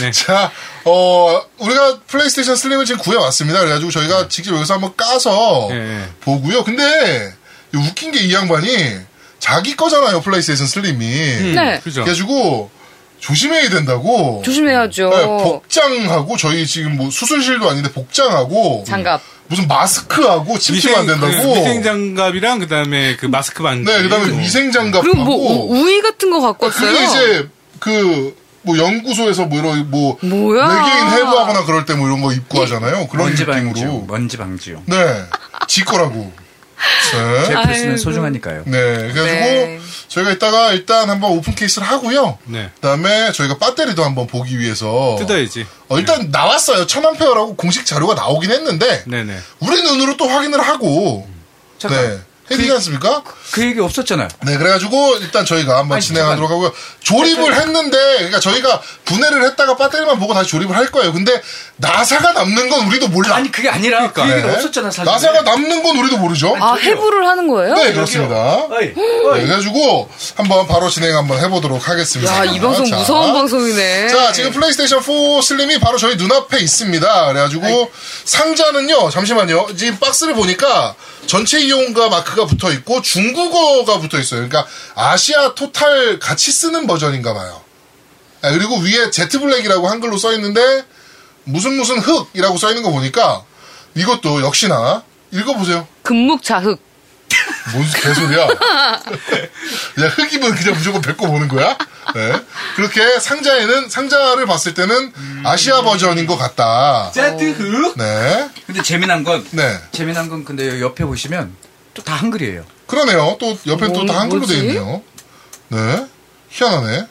Speaker 3: 네
Speaker 1: 자, 어, 우리가 플레이스테이션 슬림을 지금 구해왔습니다. 그래가지고 저희가 직접 여기서 한번 까서
Speaker 3: 네.
Speaker 1: 보고요. 근데 이 웃긴 게 이 양반이 자기 거잖아요, 플레이스테이션 슬림이.
Speaker 3: 음.
Speaker 2: 네.
Speaker 3: 그죠
Speaker 1: 그래가지고 조심해야 된다고.
Speaker 2: 조심해야죠.
Speaker 1: 네, 복장하고 저희 지금 뭐 수술실도 아닌데 복장하고
Speaker 2: 장갑.
Speaker 1: 무슨 마스크하고 침침 안 된다고.
Speaker 3: 위생 그 장갑이랑 그다음에 그 마스크 반지
Speaker 1: 네, 그다음에 위생 장갑하고.
Speaker 2: 그리고 뭐 우- 우이 같은 거 갖고 왔어요.
Speaker 1: 그게 이제 그 뭐 연구소에서 뭐 이런 뭐
Speaker 2: 뭐야.
Speaker 1: 외계인 해부하거나 그럴 때 뭐 이런 거 입고 하잖아요. 그런
Speaker 4: 먼지 방지용.
Speaker 1: 느낌으로.
Speaker 4: 먼지 방지용.
Speaker 1: 네, 지 거라고.
Speaker 4: 제
Speaker 1: 네.
Speaker 4: 플스는
Speaker 2: 아이고.
Speaker 4: 소중하니까요.
Speaker 1: 네, 그래가지고
Speaker 2: 네.
Speaker 1: 저희가 이따가 일단 한번 오픈 케이스를 하고요.
Speaker 3: 네
Speaker 1: 그다음에 저희가 배터리도 한번 보기 위해서
Speaker 3: 뜯어야지 네.
Speaker 1: 어, 일단 나왔어요. 천안페어라고 공식 자료가 나오긴 했는데
Speaker 3: 네네 음.
Speaker 1: 우리 눈으로 또 확인을 하고
Speaker 4: 잠깐.
Speaker 1: 네 해드리지 않습니까?
Speaker 4: 그 얘기 없었잖아요.
Speaker 1: 네 그래가지고 일단 저희가 한번 진행하도록 하고요. 조립을 했는데 그러니까 저희가 분해를 했다가 배터리만 보고 다시 조립을 할 거예요. 근데 나사가 남는 건 우리도 몰라.
Speaker 4: 아니 그게 아니라 그
Speaker 3: 그러니까.
Speaker 4: 얘기가
Speaker 1: 네.
Speaker 4: 없었잖아 사실.
Speaker 1: 나사가 남는 건 우리도 모르죠.
Speaker 2: 아, 해부를 하는 거예요?
Speaker 1: 네 그렇습니다.
Speaker 4: 어이.
Speaker 1: 네, 그래가지고 한번 바로 진행 한번 해보도록 하겠습니다.
Speaker 2: 야, 아, 이 방송
Speaker 1: 자.
Speaker 2: 무서운 방송이네.
Speaker 1: 자, 지금 플레이스테이션 4 슬림이 바로 저희 눈앞에 있습니다. 그래가지고 상자는요, 잠시만요. 지금 박스를 보니까 전체 이용과 마크가 붙어 있고 중국어가 붙어 있어요. 그러니까 아시아 토탈 같이 쓰는 버전인가 봐요. 아, 그리고 위에 제트 블랙이라고 한글로 써 있는데 무슨 무슨 흑이라고 써 있는 거 보니까 이것도 역시나 읽어보세요.
Speaker 2: 금묵자흑.
Speaker 1: 뭔 개소리야. 그냥 흑입은 그냥 무조건 뱉고 보는 거야. 네. 그렇게 상자에는 상자를 봤을 때는 아시아 버전인 것 같다.
Speaker 4: 짜뜨흐.
Speaker 1: 네,
Speaker 4: 근데 재미난 건
Speaker 1: 네.
Speaker 4: 재미난 건 근데 옆에 보시면 또 다 한글이에요.
Speaker 1: 그러네요. 또 옆에 또
Speaker 2: 뭔-
Speaker 1: 다 한글로 되어
Speaker 2: 뭐지?
Speaker 1: 있네요. 네, 희한하네.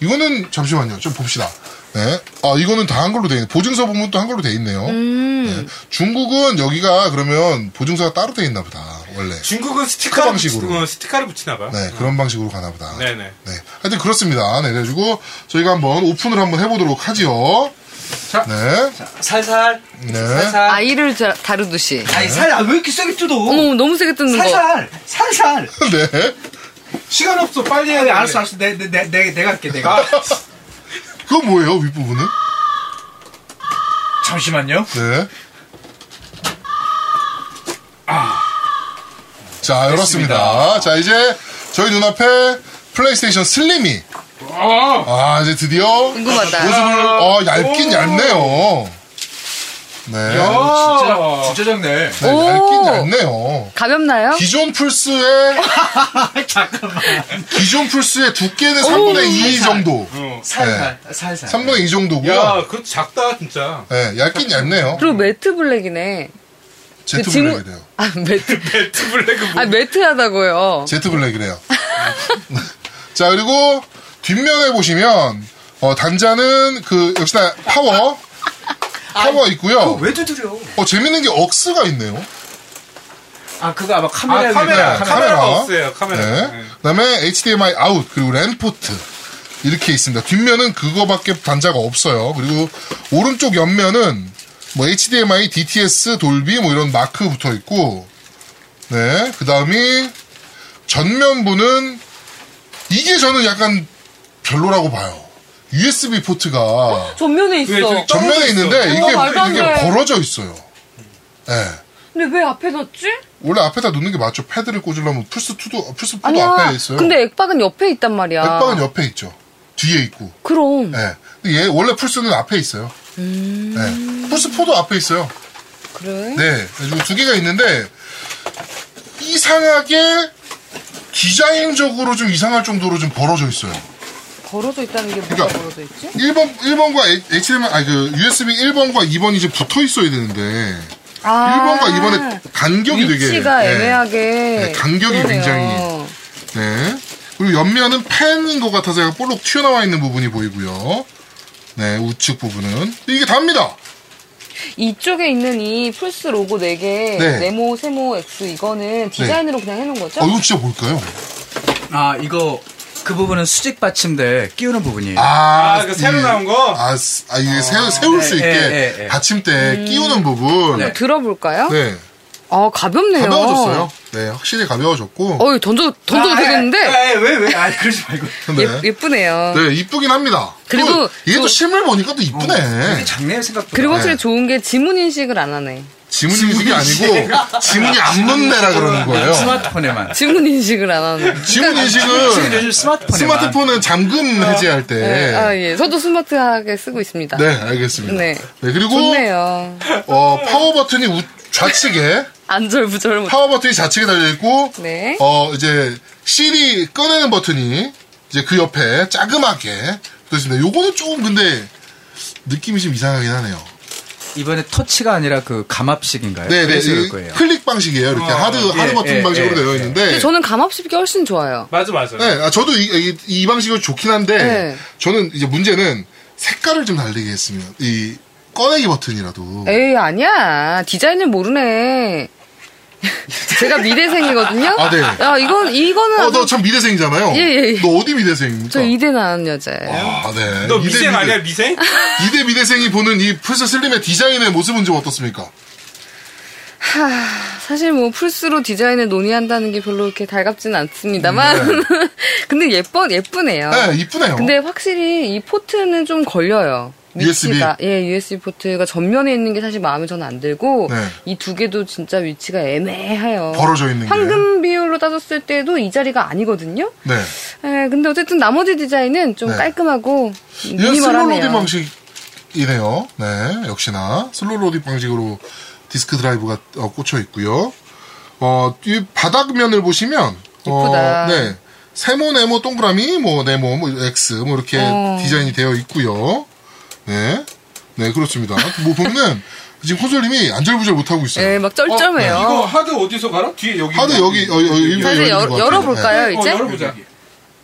Speaker 1: 이거는 잠시만요. 좀 봅시다. 네, 아 이거는 다 한글로 되어 있네. 보증서 보면 또 한글로 되어 있네요.
Speaker 2: 음.
Speaker 1: 네. 중국은 여기가 그러면 보증서가 따로 되어 있나 보다. 원래.
Speaker 3: 중국은
Speaker 1: 스티커
Speaker 3: 스티커
Speaker 1: 방식으로.
Speaker 3: 방식으로 어, 스티커를 붙이나 봐
Speaker 1: 네, 그런 방식으로 가나 보다.
Speaker 3: 네네
Speaker 1: 네. 하여튼 그렇습니다. 네, 그래가지고 저희가 한번 오픈을 한번 해보도록 하지요.
Speaker 4: 자.
Speaker 1: 네.
Speaker 4: 살살.
Speaker 1: 네.
Speaker 4: 살살.
Speaker 2: 아이를 자- 다루듯이.
Speaker 4: 아니 살왜 이렇게 세게 뜯어?
Speaker 2: 어머, 너무 세게 뜯는 거.
Speaker 4: 살살. 살살.
Speaker 1: 네.
Speaker 4: 시간 없어 빨리 해야 돼.
Speaker 1: 아,
Speaker 4: 알았어 알았어. 내 내 내 내가 할게 내가.
Speaker 1: 그거 뭐예요, 윗부분은?
Speaker 4: 잠시만요.
Speaker 1: 네. 자, 열었습니다. 자, 이제 저희 눈앞에 플레이스테이션 슬림이. 아, 이제 드디어.
Speaker 2: 궁금하다.
Speaker 1: 모습을, 어, 얇긴 얇네요. 네.
Speaker 4: 진짜 진짜 작네.
Speaker 1: 네,
Speaker 2: 오.
Speaker 1: 얇긴 얇네요.
Speaker 2: 가볍나요?
Speaker 1: 기존 플스의 기존 플스의 두께는 3분의 2 정도.
Speaker 2: 음.
Speaker 1: 네.
Speaker 4: 살살. 살살.
Speaker 1: 3분의 2 정도고요.
Speaker 3: 야 그래도 작다 진짜
Speaker 1: 네, 얇긴 얇네요.
Speaker 2: 그리고 매트 블랙이네.
Speaker 1: 제트
Speaker 2: 지금-
Speaker 1: 블랙이래요.
Speaker 2: 아, 매트.
Speaker 3: 배트 블랙은 뭐
Speaker 2: 아, 매트하다고요.
Speaker 1: 제트 블랙이래요. 자, 그리고 뒷면에 보시면 어, 단자는 그 역시나 파워
Speaker 2: 아, 그
Speaker 1: 파워 있고요.
Speaker 4: 왜 두드려?
Speaker 1: 어, 재밌는 게 억스가 있네요.
Speaker 4: 아 그거 아마 카메라
Speaker 3: 아, 카메라, 카메라가 없어요, 카메라.
Speaker 1: 네.
Speaker 3: 네.
Speaker 1: 그다음에 HDMI 아웃 그리고 랜 포트 이렇게 있습니다. 뒷면은 그거밖에 단자가 없어요. 그리고 오른쪽 옆면은 뭐 HDMI, DTS, 돌비 뭐 이런 마크 붙어 있고, 네. 그다음이 전면부는 이게 저는 약간 별로라고 봐요. USB 포트가
Speaker 2: 전면에 있어.
Speaker 3: 왜 저기 점-
Speaker 1: 전면에 있는데
Speaker 2: 있어.
Speaker 1: 이게
Speaker 2: 어머, 말도 안
Speaker 1: 이게
Speaker 2: 돼.
Speaker 1: 벌어져 있어요. 네.
Speaker 2: 근데 왜 앞에 놨지?
Speaker 1: 원래 앞에다 놓는 게 맞죠. 패드를 꽂으려면 플스 2도 플스 4도
Speaker 2: 아니야.
Speaker 1: 앞에 있어요.
Speaker 2: 근데 아. 액박은 옆에 있단 말이야.
Speaker 1: 액박은 옆에 있죠. 뒤에 있고.
Speaker 2: 그럼.
Speaker 1: 예. 근데 얘 원래 플스는 앞에 있어요.
Speaker 2: 음.
Speaker 1: 예. 플스 4도 앞에 있어요.
Speaker 2: 그래.
Speaker 1: 네. 그래가지고 두 개가 있는데 이상하게 디자인적으로 좀 이상할 정도로 좀 벌어져 있어요.
Speaker 2: 벌어져 있다는 게 뭐가
Speaker 1: 그러니까-
Speaker 2: 벌어져 있지?
Speaker 1: 1번 1번과 HDMI 아니 그 USB 1번과 2번이 이제 붙어 있어야 되는데
Speaker 2: 아.
Speaker 1: 1번과 2번의 간격이 되게
Speaker 2: 위치가
Speaker 1: 예.
Speaker 2: 애매하게.
Speaker 1: 네, 간격이
Speaker 2: 그러네요.
Speaker 1: 굉장히. 네. 그리고 옆면은 팬인 것 같아서 약간 볼록 튀어나와 있는 부분이 보이고요. 네, 우측 부분은 이게 답니다.
Speaker 2: 이쪽에 있는 이 플스 로고 4개,
Speaker 1: 네.
Speaker 2: 네. 모 세모, X 이거는 디자인으로 그냥 해놓은 거죠?
Speaker 1: 어, 이거 진짜 뭘까요?
Speaker 4: 아 이거 그 부분은 수직 받침대 끼우는 부분이에요.
Speaker 1: 아,
Speaker 3: 아, 그 새로 나온 거?
Speaker 1: 아, 스- 아, 이게 세, 세울 수
Speaker 4: 예,
Speaker 1: 있게
Speaker 4: 예, 예, 예.
Speaker 1: 받침대
Speaker 2: 음.
Speaker 1: 끼우는 부분.
Speaker 4: 네.
Speaker 1: 네.
Speaker 2: 들어볼까요? 아, 가볍네요.
Speaker 1: 가벼워졌어요. 아, 네, 확실히 가벼워졌고.
Speaker 2: 어이, 던져, 던져도 되겠는데?
Speaker 4: 왜 왜? 아 그러지 말고.
Speaker 1: 네.
Speaker 2: 예, 예쁘네요.
Speaker 1: 네, 이쁘긴 합니다.
Speaker 2: 그리고
Speaker 1: 또 얘도
Speaker 2: 또-
Speaker 1: 실물 보니까 또 이쁘네.
Speaker 4: 되게 작네요 생각보다.
Speaker 2: 그리고 확실히
Speaker 1: 네.
Speaker 2: 좋은 게 지문 인식을 안 하네.
Speaker 1: 지문 인식이 아니고 지문이 안 묻네라 그러는 거예요.
Speaker 4: 스마트폰에만.
Speaker 2: 지문 인식을 안 하네.
Speaker 1: 지문
Speaker 4: 지금
Speaker 1: 인식은
Speaker 4: 요즘 네. 스마트폰에만.
Speaker 1: 스마트폰은 잠금 해제할 때.
Speaker 2: 네. 아, 예. 저도 스마트하게 쓰고 있습니다.
Speaker 1: 네, 알겠습니다.
Speaker 2: 네.
Speaker 1: 네. 그리고
Speaker 2: 좋네요.
Speaker 1: 어, 파워 버튼이 우, 좌측에
Speaker 2: 안절부절 못.
Speaker 1: 파워 버튼이 좌측에 달려 있고
Speaker 2: 네.
Speaker 1: 어 이제 CD 꺼내는 버튼이 이제 그 옆에 자그맣게 붙어 있습니다. 요거는 조금 근데 느낌이 좀 이상하긴 하네요.
Speaker 4: 이번에 터치가 아니라 그 감압식인가요?
Speaker 1: 네, 네.
Speaker 4: 그래서 그럴
Speaker 1: 이
Speaker 4: 거예요.
Speaker 1: 클릭 방식이에요. 이렇게 하드 하드
Speaker 4: 예,
Speaker 1: 버튼
Speaker 4: 예,
Speaker 1: 방식으로
Speaker 4: 예,
Speaker 1: 되어
Speaker 4: 예.
Speaker 1: 있는데
Speaker 2: 근데 저는 감압식이 훨씬 좋아요.
Speaker 3: 맞아, 맞아.
Speaker 1: 네, 아, 저도 이, 이, 이 방식이 좋긴 한데,
Speaker 2: 네.
Speaker 1: 저는 이제 문제는 색깔을 좀 다르게 했으면, 이, 꺼내기 버튼이라도.
Speaker 2: 에이, 아니야. 디자인을 모르네. 제가 미대생이거든요?
Speaker 1: 아, 네.
Speaker 2: 야, 이건, 이거는.
Speaker 1: 어,
Speaker 2: 아주-
Speaker 1: 너 참 미대생이잖아요.
Speaker 2: 예, 예, 예.
Speaker 1: 너 어디 미대생입니까?
Speaker 2: 저 이대 나온 여자예요.
Speaker 1: 아, 네.
Speaker 3: 너
Speaker 1: 이대
Speaker 3: 미생
Speaker 1: 미대-
Speaker 3: 아니야, 미생?
Speaker 1: 이대 미대생이 보는 이 플스 슬림의 디자인의 모습은 좀 어떻습니까?
Speaker 2: 사실 뭐 플스로 디자인을 논의한다는 게 별로 이렇게 달갑진 않습니다만. 근데 예뻐, 예쁘네요.
Speaker 1: 음, 네, 이쁘네요.
Speaker 2: 어. 근데 확실히 이 포트는 좀 걸려요. 위치가, 예, USB 포트가 전면에 있는 게 사실 마음에 저는 안 들고,
Speaker 1: 네.
Speaker 2: 이 두 개도 진짜 위치가 애매해요.
Speaker 1: 벌어져 있는 게.
Speaker 2: 황금 비율로 따졌을 때도 이 자리가 아니거든요?
Speaker 1: 네.
Speaker 2: 예, 근데 어쨌든 나머지 디자인은 좀
Speaker 1: 네.
Speaker 2: 깔끔하고,
Speaker 1: 이건 슬로
Speaker 2: 미니멀하네요.
Speaker 1: 로딩 방식이네요. 네, 역시나. 슬로 로딩 방식으로 디스크 드라이브가 어, 꽂혀 있고요. 어, 이 바닥면을 보시면.
Speaker 2: 이쁘다.
Speaker 1: 어, 네. 세모, 네모, 동그라미, 뭐, 네모, 뭐, X, 뭐, 이렇게
Speaker 2: 어.
Speaker 1: 디자인이 되어 있고요. 네. 네, 그렇습니다. 뭐, 보면은, 지금 콘솔님이 안절부절 못하고 있어요.
Speaker 2: 예, 막 쩔쩔매요.
Speaker 3: 이거 하드 어디서 갈아? 뒤에 여기.
Speaker 1: 하드 여기, 어, 여기, 여기 열리는
Speaker 2: 사실
Speaker 1: 것
Speaker 2: 열-
Speaker 1: 같아요. 네,
Speaker 2: 열어볼까요,
Speaker 3: 어,
Speaker 2: 이제?
Speaker 3: 열어보자.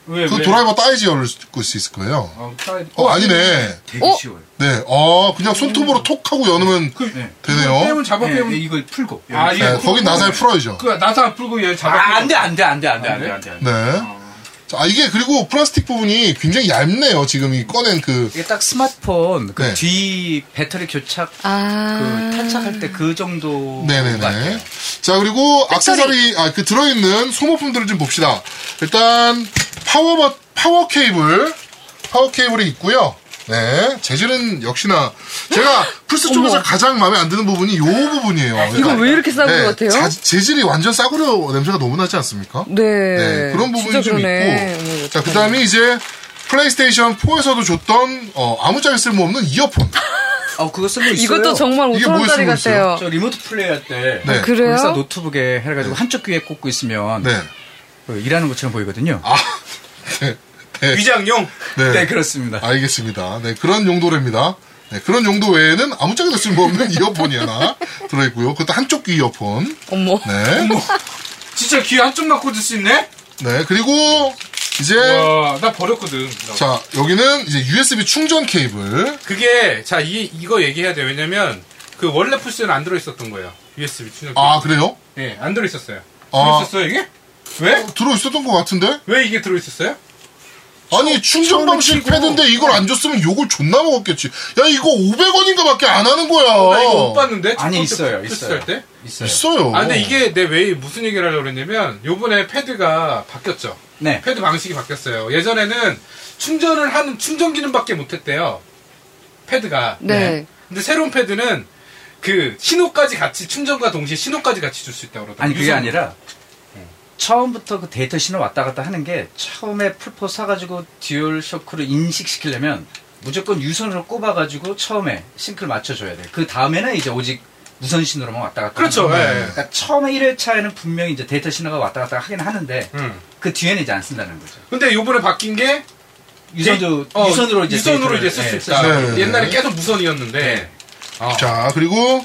Speaker 3: 왜,
Speaker 1: 그
Speaker 3: 왜?
Speaker 1: 드라이버 따이지 열을 수 있을 거예요.
Speaker 4: 어, 프라이드-
Speaker 1: 어, 아니네.
Speaker 4: 되게
Speaker 2: 어?
Speaker 4: 쉬워요.
Speaker 1: 네, 아, 그냥 손톱으로 톡 하고 여누면
Speaker 4: 네.
Speaker 1: 되네요.
Speaker 6: 빼면 잡아
Speaker 4: 네,
Speaker 6: 빼면
Speaker 4: 이걸 풀고.
Speaker 3: 아, 이게
Speaker 1: 네,
Speaker 3: 코-
Speaker 1: 거긴 나사에 풀어야죠.
Speaker 6: 그 나사 풀고 얘 잡아.
Speaker 4: 아,
Speaker 6: 빼면.
Speaker 4: 안 돼, 안 돼, 안 돼, 안 돼, 안 돼, 안 돼.
Speaker 1: 네. 자, 아, 이게 그리고 플라스틱 부분이 굉장히 얇네요. 지금 이 꺼낸 그.
Speaker 4: 이게 딱 스마트폰 그
Speaker 1: 네.
Speaker 4: 뒤 배터리 교착 그
Speaker 2: 아.
Speaker 4: 탈착할 때 그 정도.
Speaker 1: 네네네. 자, 그리고 악세사리, 아, 그 들어있는 소모품들을 좀 봅시다. 일단, 파워, 버- 파워 케이블. 파워 케이블이 있고요 네. 재질은 역시나, 제가 플스 쪽에서 가장 마음에 안 드는 부분이 요 부분이에요. 그러니까
Speaker 2: 이거 왜 이렇게 싸구려 같아요?
Speaker 1: 그 네, 자- 재질이 완전 싸구려 냄새가 너무 나지 않습니까?
Speaker 2: 네.
Speaker 1: 네, 그런 부분이
Speaker 2: 진짜
Speaker 1: 좀
Speaker 2: 그러네. 어머,
Speaker 1: 있고. 자, 그 다음에 이제 플레이스테이션 4에서도 줬던, 어, 아무짝에 쓸모없는 이어폰.
Speaker 4: 아, 그거 쓰고 있어요.
Speaker 2: 이것도 정말
Speaker 1: 이게
Speaker 2: 5천 원짜리
Speaker 1: 뭐에 쓰고 있어요?
Speaker 2: 같아요. 아,
Speaker 4: 저 리모트 플레이 할때
Speaker 1: 네.
Speaker 2: 그래요? 네.
Speaker 4: 회사 노트북에 해가지고 한쪽 귀에 꽂고 있으면
Speaker 1: 네.
Speaker 4: 그 일하는 것처럼 보이거든요.
Speaker 1: 아, 네. 네.
Speaker 3: 위장용?
Speaker 1: 네.
Speaker 4: 네,
Speaker 3: 아,
Speaker 4: 그렇습니다.
Speaker 1: 알겠습니다. 네, 그런 용도랍니다. 네, 그런 용도 외에는 아무짝에도 쓸모없는 이어폰이 하나 들어있고요. 그것도 한쪽 귀 이어폰.
Speaker 2: 어머.
Speaker 1: 네.
Speaker 6: 진짜 귀 한쪽만 꽂을 수 있네.
Speaker 1: 네, 그리고 이제,
Speaker 3: 와, 나 버렸거든. 나
Speaker 1: 자, 여기는 이제 USB 충전 케이블.
Speaker 3: 그게 자 이 이거 얘기해야 돼 왜냐면 그 원래 플스는 안 들어있었던 거예요 USB 충전
Speaker 1: 아, 그래요?
Speaker 3: 예, 안 들어있었어요.
Speaker 1: 아.
Speaker 3: 들어있었어요, 이게? 왜?
Speaker 1: 들어있었던 것 같은데?
Speaker 3: 왜 이게 들어있었어요?
Speaker 1: 아니 충전 방식 패드인데 이걸 안 줬으면 욕을 존나 먹었겠지. 야 이거 500원인가 밖에 안 하는 거야.
Speaker 3: 어, 나 이거 못 봤는데? 첫
Speaker 4: 아니,
Speaker 3: 번째
Speaker 4: 있어요,
Speaker 3: 패스
Speaker 4: 있어요.
Speaker 3: 할 때?
Speaker 4: 있어요.
Speaker 1: 있어요.
Speaker 3: 아, 근데 이게 내 왜 무슨 얘기를 하려고 그랬냐면, 요번에 패드가 바뀌었죠.
Speaker 4: 네.
Speaker 3: 패드 방식이 바뀌었어요. 예전에는 충전을 하는 충전 기능밖에 못했대요. 패드가.
Speaker 2: 네.
Speaker 3: 근데 새로운 패드는 그 신호까지 같이 충전과 동시에 신호까지 같이 줄 수 있다고 그러더라고요.
Speaker 4: 아니 그게
Speaker 3: 유선-
Speaker 4: 아니라
Speaker 3: 네.
Speaker 4: 처음부터 그 데이터 신호 왔다 갔다 하는 게 처음에 풀포 사가지고 듀얼 쇼크를 인식시키려면 무조건 유선으로 꼽아가지고 처음에 싱크를 맞춰줘야 돼. 그 다음에는 이제 오직 무선 신호로만 왔다 갔다.
Speaker 3: 그렇죠,
Speaker 4: 하는
Speaker 3: 예,
Speaker 4: 거예요.
Speaker 3: 예.
Speaker 4: 그러니까 처음에 1회차에는 분명히 이제 데이터 신호가 왔다 갔다 하긴 하는데
Speaker 3: 음.
Speaker 4: 그 뒤에는 이제 안 쓴다는 거죠.
Speaker 3: 근데 요번에 바뀐 게
Speaker 4: 유선도
Speaker 3: 데- 어,
Speaker 4: 유선으로 이제
Speaker 3: 유선으로
Speaker 4: 데이터를,
Speaker 3: 이제 쓸 수
Speaker 4: 예,
Speaker 3: 있다.
Speaker 1: 네, 네,
Speaker 3: 옛날에
Speaker 1: 네.
Speaker 3: 계속 무선이었는데. 어.
Speaker 1: 자 그리고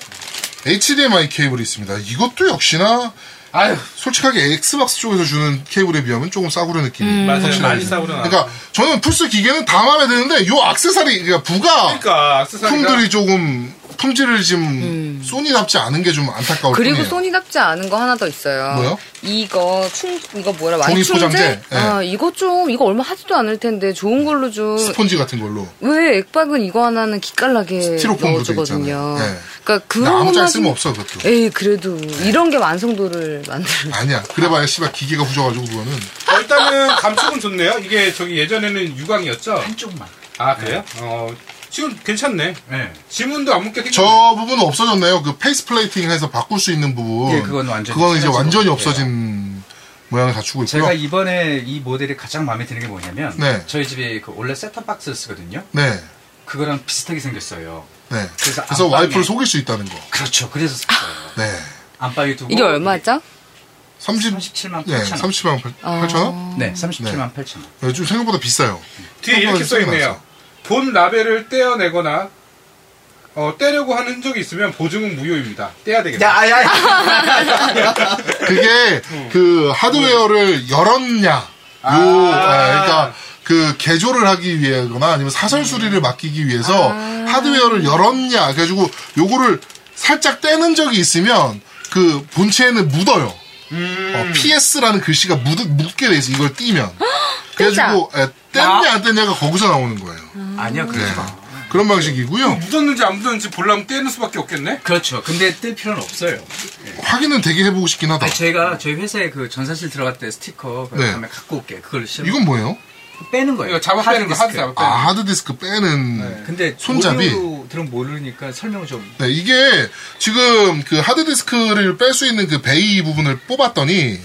Speaker 1: HDMI 케이블이 있습니다. 이것도 역시나
Speaker 3: 아유,
Speaker 1: 솔직하게 엑스박스 쪽에서 주는 케이블에 비하면 조금 싸구려 느낌이
Speaker 2: 음.
Speaker 3: 맞아요.
Speaker 1: 확실하게
Speaker 3: 많이 음.
Speaker 4: 음.
Speaker 3: 싸우려.
Speaker 1: 그러니까 저는 풀스 기계는 다 마음에 드는데 요 악세사리 그러니까 부가
Speaker 4: 아,
Speaker 3: 그러니까 액세서리가
Speaker 1: 품들이 조금 품질을 지금 소니답지 않은 게 좀 안타까울
Speaker 2: 음. 그리고
Speaker 1: 뿐이에요.
Speaker 2: 소니답지 않은 거 하나 더 있어요.
Speaker 1: 뭐요?
Speaker 2: 이거 충 이거 뭐라 와이
Speaker 1: 종이 포장재?
Speaker 2: 충제?
Speaker 1: 예.
Speaker 2: 아 이거 좀 이거 얼마 하지도 않을 텐데 좋은 걸로 좀.
Speaker 1: 스폰지 같은 걸로
Speaker 2: 왜 액박은 이거 하나는 기깔나게
Speaker 1: 스티로폼으로
Speaker 2: 넣어주거든요.
Speaker 1: 돼 있잖아요. 예. 근데
Speaker 2: 그러니까 그런
Speaker 1: 아무짝에
Speaker 2: 것만
Speaker 1: 쓸모 없어 네. 그것도
Speaker 2: 에이 그래도 이런 게 완성도를 만드는.
Speaker 1: 아니야 그래봐야 씨발 기계가 후져가지고 그거는
Speaker 3: 어, 일단은 감촉은 좋네요. 이게 저기 예전에는 유광이었죠.
Speaker 4: 한쪽만.
Speaker 3: 아
Speaker 1: 네.
Speaker 3: 그래요? 어 지금 괜찮네.
Speaker 4: 예.
Speaker 3: 지문도 안 묶여.
Speaker 1: 저 부분은 없어졌네요 그 페이스 플레이팅 해서 바꿀 수 있는 부분
Speaker 4: 예, 그건 완전히
Speaker 1: 그건 이제
Speaker 4: 사라지고
Speaker 1: 완전히
Speaker 4: 있고요.
Speaker 1: 없어진 모양을 갖추고 있고요
Speaker 4: 제가 이번에 이 모델이 가장 마음에 드는 게 뭐냐면
Speaker 1: 네.
Speaker 4: 저희 집이 그 원래 셋탑 박스 쓰거든요.
Speaker 1: 네.
Speaker 4: 그거랑 비슷하게 생겼어요.
Speaker 1: 네.
Speaker 4: 그래서
Speaker 1: 그래서
Speaker 4: 안방에-
Speaker 1: 와이프를 속일 수 있다는 거
Speaker 4: 그렇죠. 그래서 샀어요.
Speaker 1: 네.
Speaker 4: 안방에 두고
Speaker 2: 이게 얼마죠?
Speaker 1: 30,
Speaker 4: 37만 8천
Speaker 1: 네,
Speaker 4: 원.
Speaker 1: 37만 8천 원?
Speaker 4: 네, 37만 8천 원.
Speaker 1: 요즘 생각보다 비싸요.
Speaker 3: 뒤에 이렇게 써 있네요.
Speaker 1: 써놨어.
Speaker 3: 본 라벨을 떼어내거나 어 떼려고 하는 흔적이 있으면 보증은 무효입니다. 떼야
Speaker 2: 네, 아-
Speaker 3: 되겠다.
Speaker 4: 야, 야.
Speaker 1: 그게 그 하드웨어를 열었냐 요 네, 그러니까 그 개조를 하기 위해거나 아니면 사설 수리를 맡기기 위해서 하드웨어를 열었냐 그래가지고 요거를 살짝 떼는 적이 있으면 그 본체에는 묻어요. PS라는 글씨가 묻, 묻게 돼 있어 이걸 띄면 그래가지고 예, 뗐냐 안 뗐냐가 거기서 나오는 거예요.
Speaker 4: 아니요, 그렇죠. 그러지
Speaker 1: 네.
Speaker 4: 마.
Speaker 1: 그런 방식이고요.
Speaker 3: 묻었는지 안 묻었는지 보려면 떼는 수밖에 없겠네.
Speaker 4: 그렇죠. 근데 뜰 필요는 없어요.
Speaker 1: 확인은 되게 해보고 싶긴 하다.
Speaker 4: 아니, 제가 저희 회사에 그 전사실 들어갈 때 스티커 그
Speaker 1: 네.
Speaker 4: 다음에 갖고 올게. 그걸 씌워.
Speaker 1: 이건 뭐예요?
Speaker 4: 빼는 거예요.
Speaker 3: 이거 잡아 빼는 거 하드
Speaker 4: 하드디스크. 네.
Speaker 3: 잡아
Speaker 1: 아
Speaker 3: 빼는. 거.
Speaker 1: 하드디스크 빼는
Speaker 4: 근데
Speaker 1: 손잡이.
Speaker 4: 오디오 들으면 모르니까 설명 좀.
Speaker 1: 네, 이게 지금 그 하드디스크를 뺄 수 있는 그 베이 부분을 뽑았더니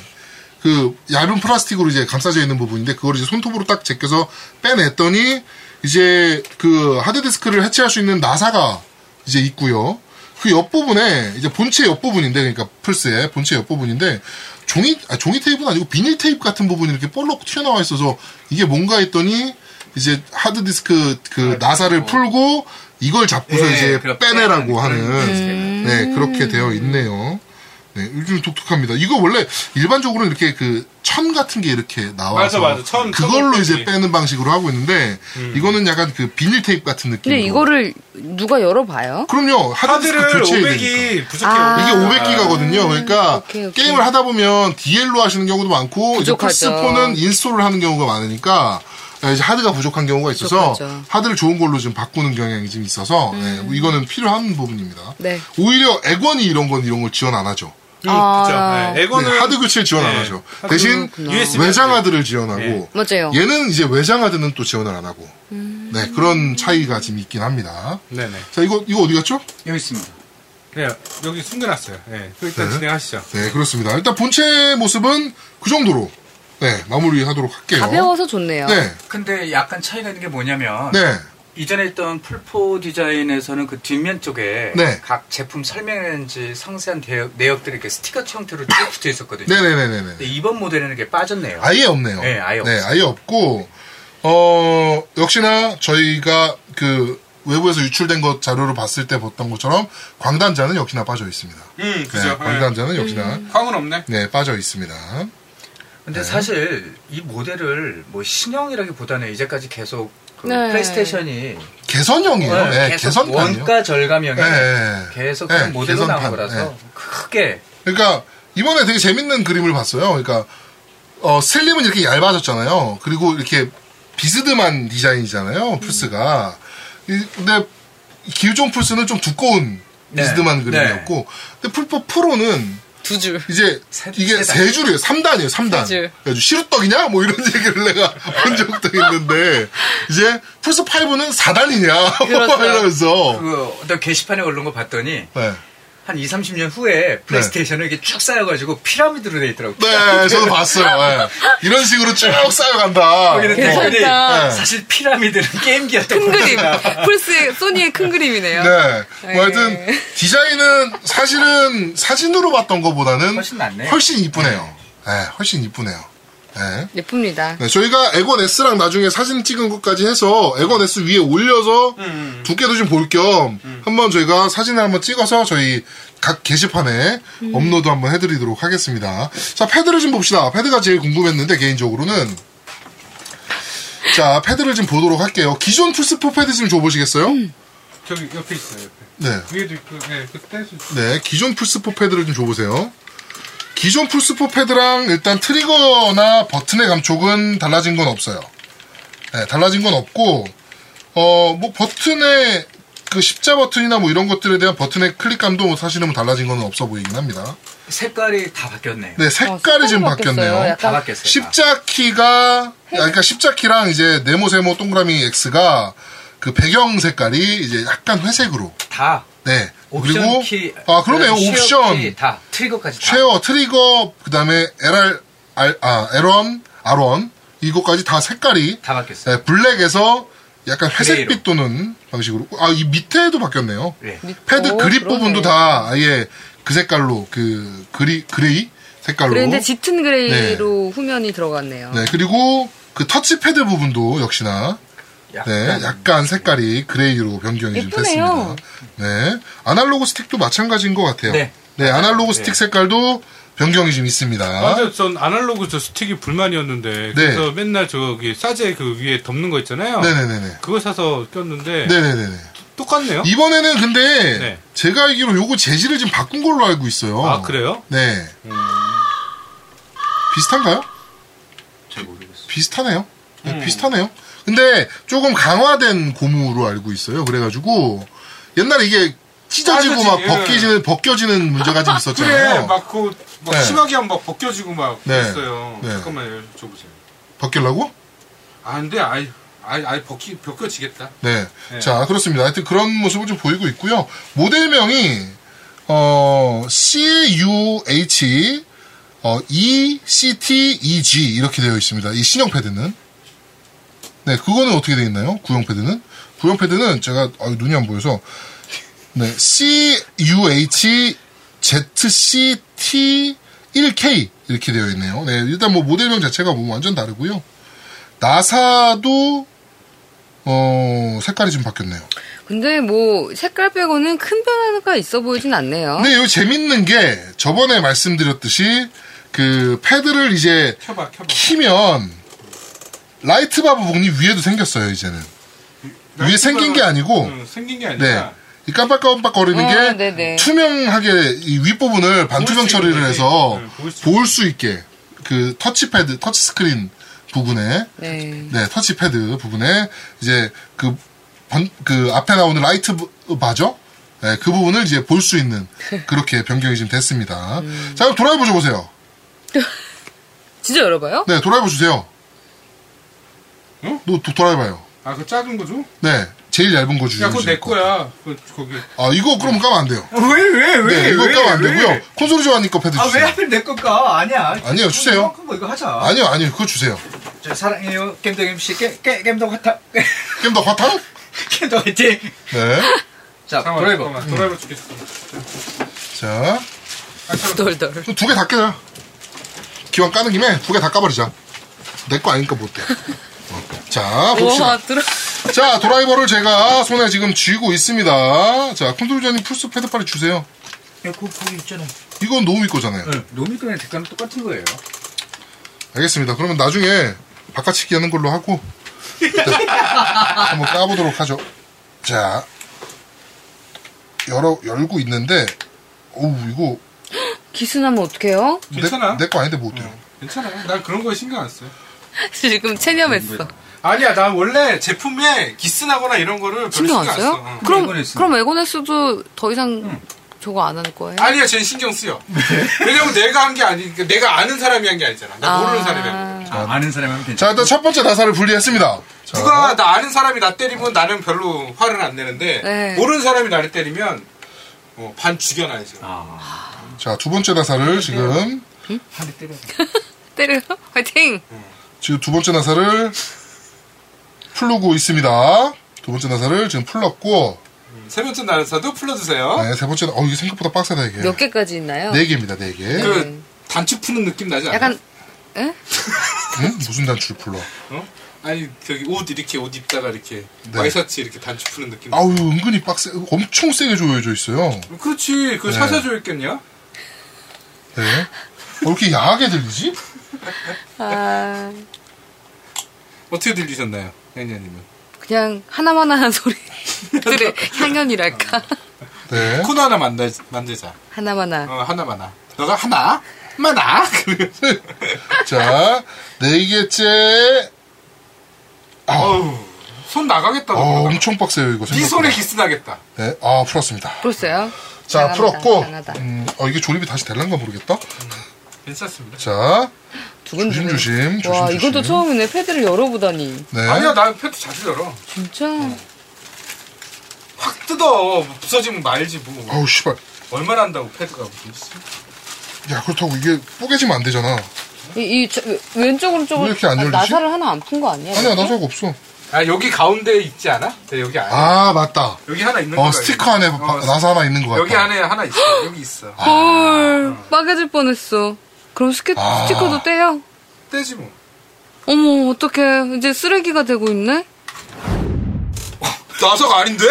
Speaker 1: 그 얇은 플라스틱으로 이제 감싸져 있는 부분인데 그걸 이제 손톱으로 딱 제껴서 빼냈더니 이제 그 하드디스크를 해체할 수 있는 나사가 이제 있고요. 그 옆부분에 이제 본체 옆부분인데 그러니까 플스의 본체 옆부분인데 종이 아, 종이 테이프는 아니고 비닐 테이프 같은 부분이 이렇게 볼록 튀어나와 있어서 이게 뭔가 했더니 이제 하드디스크 그 나사를 풀고 이걸 잡고서
Speaker 4: 아, 그렇죠. 예,
Speaker 1: 이제
Speaker 4: 그렇게
Speaker 1: 빼내라고 하는
Speaker 4: 하는 그런
Speaker 3: 음.
Speaker 1: 네 그렇게 되어 있네요. 네, 요즘 독특합니다. 이거 원래 일반적으로 이렇게 그 천 같은 게 이렇게 나와서
Speaker 3: 맞아, 맞아. 천, 음.
Speaker 1: 그걸로
Speaker 3: 천으로
Speaker 1: 이제
Speaker 3: 빼지.
Speaker 1: 빼는 방식으로 하고 있는데 이거는 약간 그 비닐 테이프 같은 느낌.
Speaker 2: 근데 이거를 누가 열어봐요?
Speaker 1: 그럼요 하드디스크
Speaker 3: 하드를
Speaker 1: 교체해야 되니까.
Speaker 3: 500이 부족해요.
Speaker 2: 아. 음,
Speaker 1: 이게 500기가거든요. 그러니까
Speaker 2: 오케이, 오케이.
Speaker 1: 게임을 하다 보면 DL로 하시는 경우도 많고 이제
Speaker 2: 부족하죠.
Speaker 1: 플스4는 인스톨을 하는 경우가 많으니까 네, 이제 하드가 부족한 경우가 있어서
Speaker 2: 부족하죠. 음.
Speaker 1: 하드를 좋은 걸로 좀 바꾸는 경향이 좀 있어서 네, 이거는 필요한 부분입니다.
Speaker 2: 네.
Speaker 1: 오히려 액원이 이런 건 이런 걸 지원 안 하죠.
Speaker 3: 음,
Speaker 2: 아.
Speaker 3: 그렇죠. 네,
Speaker 1: 네,
Speaker 3: 에고는
Speaker 1: 하드 교체를 지원 안
Speaker 3: 네.
Speaker 1: 하죠. 대신
Speaker 2: 그렇구나.
Speaker 3: USB
Speaker 1: 외장 하드를 지원하고
Speaker 3: 네.
Speaker 2: 맞아요.
Speaker 1: 얘는 이제 외장 하드는 또 지원을 안 하고 네 그런 차이가 지금 있긴 합니다.
Speaker 3: 네네.
Speaker 1: 자 이거 이거 어디 갔죠?
Speaker 4: 여기 있습니다.
Speaker 3: 네, 여기 숨겨놨어요. 네, 그 일단
Speaker 1: 네.
Speaker 3: 진행하시죠.
Speaker 1: 네, 그렇습니다. 일단 본체 모습은 그 정도로 네, 마무리하도록 할게요.
Speaker 2: 가벼워서 좋네요.
Speaker 1: 네.
Speaker 4: 근데 약간 차이가 있는 게 뭐냐면
Speaker 1: 네.
Speaker 4: 이전에 있던 풀포 디자인에서는 그 뒷면 쪽에
Speaker 1: 네.
Speaker 4: 각 제품 설명인지 상세한 대역- 내역들이 이렇게 스티커 형태로 쭉 붙어 있었거든요.
Speaker 1: 네, 네, 네, 네,
Speaker 4: 근데
Speaker 1: 네.
Speaker 4: 이번 모델에는 이게 빠졌네요.
Speaker 1: 아예 없네요.
Speaker 4: 네, 아예 없어요.
Speaker 1: 아예 없고 어, 역시나 저희가 그 외부에서 유출된 것 자료를 봤을 때 봤던 것처럼 광단자는 역시나 빠져 있습니다.
Speaker 3: 음, 그죠.
Speaker 1: 네, 광단자는 역시나
Speaker 3: 광은 없네.
Speaker 1: 네, 빠져 있습니다. 네.
Speaker 4: 근데 사실 이 모델을 뭐 신형이라기보다는 이제까지 계속 그
Speaker 2: 네.
Speaker 4: 플레이스테이션이
Speaker 1: 개선형이에요. 네,
Speaker 4: 계속
Speaker 1: 개선판이요.
Speaker 4: 원가 절감형이
Speaker 1: 네, 네, 네.
Speaker 4: 계속
Speaker 1: 네,
Speaker 4: 그런 모델로 나온
Speaker 1: 개선판,
Speaker 4: 거라서
Speaker 1: 네.
Speaker 4: 크게
Speaker 1: 그러니까 이번에 되게 재밌는 그림을 봤어요. 그러니까 어, 슬림은 이렇게 얇아졌잖아요. 그리고 이렇게 비스듬한 디자인이잖아요. 풀스가. 이- 근데 기우종 풀스는 좀 두꺼운
Speaker 4: 네.
Speaker 1: 비스듬한
Speaker 4: 네.
Speaker 1: 그림이었고, 근데 풀포 프로는
Speaker 2: 두 줄.
Speaker 1: 이제
Speaker 4: 세-
Speaker 1: 이게
Speaker 4: 세 단.
Speaker 1: 세 줄이에요. 3단이에요. 3단.
Speaker 2: 세 줄.
Speaker 1: 그래가지고 시루떡이냐? 뭐 이런 얘기를 내가 한 적도 있는데 이제 플스 5는 4단이냐?
Speaker 4: 그렇죠.
Speaker 1: 이러면서
Speaker 4: 그 어떤 게시판에 올른 거 봤더니
Speaker 1: 네.
Speaker 4: 한 2, 30년 후에 플레이스테이션을 이렇게 쭉 쌓여가지고 피라미드로 돼 있더라고.
Speaker 1: 네, 저도 봤어요. 예. 이런 식으로 쭉 쌓여간다.
Speaker 4: 거기는
Speaker 1: 어.
Speaker 4: 댓글이
Speaker 2: 괜찮다.
Speaker 1: 네.
Speaker 4: 사실 피라미드는 게임기였던
Speaker 2: 큰
Speaker 4: 거
Speaker 2: 그림. 플스의, 소니의 큰 그림이네요.
Speaker 1: 네. 뭐 하여튼
Speaker 2: 네.
Speaker 1: 디자인은 사실은 사진으로 봤던 것보다는
Speaker 4: 훨씬 낫네.
Speaker 1: 훨씬 이쁘네요. 네, 훨씬 이쁘네요. 네.
Speaker 2: 예쁩니다.
Speaker 1: 네, 저희가 에건 S랑 나중에 사진 찍은 것까지 해서 에건 S 위에 올려서 두께도 좀 볼 겸 한번 저희가 사진을 한번 찍어서 저희 각 게시판에 업로드 한번 해드리도록 하겠습니다. 자, 패드를 좀 봅시다. 패드가 제일 궁금했는데 개인적으로는 자, 패드를 좀 보도록 할게요. 기존 플스4 패드 좀 줘보시겠어요?
Speaker 3: 저기 옆에 있어요. 옆에.
Speaker 1: 네.
Speaker 3: 위에도 있고, 네, 그때 수-
Speaker 1: 네, 기존 플스4 패드를 좀 줘보세요. 기존 플스4 패드랑 일단 트리거나 버튼의 감촉은 달라진 건 없어요. 네, 달라진 건 없고, 어, 뭐, 버튼의, 그 십자 버튼이나 뭐 이런 것들에 대한 버튼의 클릭감도 사실은 뭐 달라진 건 없어 보이긴 합니다.
Speaker 4: 색깔이 다 바뀌었네요.
Speaker 1: 네,
Speaker 2: 어,
Speaker 1: 색깔이 좀 바뀌었네요.
Speaker 4: 다
Speaker 2: 약간
Speaker 4: 바뀌었어요. 다.
Speaker 1: 십자 키가, 그러니까 십자 키랑 이제 네모, 세모, 동그라미 X가 그 배경 색깔이 이제 약간 회색으로.
Speaker 4: 다.
Speaker 1: 네.
Speaker 4: 옵션
Speaker 1: 그리고,
Speaker 4: 키.
Speaker 1: 아, 그러네요.
Speaker 4: 쉐어
Speaker 1: 옵션.
Speaker 4: 키 다. 트리거까지 다.
Speaker 1: 쉐어, 트리거, 그 다음에 LR, R, 아, L원, R원, 이거까지 다 색깔이
Speaker 4: 다 바뀌었어요.
Speaker 1: 네, 블랙에서 약간 회색빛
Speaker 4: 그레이로.
Speaker 1: 도는 방식으로. 아, 이 밑에도 바뀌었네요.
Speaker 4: 예.
Speaker 1: 패드
Speaker 2: 오,
Speaker 1: 그립
Speaker 2: 그러네.
Speaker 1: 부분도 다 아예 그 색깔로, 그, 그리, 그레이 색깔로.
Speaker 2: 그런데 짙은 그레이로 후면이 들어갔네요.
Speaker 1: 네, 그리고 그 터치패드 부분도 역시나
Speaker 4: 약간
Speaker 1: 네, 약간 색깔이 그레이로 변경이 좀 됐습니다.
Speaker 2: 예쁘네요.
Speaker 1: 네, 아날로그 스틱도 마찬가지인 것 같아요.
Speaker 4: 네.
Speaker 1: 아날로그 스틱 색깔도 변경이 좀 있습니다.
Speaker 3: 맞아요. 네. 전 아날로그 저 스틱이 불만이었는데 그래서 맨날 저기 싸제 그 위에 덮는 거 있잖아요.
Speaker 1: 네네네네.
Speaker 3: 그거 사서 꼈는데
Speaker 1: 네네네네.
Speaker 3: 똑같네요.
Speaker 1: 이번에는 근데
Speaker 3: 어? 네.
Speaker 1: 제가 알기로 요거 재질을 좀 바꾼 걸로 알고 있어요.
Speaker 3: 아 그래요?
Speaker 1: 네. 비슷한가요?
Speaker 4: 잘 모르겠어요.
Speaker 1: 비슷하네요. 네, 비슷하네요. 근데 조금 강화된 고무로 알고 있어요. 그래가지고 옛날에 이게 찢어지고
Speaker 7: 아,
Speaker 1: 막
Speaker 7: 그치.
Speaker 1: 벗겨지는 벗겨지는 문제가 좀
Speaker 7: 그래
Speaker 3: 어.
Speaker 1: 있었잖아요.
Speaker 7: 네, 막그 막
Speaker 1: 네.
Speaker 7: 심하게 하면 막 벗겨지고 막
Speaker 1: 네.
Speaker 7: 그랬어요.
Speaker 1: 네.
Speaker 7: 잠깐만요, 줘보세요.
Speaker 1: 벗기려고?
Speaker 7: 안돼, 아이, 아이, 아이 벗기 벗겨지겠다.
Speaker 1: 네. 자, 그렇습니다. 하여튼 그런 모습을 좀 보이고 있고요. 모델명이, 어, CUH, 어, ECTEG E 이렇게 되어 있습니다. 이 신형 패드는. 네, 그거는 어떻게 되어 있나요? 구형 패드는? 구형 패드는 제가, 아 눈이 안 보여서. 네, CUH, ZCT, 1K 이렇게 되어 있네요. 네, 일단 뭐 모델명 자체가 뭐 완전 다르고요. 나사도 어, 색깔이 좀 바뀌었네요.
Speaker 2: 근데 뭐 색깔 빼고는 큰 변화가 있어 보이진 않네요.
Speaker 1: 근데 요 재밌는 게 저번에 말씀드렸듯이 그 패드를 이제
Speaker 7: 켜봐, 켜봐.
Speaker 1: 키면 라이트 바 부분이 위에도 생겼어요, 이제는. 위에 생긴 게 아니고
Speaker 7: 응, 생긴 게
Speaker 1: 네.
Speaker 7: 아니라.
Speaker 1: 이 깜빡깜빡거리는
Speaker 2: 어,
Speaker 1: 게
Speaker 2: 네네.
Speaker 1: 투명하게 이 윗부분을 반투명
Speaker 7: 수
Speaker 1: 처리를
Speaker 7: 있게.
Speaker 1: 해서
Speaker 7: 네, 보일 수
Speaker 1: 볼 수 있게 그 터치패드, 터치스크린 부분에
Speaker 2: 네.
Speaker 1: 네, 터치패드 부분에 이제 그, 번- 그 앞에 나오는 라이트 부- 바죠? 네, 그 부분을 이제 볼 수 있는 그렇게 변경이 지금 됐습니다. 자, 그럼 드라이브 줘보세요.
Speaker 2: 진짜 열어봐요?
Speaker 1: 네, 드라이브 주세요.
Speaker 7: 응?
Speaker 1: 너 도- 드라이브요.
Speaker 7: 아, 그 작은 거죠?
Speaker 3: 음,
Speaker 1: 네, 제일 얇은 거 주세요.
Speaker 7: 야, 그거 내 거야. 그 거기.
Speaker 1: 아, 이거 그럼 까면 안 돼요.
Speaker 4: 왜, 왜, 왜?
Speaker 1: 네, 이거
Speaker 4: 왜,
Speaker 1: 까면 안
Speaker 4: 왜?
Speaker 1: 되고요. 콘솔이 좋아하니까 패드
Speaker 4: 아, 왜
Speaker 1: 주세요.
Speaker 4: 하필 내 건가? 아니야.
Speaker 1: 아니에요, 주세요.
Speaker 4: 이만큼 뭐 이거 하자.
Speaker 1: 아니요, 아니요, 그거 주세요.
Speaker 4: 저 사랑해요. 겜덕 MC. 깨, 깨, 겜덕 화타.
Speaker 1: 게임 더 화탕?
Speaker 4: 겜덕 화이팅.
Speaker 1: 네.
Speaker 4: 자,
Speaker 7: 잠깐만,
Speaker 4: 드라이버.
Speaker 3: 음.
Speaker 7: 잠깐만, 드라이버 주겠어.
Speaker 1: 자,
Speaker 2: 덜덜.
Speaker 1: 두 개 다 깨자. 기왕 까는 김에 두 개 다 까버리자. 내 거 아니니까 못돼. 자, 봅시다.
Speaker 2: 와, 들어.
Speaker 1: 자, 드라이버를 제가 손에 지금 쥐고 있습니다. 자, 콘솔자님 풀스 패드 빨리 주세요.
Speaker 4: 야, 그거 거기 있잖아.
Speaker 1: 이건 노우미 거잖아요.
Speaker 3: 네.
Speaker 4: 노미크랑 대가는 똑같은 거예요.
Speaker 1: 알겠습니다. 그러면 나중에 바깥치기 하는 걸로 하고 그때 한번 까보도록 하죠. 자, 열어 열고 있는데, 어우 이거
Speaker 2: 기스나면 어떡해요?
Speaker 3: 괜찮아. 음.
Speaker 1: 내 거 아닌데 뭐 어때요?
Speaker 3: 괜찮아. 난 그런 거에 신경 안 써.
Speaker 2: 지금
Speaker 1: 음,
Speaker 2: 체념했어.
Speaker 1: 네.
Speaker 3: 아니야, 난 원래 제품에 기스나거나 이런 거를 별로
Speaker 2: 신경
Speaker 3: 신경
Speaker 2: 안
Speaker 3: 안
Speaker 2: 써요?
Speaker 3: 써. 어.
Speaker 2: 그럼
Speaker 4: 에고네스.
Speaker 2: 그럼 에고네스도 더 이상
Speaker 1: 음.
Speaker 2: 저거 안 할 거예요?
Speaker 3: 아니야, 쟤는 신경 쓰여. 왜냐면 내가 한 게 아니니까 그러니까 내가 아는 사람이 한 게 아니잖아. 나 모르는 사람이 한 거야.
Speaker 4: 아, 아는 사람이면 괜찮아.
Speaker 1: 자, 일단 첫 번째 나사를 분리했습니다. 자,
Speaker 3: 누가 나 아는 사람이 나 때리면 나는 별로 화를 안 내는데
Speaker 2: 네.
Speaker 3: 모르는 사람이 나를 때리면 어, 반 죽여놔야지.
Speaker 1: 아.
Speaker 4: 아,
Speaker 1: 자, 두 번째 나사를 지금,
Speaker 2: 때려요? 화이팅!
Speaker 1: 네. 지금 두 번째 나사를 풀고 있습니다. 두 번째 나사를 지금 풀렀고,
Speaker 3: 세 번째 날에서도 풀러주세요.
Speaker 1: 네, 세 번째, 나- 어, 이게 생각보다 빡세다, 이게.
Speaker 2: 몇 개까지 있나요?
Speaker 1: 네 개입니다, 네 개.
Speaker 3: 그 단추 푸는 느낌 나지 않아?
Speaker 2: 약간
Speaker 1: 응? 무슨 단추를 풀러?
Speaker 3: 아니 저기 옷 이렇게 옷 입다가 이렇게
Speaker 1: 네.
Speaker 3: 와이셔츠 이렇게 단추 푸는 느낌.
Speaker 1: 아우, 은근히 빡세, 엄청 세게 조여져 있어요.
Speaker 3: 그렇지. 그거 샤샤조 했겠냐?
Speaker 1: 네. 왜 이렇게 야하게 들리지?
Speaker 2: 아,
Speaker 3: 어떻게 들리셨나요, 양양님은?
Speaker 2: 그냥 하나만한 소리들의 향연이랄까
Speaker 1: 네.
Speaker 3: 코너 하나 만들 만들자.
Speaker 2: 하나만한.
Speaker 3: 어 하나 많아. 너가 하나 많아.
Speaker 2: 그
Speaker 1: 자, 네 개째.
Speaker 3: 어우 손 나가겠다.
Speaker 1: 어,
Speaker 3: 너.
Speaker 1: 엄청 빡세요, 이거.
Speaker 3: 네
Speaker 1: 생각보다.
Speaker 3: 손에 기스 나겠다.
Speaker 1: 네, 아, 풀었습니다.
Speaker 2: 풀었어요?
Speaker 1: 자,
Speaker 2: 강하다,
Speaker 1: 풀었고.
Speaker 2: 강하다.
Speaker 1: 음, 어, 이게 조립이 다시 될란가 모르겠다.
Speaker 3: 괜찮습니다.
Speaker 1: 네? 자,
Speaker 2: 두근두근.
Speaker 1: 조심조심,
Speaker 2: 음, 와,
Speaker 1: 조심조심.
Speaker 2: 이것도 처음이네. 패드를 열어보다니.
Speaker 1: 네.
Speaker 3: 아니야 나 패드 자주 열어.
Speaker 2: 진짜?
Speaker 3: 확 뜯어 부서지면 말지 뭐.
Speaker 1: 아우, 씨발.
Speaker 3: 얼마나 한다고 패드가 무슨. 씨.
Speaker 1: 야, 그렇다고 이게 뽀개지면 안 되잖아.
Speaker 3: 어,
Speaker 2: 이, 이 저- 왼쪽으로 쪽으로
Speaker 1: 왜 이렇게 안
Speaker 2: 아,
Speaker 1: 열리지?
Speaker 2: 나사를 하나 안 푼 거 아니야?
Speaker 1: 아니야, 나사가 없어.
Speaker 3: 아 여기 가운데 있지 않아? 네, 여기 안에.
Speaker 1: 아, 맞다.
Speaker 3: 여기 하나 있는
Speaker 1: 어,
Speaker 3: 거야.
Speaker 1: 스티커 안에 바- 나사 하나 있는 것 같다.
Speaker 3: 그러니까 여기 안에 하나 있어. 여기 있어.
Speaker 2: 헐, 빠개질 뻔했어. 그럼 스케,
Speaker 1: 아.
Speaker 2: 스티커도 떼요?
Speaker 3: 떼지 뭐.
Speaker 2: 어머, 어떡해. 이제 쓰레기가 되고 있네?
Speaker 3: 나사가 아닌데?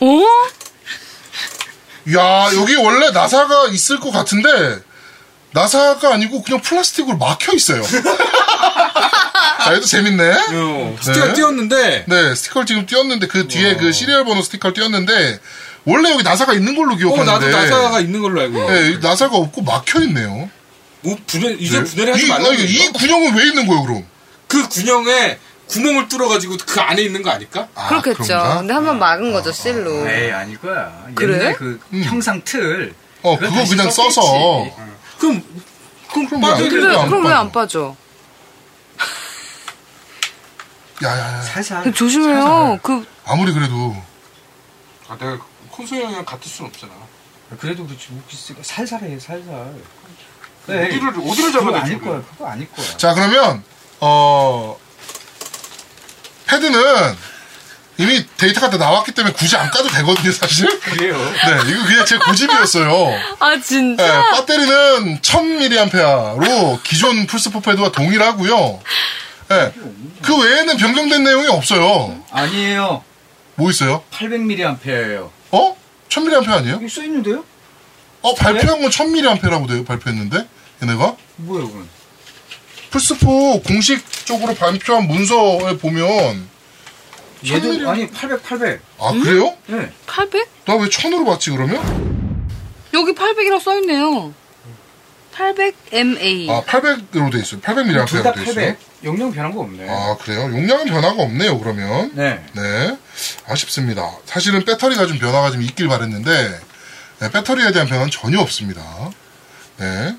Speaker 2: 어?
Speaker 1: 야, 여기 원래 나사가 있을 것 같은데, 나사가 아니고 그냥 플라스틱으로 막혀 있어요. 자, 얘도 재밌네.
Speaker 3: 어, 스티커
Speaker 1: 네.
Speaker 3: 띄웠는데
Speaker 1: 네, 스티커를 지금 띄웠는데 그 뒤에
Speaker 3: 어.
Speaker 1: 그 시리얼 번호 스티커를 띄웠는데 원래 여기 나사가 있는 걸로
Speaker 3: 어
Speaker 1: 기억하는데.
Speaker 3: 나도 나사가 있는 걸로 알고 있어.
Speaker 1: 네, 나사가 없고 말려 있네요.
Speaker 3: 뭐 분열 이제 분열하지
Speaker 1: 네. 이,
Speaker 3: 말라.
Speaker 1: 아니, 이 뭐. 군형은 왜 있는 거예요, 그럼?
Speaker 3: 그 군형에 구멍을 뚫어가지고 그 안에 있는 거 아닐까?
Speaker 1: 아,
Speaker 2: 그렇겠죠.
Speaker 1: 그런가?
Speaker 2: 근데 한 번 막은 거죠, 실로.
Speaker 4: 에이 네, 아닐 거야.
Speaker 2: 그래?
Speaker 4: 옛날 그
Speaker 3: 음.
Speaker 4: 형상 틀.
Speaker 1: 어, 그거
Speaker 4: 다시 어.
Speaker 1: 그냥 써서.
Speaker 4: 썼겠지.
Speaker 3: 그럼 그럼
Speaker 1: 그럼
Speaker 3: 빠져
Speaker 1: 왜
Speaker 2: 근데
Speaker 1: 안
Speaker 2: 그럼 왜
Speaker 1: 빠져?
Speaker 2: 안 빠져?
Speaker 1: 야, 야, 야.
Speaker 4: 살살.
Speaker 2: 근데 조심해요. 그,
Speaker 1: 아무리 그래도
Speaker 3: 아, 내가 콘솔 형이랑 같을 순 없잖아.
Speaker 4: 살살. 그래도 그렇지. 뭐 기스- 살살해 살살.
Speaker 3: 어디를 어디를
Speaker 4: 그거
Speaker 3: 잡아야 되지?
Speaker 4: 아닐 거야. 그거 아닐 거야.
Speaker 1: 자, 그러면 어 패드는 이미 데이터가 다 나왔기 때문에 굳이 안 까도 되거든요, 사실.
Speaker 3: 그래요.
Speaker 1: 네, 이거 그냥 제 고집이었어요.
Speaker 2: 아,
Speaker 1: 네,
Speaker 2: 진짜?
Speaker 1: 배터리는 1000mAh로 기존 플스4 패드와 동일하고요. 네, 그 외에는 변경된 내용이 없어요.
Speaker 4: 아니에요.
Speaker 1: 뭐 있어요?
Speaker 4: 800mAh예요.
Speaker 1: 어? 1000mAh 아니에요?
Speaker 4: 여기 써 있는데요?
Speaker 1: 어, 발표한 건 1000mAh라고 돼요, 발표했는데? 얘네가?
Speaker 4: 뭐야 그건?
Speaker 1: 플스4 공식적으로 발표한 문서에 보면,
Speaker 4: 얘도
Speaker 1: 천밀이요?
Speaker 4: 아니 800 800.
Speaker 1: 아, 그래요?
Speaker 4: 예. 네.
Speaker 2: 800?
Speaker 1: 나 왜 1000으로 봤지, 그러면?
Speaker 2: 여기 800이라고 써있네요. 800MA.
Speaker 1: 아, 800으로 돼 있어요.
Speaker 3: 네,
Speaker 1: 800mAh로
Speaker 4: 둘다
Speaker 1: 돼 있어요.
Speaker 4: 800. 용량 변한 거 없네.
Speaker 1: 아, 그래요? 용량은 변화가 없네요, 그러면.
Speaker 4: 네.
Speaker 1: 네, 아쉽습니다. 사실은 배터리가 좀 변화가 좀 있길 바랬는데 네, 배터리에 대한 변화는 전혀 없습니다. 네.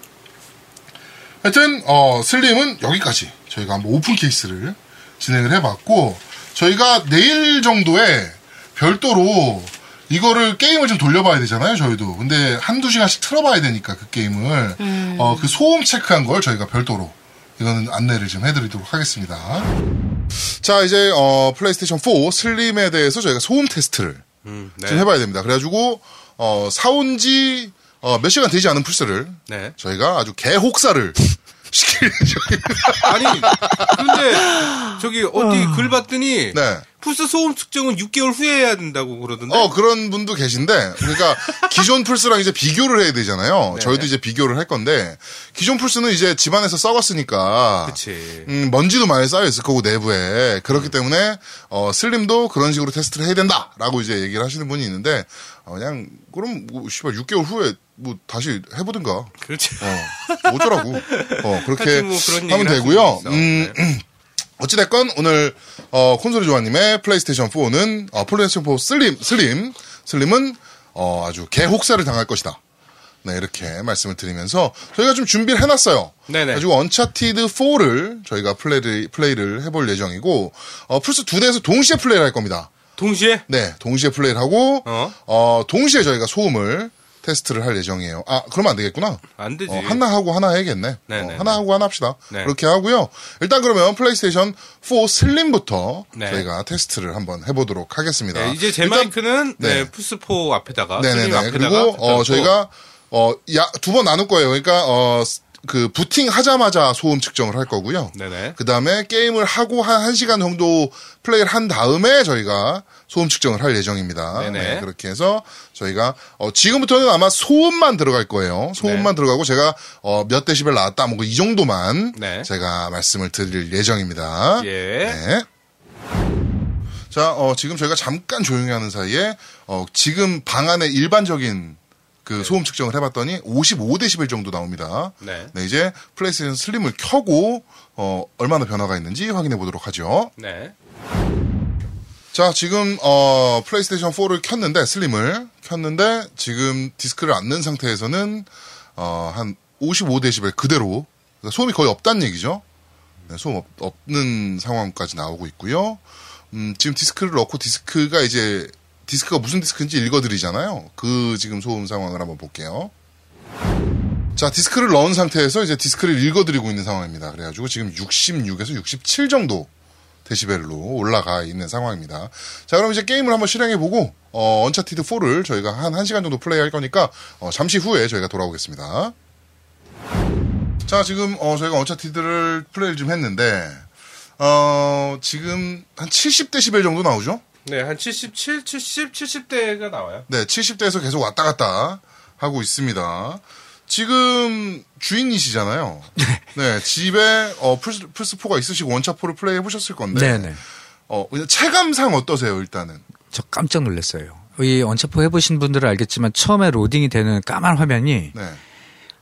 Speaker 1: 하여튼 어, 슬림은 여기까지 저희가 한번 오픈 케이스를 진행을 해봤고 저희가 내일 정도에 별도로 이거를 게임을 좀 돌려봐야 되잖아요, 저희도. 근데 한두 시간씩 틀어봐야 되니까 그 게임을 어, 그 소음 체크한 걸 저희가 별도로 이거는 안내를 좀 해드리도록 하겠습니다. 자 이제 어, 플레이스테이션 4 슬림에 대해서 저희가 소음 테스트를
Speaker 3: 네.
Speaker 1: 지금 해봐야 됩니다. 그래가지고 어, 사온지 어, 몇 시간 되지 않은 플스를
Speaker 8: 네.
Speaker 1: 저희가 아주 개혹사를 시킬 예정입니다.
Speaker 8: 아니 근데 저기 어디 글 봤더니
Speaker 1: 네.
Speaker 3: 플스 소음 측정은 6개월 후에 해야 된다고 그러던데.
Speaker 1: 어, 그런 분도 계신데, 그러니까 기존 플스랑 이제 비교를 해야 되잖아요.
Speaker 3: 네.
Speaker 1: 저희도 이제 비교를 할 건데, 기존 플스는 이제 집안에서 썩었으니까,
Speaker 3: 그치.
Speaker 1: 음, 먼지도 많이 쌓여있을 거고, 내부에.
Speaker 3: 음.
Speaker 1: 그렇기 때문에, 어, 슬림도 그런 식으로 테스트를 해야 된다! 라고 이제 얘기를 하시는 분이 있는데, 어, 그냥, 그럼, 뭐, 씨발, 6개월 후에, 뭐, 다시 해보든가.
Speaker 3: 그렇지.
Speaker 1: 어, 어쩌라고. 어, 그렇게
Speaker 3: 하여튼 뭐 그런
Speaker 1: 하면
Speaker 3: 얘기를 할 수는
Speaker 1: 되고요.
Speaker 3: 있어. 네.
Speaker 1: 음, 어찌됐건 오늘 어, 콘솔이 조아님의 플레이스테이션 4는 어, 플레이스테이션 4 슬림 슬림 슬림은 어, 아주 개혹사를 당할 것이다. 네 이렇게 말씀을 드리면서 저희가 좀 준비를 해놨어요.
Speaker 3: 네네.
Speaker 1: 가지고 언차티드 4를 저희가 플레이를, 플레이를 해볼 예정이고 어, 플스 두 대에서 동시에 플레이를 할 겁니다.
Speaker 3: 동시에?
Speaker 1: 네, 동시에 플레이를 하고
Speaker 3: 어?
Speaker 1: 어, 동시에 저희가 소음을 테스트를 할 예정이에요. 아, 그러면 안 되겠구나.
Speaker 3: 안 되지.
Speaker 1: 어, 하나 하고 하나 해야겠네.
Speaker 3: 네네네.
Speaker 1: 어, 하나 하고 하나 합시다.
Speaker 3: 네.
Speaker 1: 그렇게 하고요. 일단 그러면 플레이스테이션 4 슬림부터
Speaker 3: 네.
Speaker 1: 저희가 테스트를 한번 해보도록 하겠습니다.
Speaker 3: 네, 이제 제
Speaker 1: 일단-
Speaker 3: 마이크는 네.
Speaker 1: 네.
Speaker 3: 플스4 앞에다가
Speaker 1: 네네네.
Speaker 3: 스님 앞에다가
Speaker 1: 그리고
Speaker 3: 갖다
Speaker 1: 어,
Speaker 3: 놓고
Speaker 1: 저희가 어, 야, 두 번 나눌 거예요. 그러니까 어, 스- 그 부팅 하자마자 소음 측정을 할 거고요.
Speaker 3: 네네.
Speaker 1: 그 다음에 게임을 하고 한 1시간 정도 플레이를 한 다음에 저희가 소음 측정을 할 예정입니다.
Speaker 3: 네네.
Speaker 1: 네, 그렇게 해서 저희가, 어, 지금부터는 아마 소음만 들어갈 거예요.
Speaker 3: 네.
Speaker 1: 소음만 들어가고 제가, 어, 몇 데시벨 나왔다, 뭐, 이 정도만
Speaker 3: 네.
Speaker 1: 제가 말씀을 드릴 예정입니다.
Speaker 3: 예.
Speaker 1: 네. 자, 어, 지금 저희가 잠깐 조용히 하는 사이에, 어, 지금 방 안에 일반적인 그 소음 측정을 해봤더니 55데시벨 정도 나옵니다.
Speaker 3: 네.
Speaker 1: 이제 플레이스테이션 슬림을 켜고, 어, 얼마나 변화가 있는지 확인해 보도록 하죠.
Speaker 3: 네.
Speaker 1: 자, 지금, 어, 플레이스테이션 4를 켰는데, 슬림을 켰는데, 지금 디스크를 안 넣은 상태에서는, 어, 한 55데시벨 그대로, 그러니까 소음이 거의 없다는 얘기죠. 네, 소음 없, 는 상황까지 나오고 있고요. 음, 지금 디스크를 넣고 디스크가 이제, 디스크가 무슨 디스크인지 읽어드리잖아요. 그 지금 소음 상황을 한번 볼게요. 자, 디스크를 넣은 상태에서 이제 디스크를 읽어드리고 있는 상황입니다. 그래가지고 지금 66에서 67 정도 데시벨로 올라가 있는 상황입니다. 자, 그럼 이제 게임을 한번 실행해보고, 어, 언차티드 4를 저희가 한 1시간 정도 플레이할 거니까, 어, 잠시 후에 저희가 돌아오겠습니다. 자, 지금, 어, 저희가 언차티드를 플레이를 좀 했는데, 어, 지금 한 70데시벨 정도 나오죠?
Speaker 3: 네, 한 77, 70, 70대가 나와요.
Speaker 1: 네, 70대에서 계속 왔다 갔다 하고 있습니다. 지금 주인이시잖아요. 네, 집에 어, 플스, 플스4가 있으시고 원차포를 플레이해 보셨을 건데.
Speaker 9: 네네.
Speaker 1: 어, 그냥 체감상 어떠세요, 일단은?
Speaker 9: 저 깜짝 놀랐어요. 이 언체포 해보신 분들은 알겠지만 처음에 로딩이 되는 까만 화면이
Speaker 1: 네.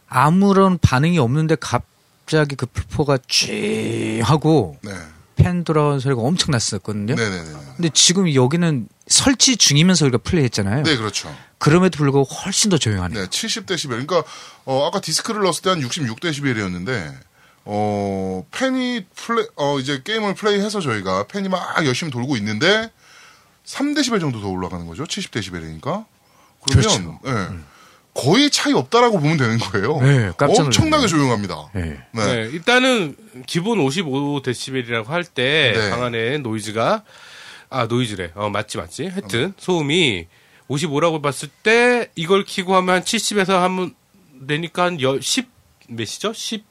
Speaker 9: 아무런 반응이 없는데 갑자기 그 풀포가 쥐 하고
Speaker 1: 네.
Speaker 9: 팬 돌아온 소리가 엄청 났었거든요.
Speaker 1: 네, 네, 네.
Speaker 9: 근데 지금 여기는 설치 중이면서 우리가 플레이했잖아요.
Speaker 1: 네, 그렇죠.
Speaker 9: 그럼에도 불구하고 훨씬 더 조용하네요.
Speaker 1: 네, 70데시벨. 그러니까 어, 아까 디스크를 넣었을 때 한 66데시벨이었는데 어, 팬이 플레 어, 이제 게임을 플레이해서 저희가 팬이 막 열심히 돌고 있는데 3데시벨 정도 더 올라가는 거죠. 70데시벨이니까. 그러면
Speaker 9: 그렇죠.
Speaker 1: 예. 거의 차이 없다라고 보면 되는 거예요.
Speaker 9: 네, 깜짝 놀랐네요.
Speaker 1: 엄청나게 조용합니다.
Speaker 9: 네.
Speaker 1: 네.
Speaker 3: 네. 일단은 기본 55데시벨이라고 할 때
Speaker 1: 네.
Speaker 3: 방 안에 노이즈가 아, 노이즈래. 어, 맞지 맞지. 하여튼 소음이 55라고 봤을 때 이걸 키고 하면 한 70에서 하면 되니까 한 10, 10 몇이죠? 10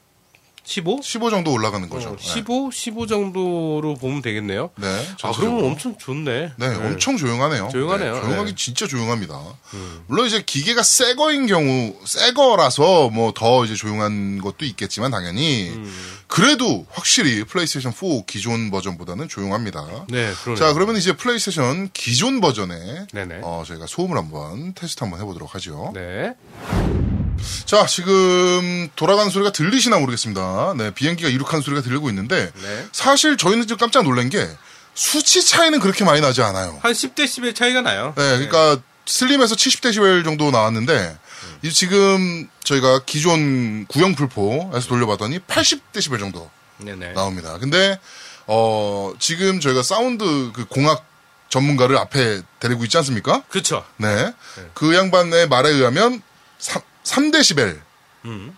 Speaker 3: 15?
Speaker 1: 15 정도 올라가는 거죠.
Speaker 3: 어, 15, 15 정도로 보면 되겠네요.
Speaker 1: 네. 네,
Speaker 3: 아,
Speaker 1: 전체적으로.
Speaker 3: 그러면 엄청 좋네.
Speaker 1: 네, 엄청 조용하네요.
Speaker 3: 조용하네요.
Speaker 1: 네, 조용하기
Speaker 3: 네. 음.
Speaker 1: 진짜 조용합니다. 물론 이제 기계가 새 거인 경우, 새 거라서 뭐 더 이제 조용한 것도 있겠지만 당연히
Speaker 3: 음.
Speaker 1: 그래도 확실히 플레이스테이션 4 기존 버전보다는 조용합니다.
Speaker 3: 네, 그러네요.
Speaker 1: 자, 그러면 이제 플레이스테이션 기존 버전에
Speaker 3: 네네.
Speaker 1: 어, 저희가 소음을 한번 테스트 한번 해보도록 하죠.
Speaker 3: 네.
Speaker 1: 자, 지금 돌아가는 소리가 들리시나 모르겠습니다. 네, 비행기가 이륙하는 소리가 들리고 있는데
Speaker 3: 네.
Speaker 1: 사실 저희는 지금 깜짝 놀란 게 수치 차이는 그렇게 많이 나지 않아요.
Speaker 3: 한 10데시벨 차이가 나요.
Speaker 1: 네, 그러니까 슬림에서 70데시벨 정도 나왔는데 이 지금 저희가 기존 구형 불포에서 돌려봤더니 80데시벨 정도
Speaker 3: 네네.
Speaker 1: 나옵니다. 근데 어 지금 저희가 사운드 그 공학 전문가를 앞에 데리고 있지 않습니까?
Speaker 3: 그쵸.
Speaker 1: 네. 그 양반의 말에 의하면 3, 데시벨 음.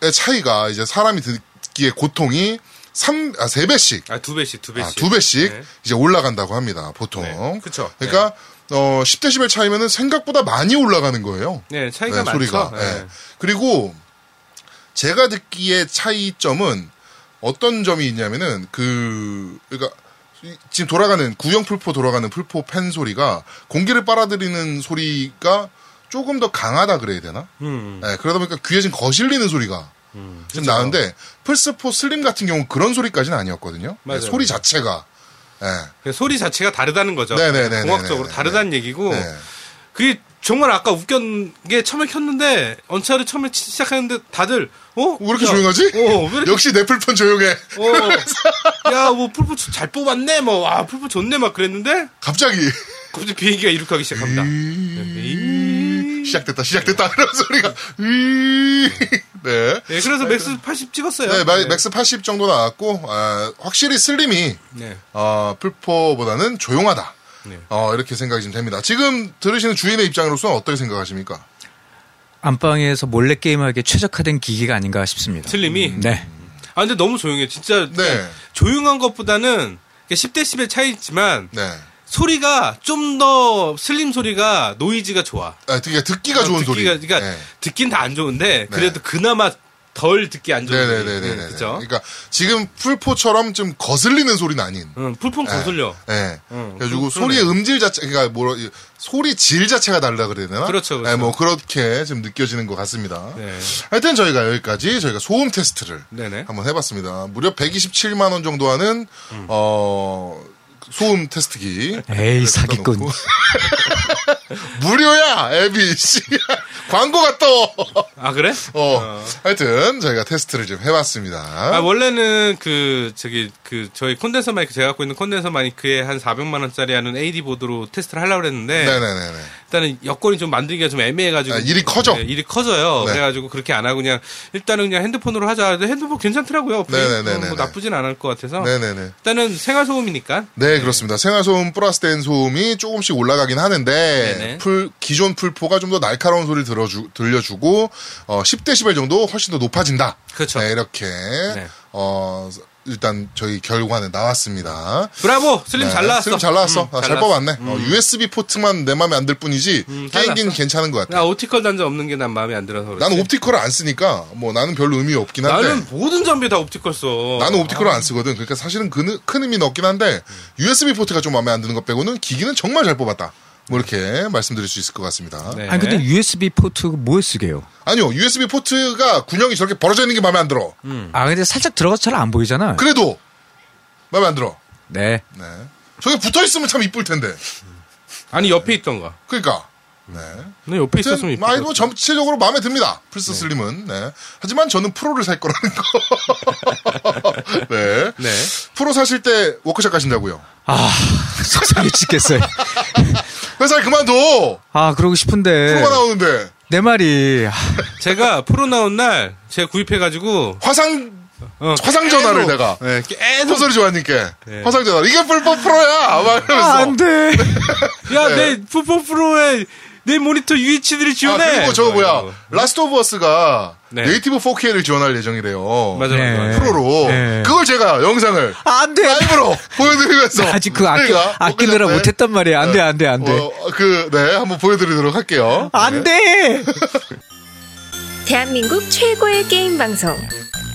Speaker 1: 의 차이가 이제 사람이 듣기에 고통이 3, 아, 3배씩
Speaker 3: 아, 두 배씩, 두 배씩.
Speaker 1: 아, 두 배씩
Speaker 3: 네.
Speaker 1: 이제 올라간다고 합니다. 보통.
Speaker 3: 네, 그쵸.
Speaker 1: 그러니까 어 10데시벨 차이면은 생각보다 많이 올라가는 거예요.
Speaker 3: 네, 차이가
Speaker 1: 네,
Speaker 3: 많죠.
Speaker 1: 소리가.
Speaker 3: 네.
Speaker 1: 네. 그리고 제가 듣기에 차이점은 어떤 점이 있냐면은 그 그러니까 이- 지금 돌아가는 구형 풀포 돌아가는 풀포 팬 소리가 공기를 빨아들이는 소리가 조금 더 강하다 그래야 되나?
Speaker 7: 음.
Speaker 1: 예, 그러다 보니까 귀에 지금 거실리는 소리가 좀 나는데 플스4 슬림 같은 경우는 그런 소리까지는 아니었거든요.
Speaker 7: 맞아요.
Speaker 1: 예, 소리 자체가 예.
Speaker 7: 그냥 소리 자체가 다르다는 거죠.
Speaker 1: 네네네네네.
Speaker 7: 공학적으로
Speaker 1: 네네.
Speaker 7: 다르다는 얘기고
Speaker 1: 네.
Speaker 7: 그게 정말 아까 웃겼는 게 처음에 켰는데 언차를 처음에 치- 시작하는데 다들 어?
Speaker 1: 왜 이렇게
Speaker 7: 야,
Speaker 1: 조용하지?
Speaker 7: 어, 왜 이렇게
Speaker 1: 역시 내 풀폰 조용해.
Speaker 7: 어, 야, 뭐 풀포 잘 뽑았네. 뭐 아, 풀포 좋네 막 그랬는데
Speaker 1: 갑자기
Speaker 7: 갑자기 비행기가 이륙 하기 시작합니다.
Speaker 1: 음.
Speaker 7: 네. 이-
Speaker 1: 시작됐다, 시작됐다 이런 소리가. 으이. 네.
Speaker 7: 네, 그래서 맥스 80 찍었어요.
Speaker 1: 네, 마- 맥스 80 정도 나왔고 아, 확실히 슬림이
Speaker 7: 네.
Speaker 1: 어, 풀포보다는 조용하다.
Speaker 7: 네.
Speaker 1: 어, 이렇게 생각이 좀 됩니다. 지금 들으시는 주인의 입장으로서는 어떻게 생각하십니까?
Speaker 4: 안방에서 몰래 게임하기에 최적화된 기기가 아닌가 싶습니다.
Speaker 7: 슬림이
Speaker 9: 음.
Speaker 4: 네.
Speaker 7: 아 근데 너무 조용해. 진짜
Speaker 1: 네.
Speaker 7: 조용한 것보다는 10dB 차이지만
Speaker 1: 네.
Speaker 7: 소리가 좀 더 슬림 소리가 노이즈가 좋아.
Speaker 1: 아, 되게 듣기가 좋은 소리.
Speaker 7: 듣기가, 그러니까
Speaker 1: 네.
Speaker 7: 듣긴 다 안 좋은데 그래도 그나마 덜 듣기 안 좋은 소리.
Speaker 1: 네네네네.
Speaker 7: 음,
Speaker 1: 네
Speaker 7: 그죠?
Speaker 1: 그러니까 지금 풀포처럼 좀 거슬리는 소리는 아닌.
Speaker 7: 음, 풀폰 거슬려.
Speaker 1: 예. 네.
Speaker 7: 음,
Speaker 1: 그래가지고
Speaker 7: 그-
Speaker 1: 소리의 음질 자체, 그러니까 뭐라 이- 소리 질 자체가 달라 그래야 되나?
Speaker 7: 그렇죠, 그렇죠.
Speaker 1: 네, 뭐 그렇게 지금 느껴지는 것 같습니다.
Speaker 7: 네.
Speaker 1: 하여튼 저희가 여기까지 저희가 소음 테스트를
Speaker 7: 네네.
Speaker 1: 한번 해봤습니다. 무려 127만 원 정도 하는
Speaker 7: 음.
Speaker 1: 어 소음 테스트기.
Speaker 4: 에이, 사기꾼.
Speaker 1: 놓고. 무료야 앱이 씨 광고가 떠.
Speaker 7: 아 그래?
Speaker 1: 어. 하여튼 저희가 테스트를 좀 해봤습니다.
Speaker 7: 아 원래는 그 저기 그 저희 콘덴서 마이크 제가 갖고 있는 콘덴서 마이크에 한 400만 원짜리 하는 AD 보드로 테스트를 하려고 그랬는데
Speaker 1: 네네네네.
Speaker 7: 일단은 여건이 좀 만들기가 좀 애매해가지고
Speaker 1: 아, 일이 커져.
Speaker 7: 네, 일이 커져요.
Speaker 1: 네.
Speaker 7: 그래가지고 그렇게 안 하고 그냥 일단은 그냥 핸드폰으로 하자. 근데 핸드폰 괜찮더라고요.
Speaker 1: 네네네네.
Speaker 7: 뭐 나쁘진 않을 것 같아서
Speaker 1: 네네네.
Speaker 7: 일단은 생활 소음이니까
Speaker 1: 네, 그렇습니다. 생활소음 플러스된 소음이 조금씩 올라가긴 하는데
Speaker 7: 네네.
Speaker 1: 풀 기존 풀포가 좀 더 날카로운 소리를 들어주, 들려주고 어, 10데시벨 정도 훨씬 더 높아진다.
Speaker 7: 그렇죠.
Speaker 1: 네, 이렇게 어, 일단 저희 결과는 나왔습니다.
Speaker 7: 브라보 슬림
Speaker 1: 네,
Speaker 7: 잘 나왔어.
Speaker 1: 지금 잘 나왔어.
Speaker 7: 음,
Speaker 1: 아, 잘,
Speaker 7: 나왔어.
Speaker 1: 뽑았네. 어, USB 포트만 내 마음에 안 들 뿐이지
Speaker 7: 잘
Speaker 1: 게임기는
Speaker 7: 나왔어.
Speaker 1: 괜찮은 것 같아.
Speaker 7: 나 오티컬 단자 없는 게 난 마음에 안 들어서 그렇지.
Speaker 1: 나는 옵티컬을 안 쓰니까 뭐 나는 별로 의미 없긴 한데.
Speaker 7: 나는 모든 장비 다 옵티컬 써.
Speaker 1: 나는 옵티컬을 안 쓰거든. 그러니까 사실은 그, 큰 의미는 없긴 한데 USB 포트가 좀 마음에 안 드는 것 빼고는 기기는 정말 잘 뽑았다. 뭐 이렇게 말씀드릴 수 있을 것 같습니다.
Speaker 7: 네.
Speaker 4: 아니, 근데 USB 포트 뭐에 쓰게요?
Speaker 1: 아니요, USB 포트가 군형이 저렇게 벌어져 있는 게 마음에 안 들어.
Speaker 4: 아, 근데 살짝 들어가서 잘 안 보이잖아.
Speaker 1: 그래도 마음에 안 들어.
Speaker 4: 네.
Speaker 1: 네. 저게 붙어 있으면 참 이쁠 텐데.
Speaker 7: 아니 옆에 있던가.
Speaker 1: 그러니까. 네.
Speaker 7: 네 옆에 있었으면
Speaker 1: 하여튼
Speaker 7: 이쁘다.
Speaker 1: 아니 뭐 전체적으로 마음에 듭니다. 플스 슬림은. 네. 하지만 저는 프로를 살 거라는 거. 네.
Speaker 7: 네.
Speaker 1: 프로 사실 때 워크숍 가신다고요.
Speaker 4: 아, 속상해 죽겠어요.
Speaker 1: 회사를 그만둬.
Speaker 4: 아, 그러고 싶은데.
Speaker 7: 네.
Speaker 1: 프로가 나오는데
Speaker 4: 내 말이. 아,
Speaker 7: 제가 프로 나온 날 제가 구입해가지고
Speaker 1: 화상
Speaker 7: 어,
Speaker 1: 화상 전화를
Speaker 7: 계속,
Speaker 1: 내가
Speaker 7: 네,
Speaker 1: 소
Speaker 7: 계속 네.
Speaker 1: 소리 좋아하니까 화상 전화 이게 불법 프로야
Speaker 7: 아,
Speaker 1: 막 이러면서
Speaker 4: 안 돼.
Speaker 7: 야내 풋볼 프로에 내 모니터 UHD를
Speaker 1: 네. 아,
Speaker 7: 지원해.
Speaker 1: 그리고 저거
Speaker 7: 이러고.
Speaker 1: 뭐야 라스트 오브 어스가
Speaker 7: 네.
Speaker 1: 네이티브 4K를 지원할 예정이래요
Speaker 7: 맞아 맞아. 맞아.
Speaker 4: 네.
Speaker 1: 프로로
Speaker 4: 네.
Speaker 1: 그걸 제가 영상을
Speaker 4: 아, 안 돼.
Speaker 1: 라이브로 보여드리면서
Speaker 4: 나 아직 그 아끼,
Speaker 1: 그러니까
Speaker 4: 아끼느라
Speaker 1: 워크숍에,
Speaker 4: 못했단 말이야. 안 돼, 안 돼, 안 돼.
Speaker 1: 어, 그, 네, 한번 보여드리도록 할게요.
Speaker 4: 안 돼!
Speaker 5: 대한민국 최고의 게임 방송